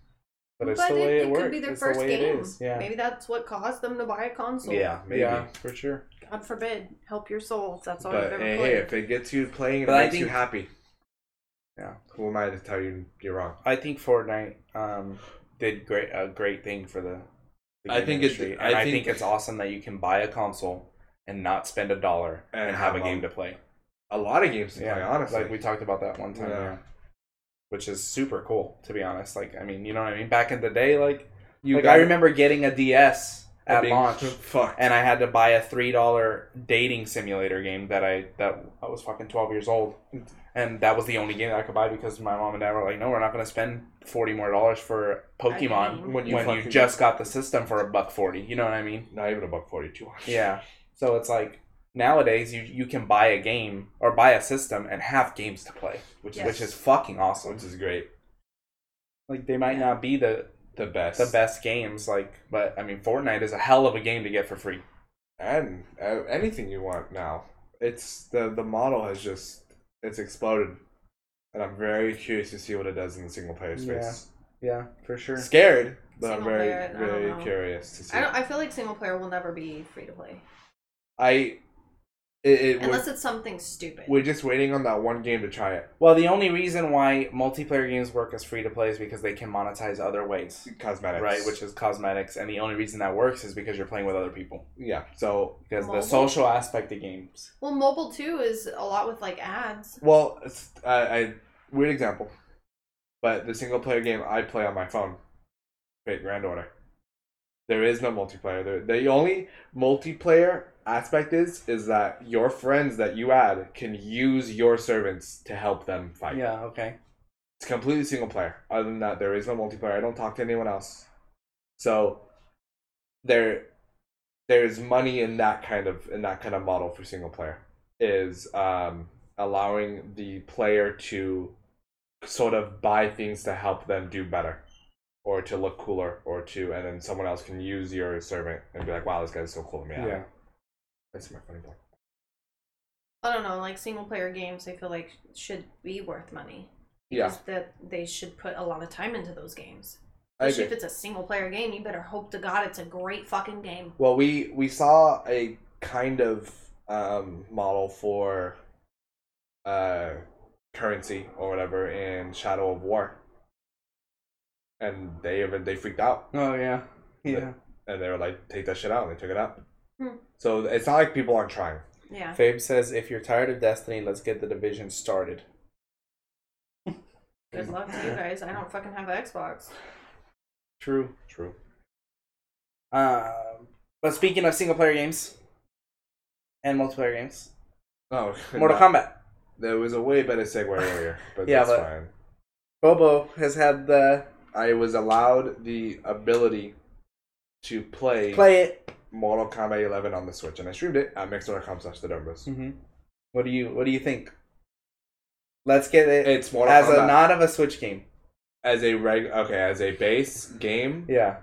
Speaker 1: But it's
Speaker 3: But
Speaker 1: the
Speaker 3: it,
Speaker 1: way it,
Speaker 3: it
Speaker 1: works.
Speaker 3: could be their
Speaker 1: It's the
Speaker 3: first
Speaker 1: way it
Speaker 3: game.
Speaker 1: is. Yeah.
Speaker 3: Maybe that's what caused them to buy a console.
Speaker 2: Yeah, maybe.
Speaker 1: Yeah, for sure.
Speaker 3: God forbid. Help your soul. if That's all
Speaker 2: But
Speaker 3: you've ever
Speaker 1: eh,
Speaker 2: hey, hey,
Speaker 3: played.
Speaker 2: if it gets you playing, and
Speaker 1: But
Speaker 2: it
Speaker 1: I
Speaker 2: makes you
Speaker 1: think-
Speaker 2: happy.
Speaker 1: Yeah.
Speaker 2: Who am I to tell you you're wrong?
Speaker 1: I think Fortnite um, did great a great thing for the. the
Speaker 2: I
Speaker 1: game
Speaker 2: think it-
Speaker 1: industry.
Speaker 2: I
Speaker 1: and I
Speaker 2: think-
Speaker 1: think it's awesome that you can buy a console and not spend a dollar
Speaker 2: And
Speaker 1: and, have a
Speaker 2: have
Speaker 1: game
Speaker 2: them.
Speaker 1: to play.
Speaker 2: A lot of games to play,
Speaker 1: Yeah,
Speaker 2: honestly.
Speaker 1: like we talked about that one time.
Speaker 2: Yeah.
Speaker 1: yeah. Which is super cool, to be honest. Like, I mean, you know what I mean? Back in the day, like,
Speaker 2: you
Speaker 1: like
Speaker 2: got
Speaker 1: I
Speaker 2: it
Speaker 1: remember getting a DS at
Speaker 2: being
Speaker 1: launch,
Speaker 2: Fucked.
Speaker 1: and I had to buy a three dollar dating simulator game that I that I was fucking twelve years old, and that was the only game that I could buy because my mom and dad were like, "No, we're not going to spend forty more dollars for Pokemon
Speaker 2: when you,
Speaker 1: when you
Speaker 2: fucking-
Speaker 1: just got the system for a buck forty. You know what I mean?
Speaker 2: not even a buck forty two.
Speaker 1: Yeah. So it's like nowadays you you can buy a game or buy a system and have games to play, which
Speaker 3: Yes.
Speaker 1: is which is fucking awesome.
Speaker 2: which is great.
Speaker 1: Like they might not be the
Speaker 2: The best.
Speaker 1: the best games, like, but I mean, Fortnite is a hell of a game to get for free.
Speaker 2: and uh, anything you want now. It's the the model has just it's exploded, and I'm very curious to see what it does in the single player space.
Speaker 1: Yeah, for sure.
Speaker 2: Scared, but I'm
Speaker 3: Single
Speaker 2: very
Speaker 3: player, I don't
Speaker 2: very
Speaker 3: know.
Speaker 2: curious to see.
Speaker 3: I don't. I feel like single player will never be free to play
Speaker 2: I it, it
Speaker 3: unless
Speaker 2: we're,
Speaker 3: it's something stupid.
Speaker 2: we're just waiting on that one game to try it
Speaker 1: Well, the only reason why multiplayer games work as free to play is because they can monetize other ways,
Speaker 2: cosmetics
Speaker 1: right? Which is cosmetics, and the only reason that works is because you're playing with other people.
Speaker 2: yeah. So
Speaker 1: Because
Speaker 3: Mobile?
Speaker 1: the social aspect of games.
Speaker 3: well, mobile too is a lot with like ads.
Speaker 2: well, it's, I, I weird example, but the single player game I play on my phone, Fate Grand Order. There is no multiplayer. There, the only multiplayer aspect is is that your friends that you add can use your servants to help them fight.
Speaker 1: Yeah. Okay.
Speaker 2: It's completely single player. Other than that, there is no multiplayer. I don't talk to anyone else. So there there's money in that kind of in that kind of model for single player is um allowing the player to sort of buy things to help them do better or to look cooler or to and then someone else can use your servant and be like wow this guy's so cool man
Speaker 1: Yeah.
Speaker 2: that's my funny point
Speaker 3: I don't know, like single player games. I feel like should be worth money.
Speaker 2: yeah
Speaker 3: Just That they should put a lot of time into those games.
Speaker 2: I
Speaker 3: Especially
Speaker 2: agree.
Speaker 3: if it's a single player game, you better hope to God it's a great fucking game.
Speaker 2: Well, we we saw a kind of um, model for uh, currency or whatever in Shadow of War, and they even they freaked out
Speaker 1: Oh yeah. Yeah.
Speaker 2: and they were like, "Take that shit out," and they took it out.
Speaker 3: Hmm.
Speaker 2: So it's not like people aren't trying.
Speaker 3: Yeah.
Speaker 1: Fabe says, if you're tired of Destiny, let's get the division started.
Speaker 3: Good luck to you guys. I don't fucking have an Xbox.
Speaker 1: True.
Speaker 2: True.
Speaker 1: Um, but speaking of single player games and multiplayer games,
Speaker 2: Oh,
Speaker 1: Mortal
Speaker 2: no.
Speaker 1: Kombat.
Speaker 2: There was a way better segue earlier, but
Speaker 1: Yeah,
Speaker 2: that's
Speaker 1: but-
Speaker 2: fine.
Speaker 1: Bobo has had the
Speaker 2: I was allowed the ability to play,
Speaker 1: play it.
Speaker 2: Mortal Kombat 11 on the Switch, and I streamed it at mixer.com/slash/thedumbos.
Speaker 1: Mm-hmm. What do you What do you think? Let's get it
Speaker 2: It's Mortal
Speaker 1: as
Speaker 2: Kombat.
Speaker 1: a not of a Switch game.
Speaker 2: as a reg okay as a base game
Speaker 1: Yeah.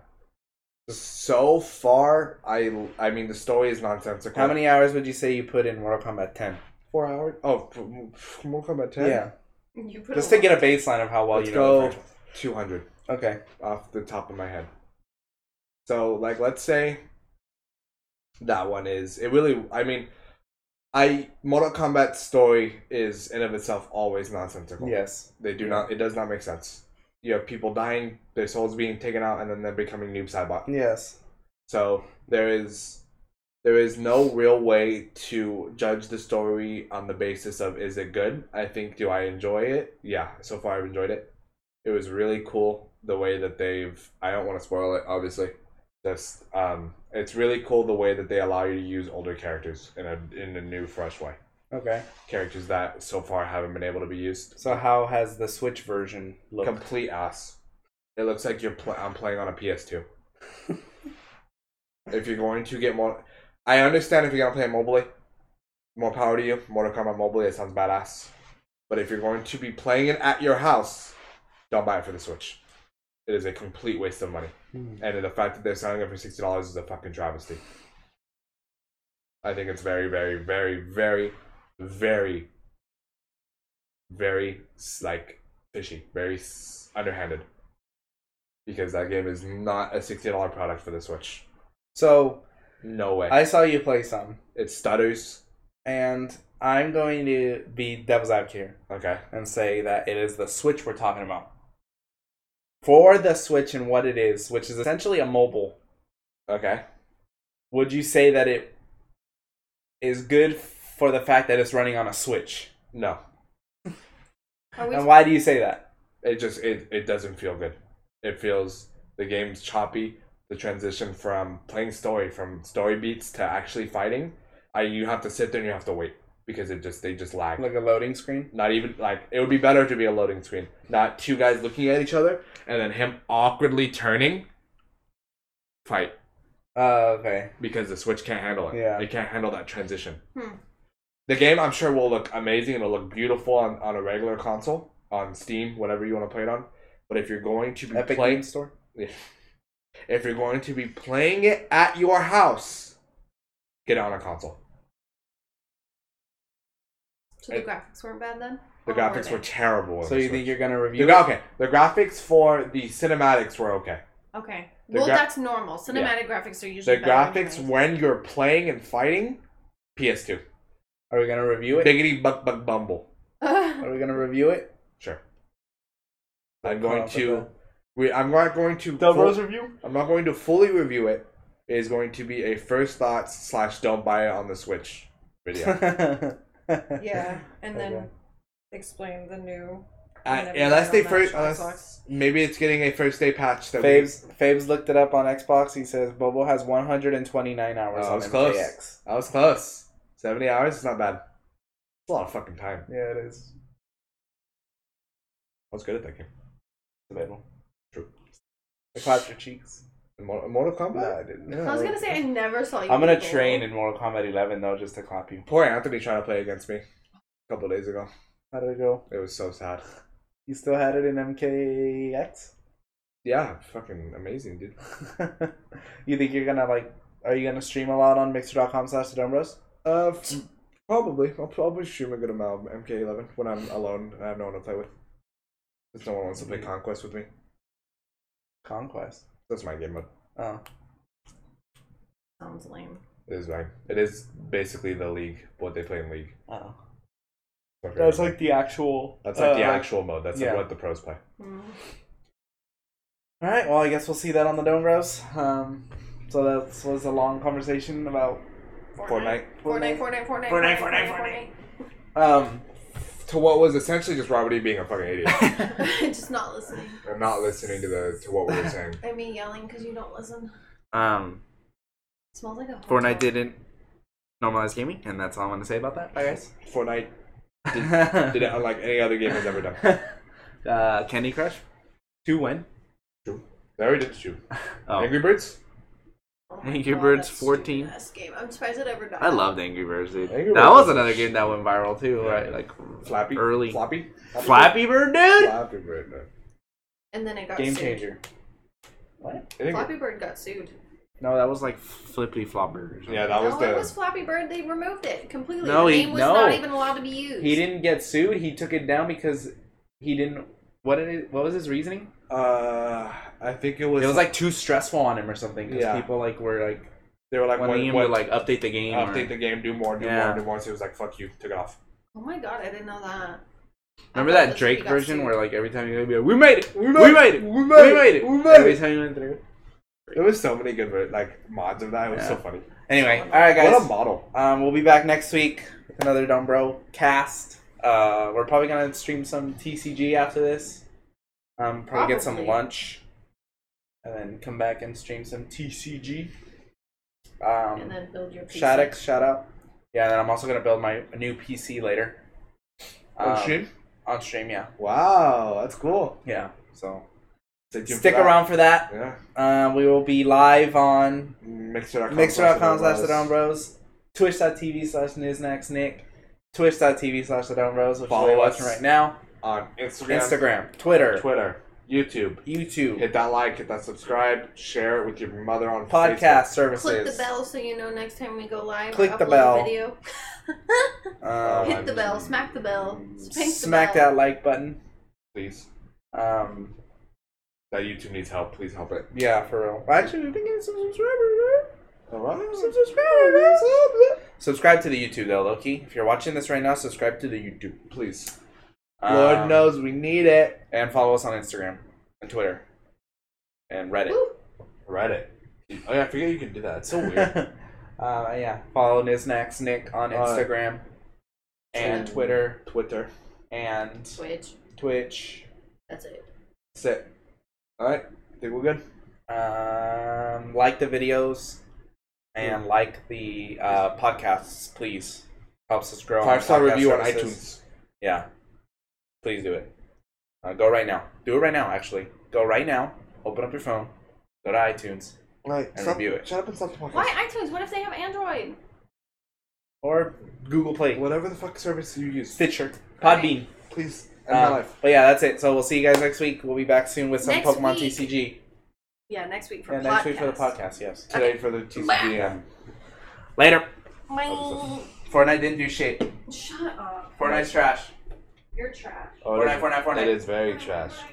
Speaker 2: so far i i mean the story is nonsensical
Speaker 1: How many hours would you say you put in Mortal Kombat 10?
Speaker 2: four hours oh f- f- mortal kombat 10
Speaker 1: Yeah.
Speaker 3: You put
Speaker 1: Just
Speaker 3: a
Speaker 1: to get a baseline of how well
Speaker 2: let's
Speaker 1: you know.
Speaker 2: go
Speaker 1: the franchise.
Speaker 2: 200
Speaker 1: Okay.
Speaker 2: off the top of my head so like let's say that one is it really i mean i mortal kombat story is in of itself always nonsensical
Speaker 1: Yes.
Speaker 2: They do not. It does not make sense. You have people dying, their souls being taken out, and then they're becoming noob cybot.
Speaker 1: Yes.
Speaker 2: So there is there is no real way to judge the story on the basis of is it good? I think do I enjoy it? Yeah, so far I've enjoyed it. It was really cool the way that they've I don't want to spoil it obviously. Just um it's really cool the way that they allow you to use older characters in a in a new fresh way.
Speaker 1: Okay.
Speaker 2: Characters that so far haven't been able to be used
Speaker 1: So how has the Switch version looked?
Speaker 2: complete ass. It looks like you're pl- I'm playing on a PS2. if you're going to get more, I understand if you're gonna play it mobily. More power to you. Mortal Kombat mobily. It sounds badass. But if you're going to be playing it at your house, don't buy it for the Switch. It is a complete waste of money.
Speaker 1: Hmm.
Speaker 2: And the fact that they're selling it for sixty dollars is a fucking travesty. I think it's very, very, very, very, very, very s- like fishy, very s- underhanded. Because that game is not a sixty dollar product for the Switch.
Speaker 1: So
Speaker 2: No way.
Speaker 1: I saw you play some,
Speaker 2: it stutters.
Speaker 1: and I'm going to be devil's advocate here
Speaker 2: Okay.
Speaker 1: and say that it is the Switch we're talking about. For the Switch and what it is, which is essentially a mobile,
Speaker 2: Okay.
Speaker 1: would you say that it is good for the fact that it's running on a Switch.
Speaker 2: No,
Speaker 3: Are we
Speaker 1: And why do you say that?
Speaker 2: it just it, it doesn't feel good. It feels the game's choppy. The transition from playing story from story beats to actually fighting, I you have to sit there and you have to wait because it just they just lag.
Speaker 1: Like a loading screen?
Speaker 2: not even like it would be better to be a loading screen, not two guys looking at each other and then him awkwardly turning. Fight
Speaker 1: Oh, okay.
Speaker 2: because the Switch can't handle it.
Speaker 1: Yeah.
Speaker 2: It can't handle that transition.
Speaker 3: Hmm.
Speaker 2: The game, I'm sure, will look amazing. It'll look beautiful on, on a regular console, on Steam, whatever you want to play it on. But if you're going to be
Speaker 1: Epic
Speaker 2: playing,
Speaker 1: Games Store?
Speaker 2: if you're going to be playing it at your house, get it on a console.
Speaker 10: So the graphics weren't bad then.
Speaker 2: The
Speaker 3: Oh,
Speaker 10: Or
Speaker 2: graphics
Speaker 10: they?
Speaker 2: were terrible. on
Speaker 1: So you
Speaker 2: the
Speaker 1: think
Speaker 2: Switch.
Speaker 1: you're gonna
Speaker 2: The
Speaker 1: review
Speaker 2: gra- okay? The graphics for the cinematics were okay.
Speaker 3: Okay.
Speaker 2: The
Speaker 3: well,
Speaker 2: gra-
Speaker 3: that's normal. Cinematic graphics are
Speaker 2: The
Speaker 3: usually better
Speaker 2: graphics
Speaker 3: anyways.
Speaker 2: when you're playing and fighting, PS2.
Speaker 1: it? Are we gonna review it?
Speaker 2: Biggity buck buck bumble.
Speaker 1: Are we gonna review it?
Speaker 2: Sure.
Speaker 1: Like,
Speaker 2: I'm going
Speaker 1: come up with
Speaker 2: to.
Speaker 1: a-
Speaker 2: We, I'm not going to. full-
Speaker 1: review?
Speaker 2: I'm not going to fully review it. It is going to be a first thoughts slash don't buy it on the Switch video. Uh,
Speaker 11: Yeah, and then
Speaker 1: Okay.
Speaker 11: explain the new.
Speaker 2: Uh,
Speaker 11: whatever
Speaker 2: unless they
Speaker 11: on
Speaker 2: first,
Speaker 11: that
Speaker 2: unless maybe it's getting a first day patch that
Speaker 1: Faves Faves looked it up on Xbox. He says Bobo has 129 hours
Speaker 2: Oh, I
Speaker 1: on
Speaker 2: was close.
Speaker 1: MKX.
Speaker 2: We, I was close. Seventy hours is not bad. It's a lot of fucking time. I
Speaker 1: Yeah, it is.
Speaker 2: was good at that game.
Speaker 1: Debatable.
Speaker 2: True.
Speaker 1: I clapped your cheeks.
Speaker 2: Mor- Mortal Kombat.
Speaker 1: No, I didn't.
Speaker 2: Yeah.
Speaker 3: I was gonna say I never saw you.
Speaker 1: I'm gonna
Speaker 3: before.
Speaker 1: train in Mortal Kombat 11 though, just to clap you.
Speaker 2: Poor Anthony tried to play against me a couple days ago.
Speaker 1: How did it go?
Speaker 2: It was so sad.
Speaker 1: You still had it in MKX?
Speaker 2: Yeah, fucking amazing, dude.
Speaker 1: you think you're gonna like? Are you gonna stream a lot on Mixer.com/slash The Dumbros?
Speaker 2: Uh, f- probably. I'll probably stream a good amount of MK11 when I'm alone and I have no one to play with. Since no one wants to play Conquest with me.
Speaker 1: Conquest.
Speaker 2: That's my game mode.
Speaker 1: Oh,
Speaker 11: Sounds lame.
Speaker 2: It is mine. It is basically the league, what they play in league.
Speaker 1: oh.
Speaker 2: My favorite
Speaker 1: That's
Speaker 2: mode.
Speaker 1: like the actual.
Speaker 2: That's like the
Speaker 1: uh,
Speaker 2: actual mode. That's like
Speaker 1: yeah.
Speaker 2: what the pros play.
Speaker 3: Hmm.
Speaker 1: All right. Well, I guess we'll see that on the Dome Bros. Um, so that was a long conversation about
Speaker 2: Fortnite.
Speaker 3: Fortnite, Fortnite, Fortnite,
Speaker 1: Fortnite, Fortnite,
Speaker 3: Fortnite.
Speaker 1: Um,
Speaker 2: To what was essentially just Robert E being a fucking idiot
Speaker 3: Fortnite. Just not listening.
Speaker 2: and not listening to the to what we were saying.
Speaker 3: I mean, yelling because you don't listen.
Speaker 1: um,
Speaker 3: It smells like a.
Speaker 1: Fortnite didn't normalize gaming, and that's all I'm gonna say about that. I guess.
Speaker 2: Fortnite did it unlike any other game has ever done.
Speaker 1: uh, Candy Crush. Two win.
Speaker 2: Larry did you.
Speaker 1: Oh.
Speaker 2: Angry Birds?
Speaker 3: Oh my
Speaker 1: Angry
Speaker 3: God,
Speaker 1: Birds
Speaker 3: that's
Speaker 1: 14.
Speaker 3: stupid-ass Game. I'm surprised it ever died.
Speaker 1: I loved Angry Birds, dude. that
Speaker 2: Angry Birds
Speaker 1: was
Speaker 2: was
Speaker 1: another
Speaker 2: a
Speaker 1: game that went viral too,
Speaker 2: Yeah.
Speaker 1: right? Like
Speaker 2: Flappy?
Speaker 1: Early.
Speaker 2: Floppy?
Speaker 1: Flappy Bird, dude.
Speaker 2: Flappy Bird. no.
Speaker 3: And then it got
Speaker 1: Game
Speaker 3: sued.
Speaker 1: changer.
Speaker 2: I think-
Speaker 3: Flappy Bird got sued.
Speaker 1: No, that was like Flippy Flopper. Or something.
Speaker 2: Yeah, that was
Speaker 3: no,
Speaker 2: the.
Speaker 3: it was Flappy Bird. They removed it completely.
Speaker 1: No,
Speaker 3: the
Speaker 1: he-
Speaker 3: name was
Speaker 1: no.
Speaker 3: not even allowed to be used.
Speaker 1: He didn't get sued. He took it down because he didn't. What did it, What was his reasoning?
Speaker 2: Uh, I think it
Speaker 1: It
Speaker 2: was.
Speaker 1: was like too stressful on him or something because
Speaker 2: Yeah.
Speaker 1: people like were like
Speaker 2: they were like,
Speaker 1: wanting
Speaker 2: when,
Speaker 1: him
Speaker 2: when,
Speaker 1: to like update the game. or-
Speaker 2: update the game, do more, do
Speaker 1: Yeah.
Speaker 2: more, do more. So he was like, fuck you, took it off.
Speaker 3: Oh my god, I didn't know that.
Speaker 1: Remember
Speaker 3: I thought
Speaker 1: that
Speaker 3: it
Speaker 1: Drake
Speaker 3: was- he got
Speaker 1: version
Speaker 3: sued.
Speaker 1: where like every time you would be like, "We made it, we made, it, we made it, we made it."
Speaker 2: we made
Speaker 1: every
Speaker 2: it.
Speaker 1: time you went through.
Speaker 2: There was so many good ver- like mods of that. It was so
Speaker 1: Yeah.
Speaker 2: funny.
Speaker 1: Anyway, all right, guys.
Speaker 2: What a model.
Speaker 1: Um, we'll be back next week with another Dumbro cast. Uh, we're probably gonna stream some TCG after this. Um, probably, get some
Speaker 3: Probably.
Speaker 1: lunch, and then come back and stream some TCG. Um,
Speaker 3: And then build your PC.
Speaker 1: Shadix, shout out. Yeah, and then I'm also gonna build my new PC later.
Speaker 2: On
Speaker 1: Um,
Speaker 2: stream?
Speaker 1: On stream, yeah,
Speaker 2: Oh, Wow, that's cool.
Speaker 1: yeah. So
Speaker 2: Stay tuned for
Speaker 1: stick
Speaker 2: that.
Speaker 1: around for that.
Speaker 2: Yeah.
Speaker 1: Um, we will be live on
Speaker 2: Mixer.com.
Speaker 1: Mixer.com slash The Down Bros. Twitch.tv slash NiznaxNick. Twitch.tv slash The Down Bros, which
Speaker 2: Follow
Speaker 1: is
Speaker 2: us.
Speaker 1: watching right now.
Speaker 2: On Instagram,
Speaker 1: Instagram, Twitter,
Speaker 2: Twitter, YouTube.
Speaker 1: YouTube,
Speaker 2: Hit that like, hit that subscribe, share it with your mother on
Speaker 1: podcast
Speaker 2: Facebook.
Speaker 1: services.
Speaker 3: Click the bell so you know next time we go live.
Speaker 1: Click
Speaker 3: or
Speaker 1: the
Speaker 3: upload a
Speaker 1: bell.
Speaker 3: Video.
Speaker 1: Um,
Speaker 3: Hit the bell. Smack the bell. Spank the
Speaker 1: smack
Speaker 3: bell.
Speaker 1: that like button.
Speaker 2: Please.
Speaker 1: Um,
Speaker 2: That YouTube needs help. Please help it.
Speaker 1: yeah, for real. Actually, we've been getting some subscribers, right?
Speaker 2: All right.
Speaker 1: Some subscribers. man. Subscribe to the YouTube, though, Loki. If you're watching this right now, subscribe to the YouTube.
Speaker 2: Please.
Speaker 1: Um,
Speaker 2: Lord knows we need it.
Speaker 1: And follow us on Instagram and Twitter and Reddit.
Speaker 2: Reddit. Oh yeah, I forget you can do that. It's so weird.
Speaker 1: Uh, yeah, follow Niznax Nick on
Speaker 2: Uh,
Speaker 1: Instagram and
Speaker 2: and-
Speaker 1: Twitter
Speaker 2: Twitter.
Speaker 1: and
Speaker 3: Switch.
Speaker 1: Twitch.
Speaker 3: That's it.
Speaker 2: That's it. All right. Think we're good.
Speaker 1: Um, like the videos and like the uh, podcasts, please. Helps us grow. on
Speaker 2: Five star
Speaker 1: podcast
Speaker 2: review on
Speaker 1: services.
Speaker 2: iTunes.
Speaker 1: Yeah. Please do it. Uh, go right now. Do it right now, actually. Go right now. Open up your phone. Go to iTunes.
Speaker 2: Right.
Speaker 1: And review it.
Speaker 2: Shut up and stop talking.
Speaker 12: Why iTunes? What if they have Android?
Speaker 1: Or Google Play.
Speaker 2: Whatever the fuck service you use,
Speaker 1: Stitcher. Podbean.
Speaker 2: please. End my
Speaker 1: Uh,
Speaker 2: life.
Speaker 1: but yeah, that's it. So we'll see you guys next week. We'll be back soon with some
Speaker 3: Next
Speaker 1: Pokemon
Speaker 3: week.
Speaker 1: TCG.
Speaker 3: Yeah, next week for
Speaker 1: Yeah,
Speaker 3: podcast.
Speaker 1: next week for the podcast, yes.
Speaker 2: Today for the TCGM.
Speaker 1: Later.
Speaker 3: My...
Speaker 1: Fortnite didn't do shit.
Speaker 3: Shut up.
Speaker 1: Fortnite's trash.
Speaker 3: You're trash.
Speaker 2: Oh,
Speaker 1: Fortnite, Fortnite, Fortnite.
Speaker 2: that is very trash.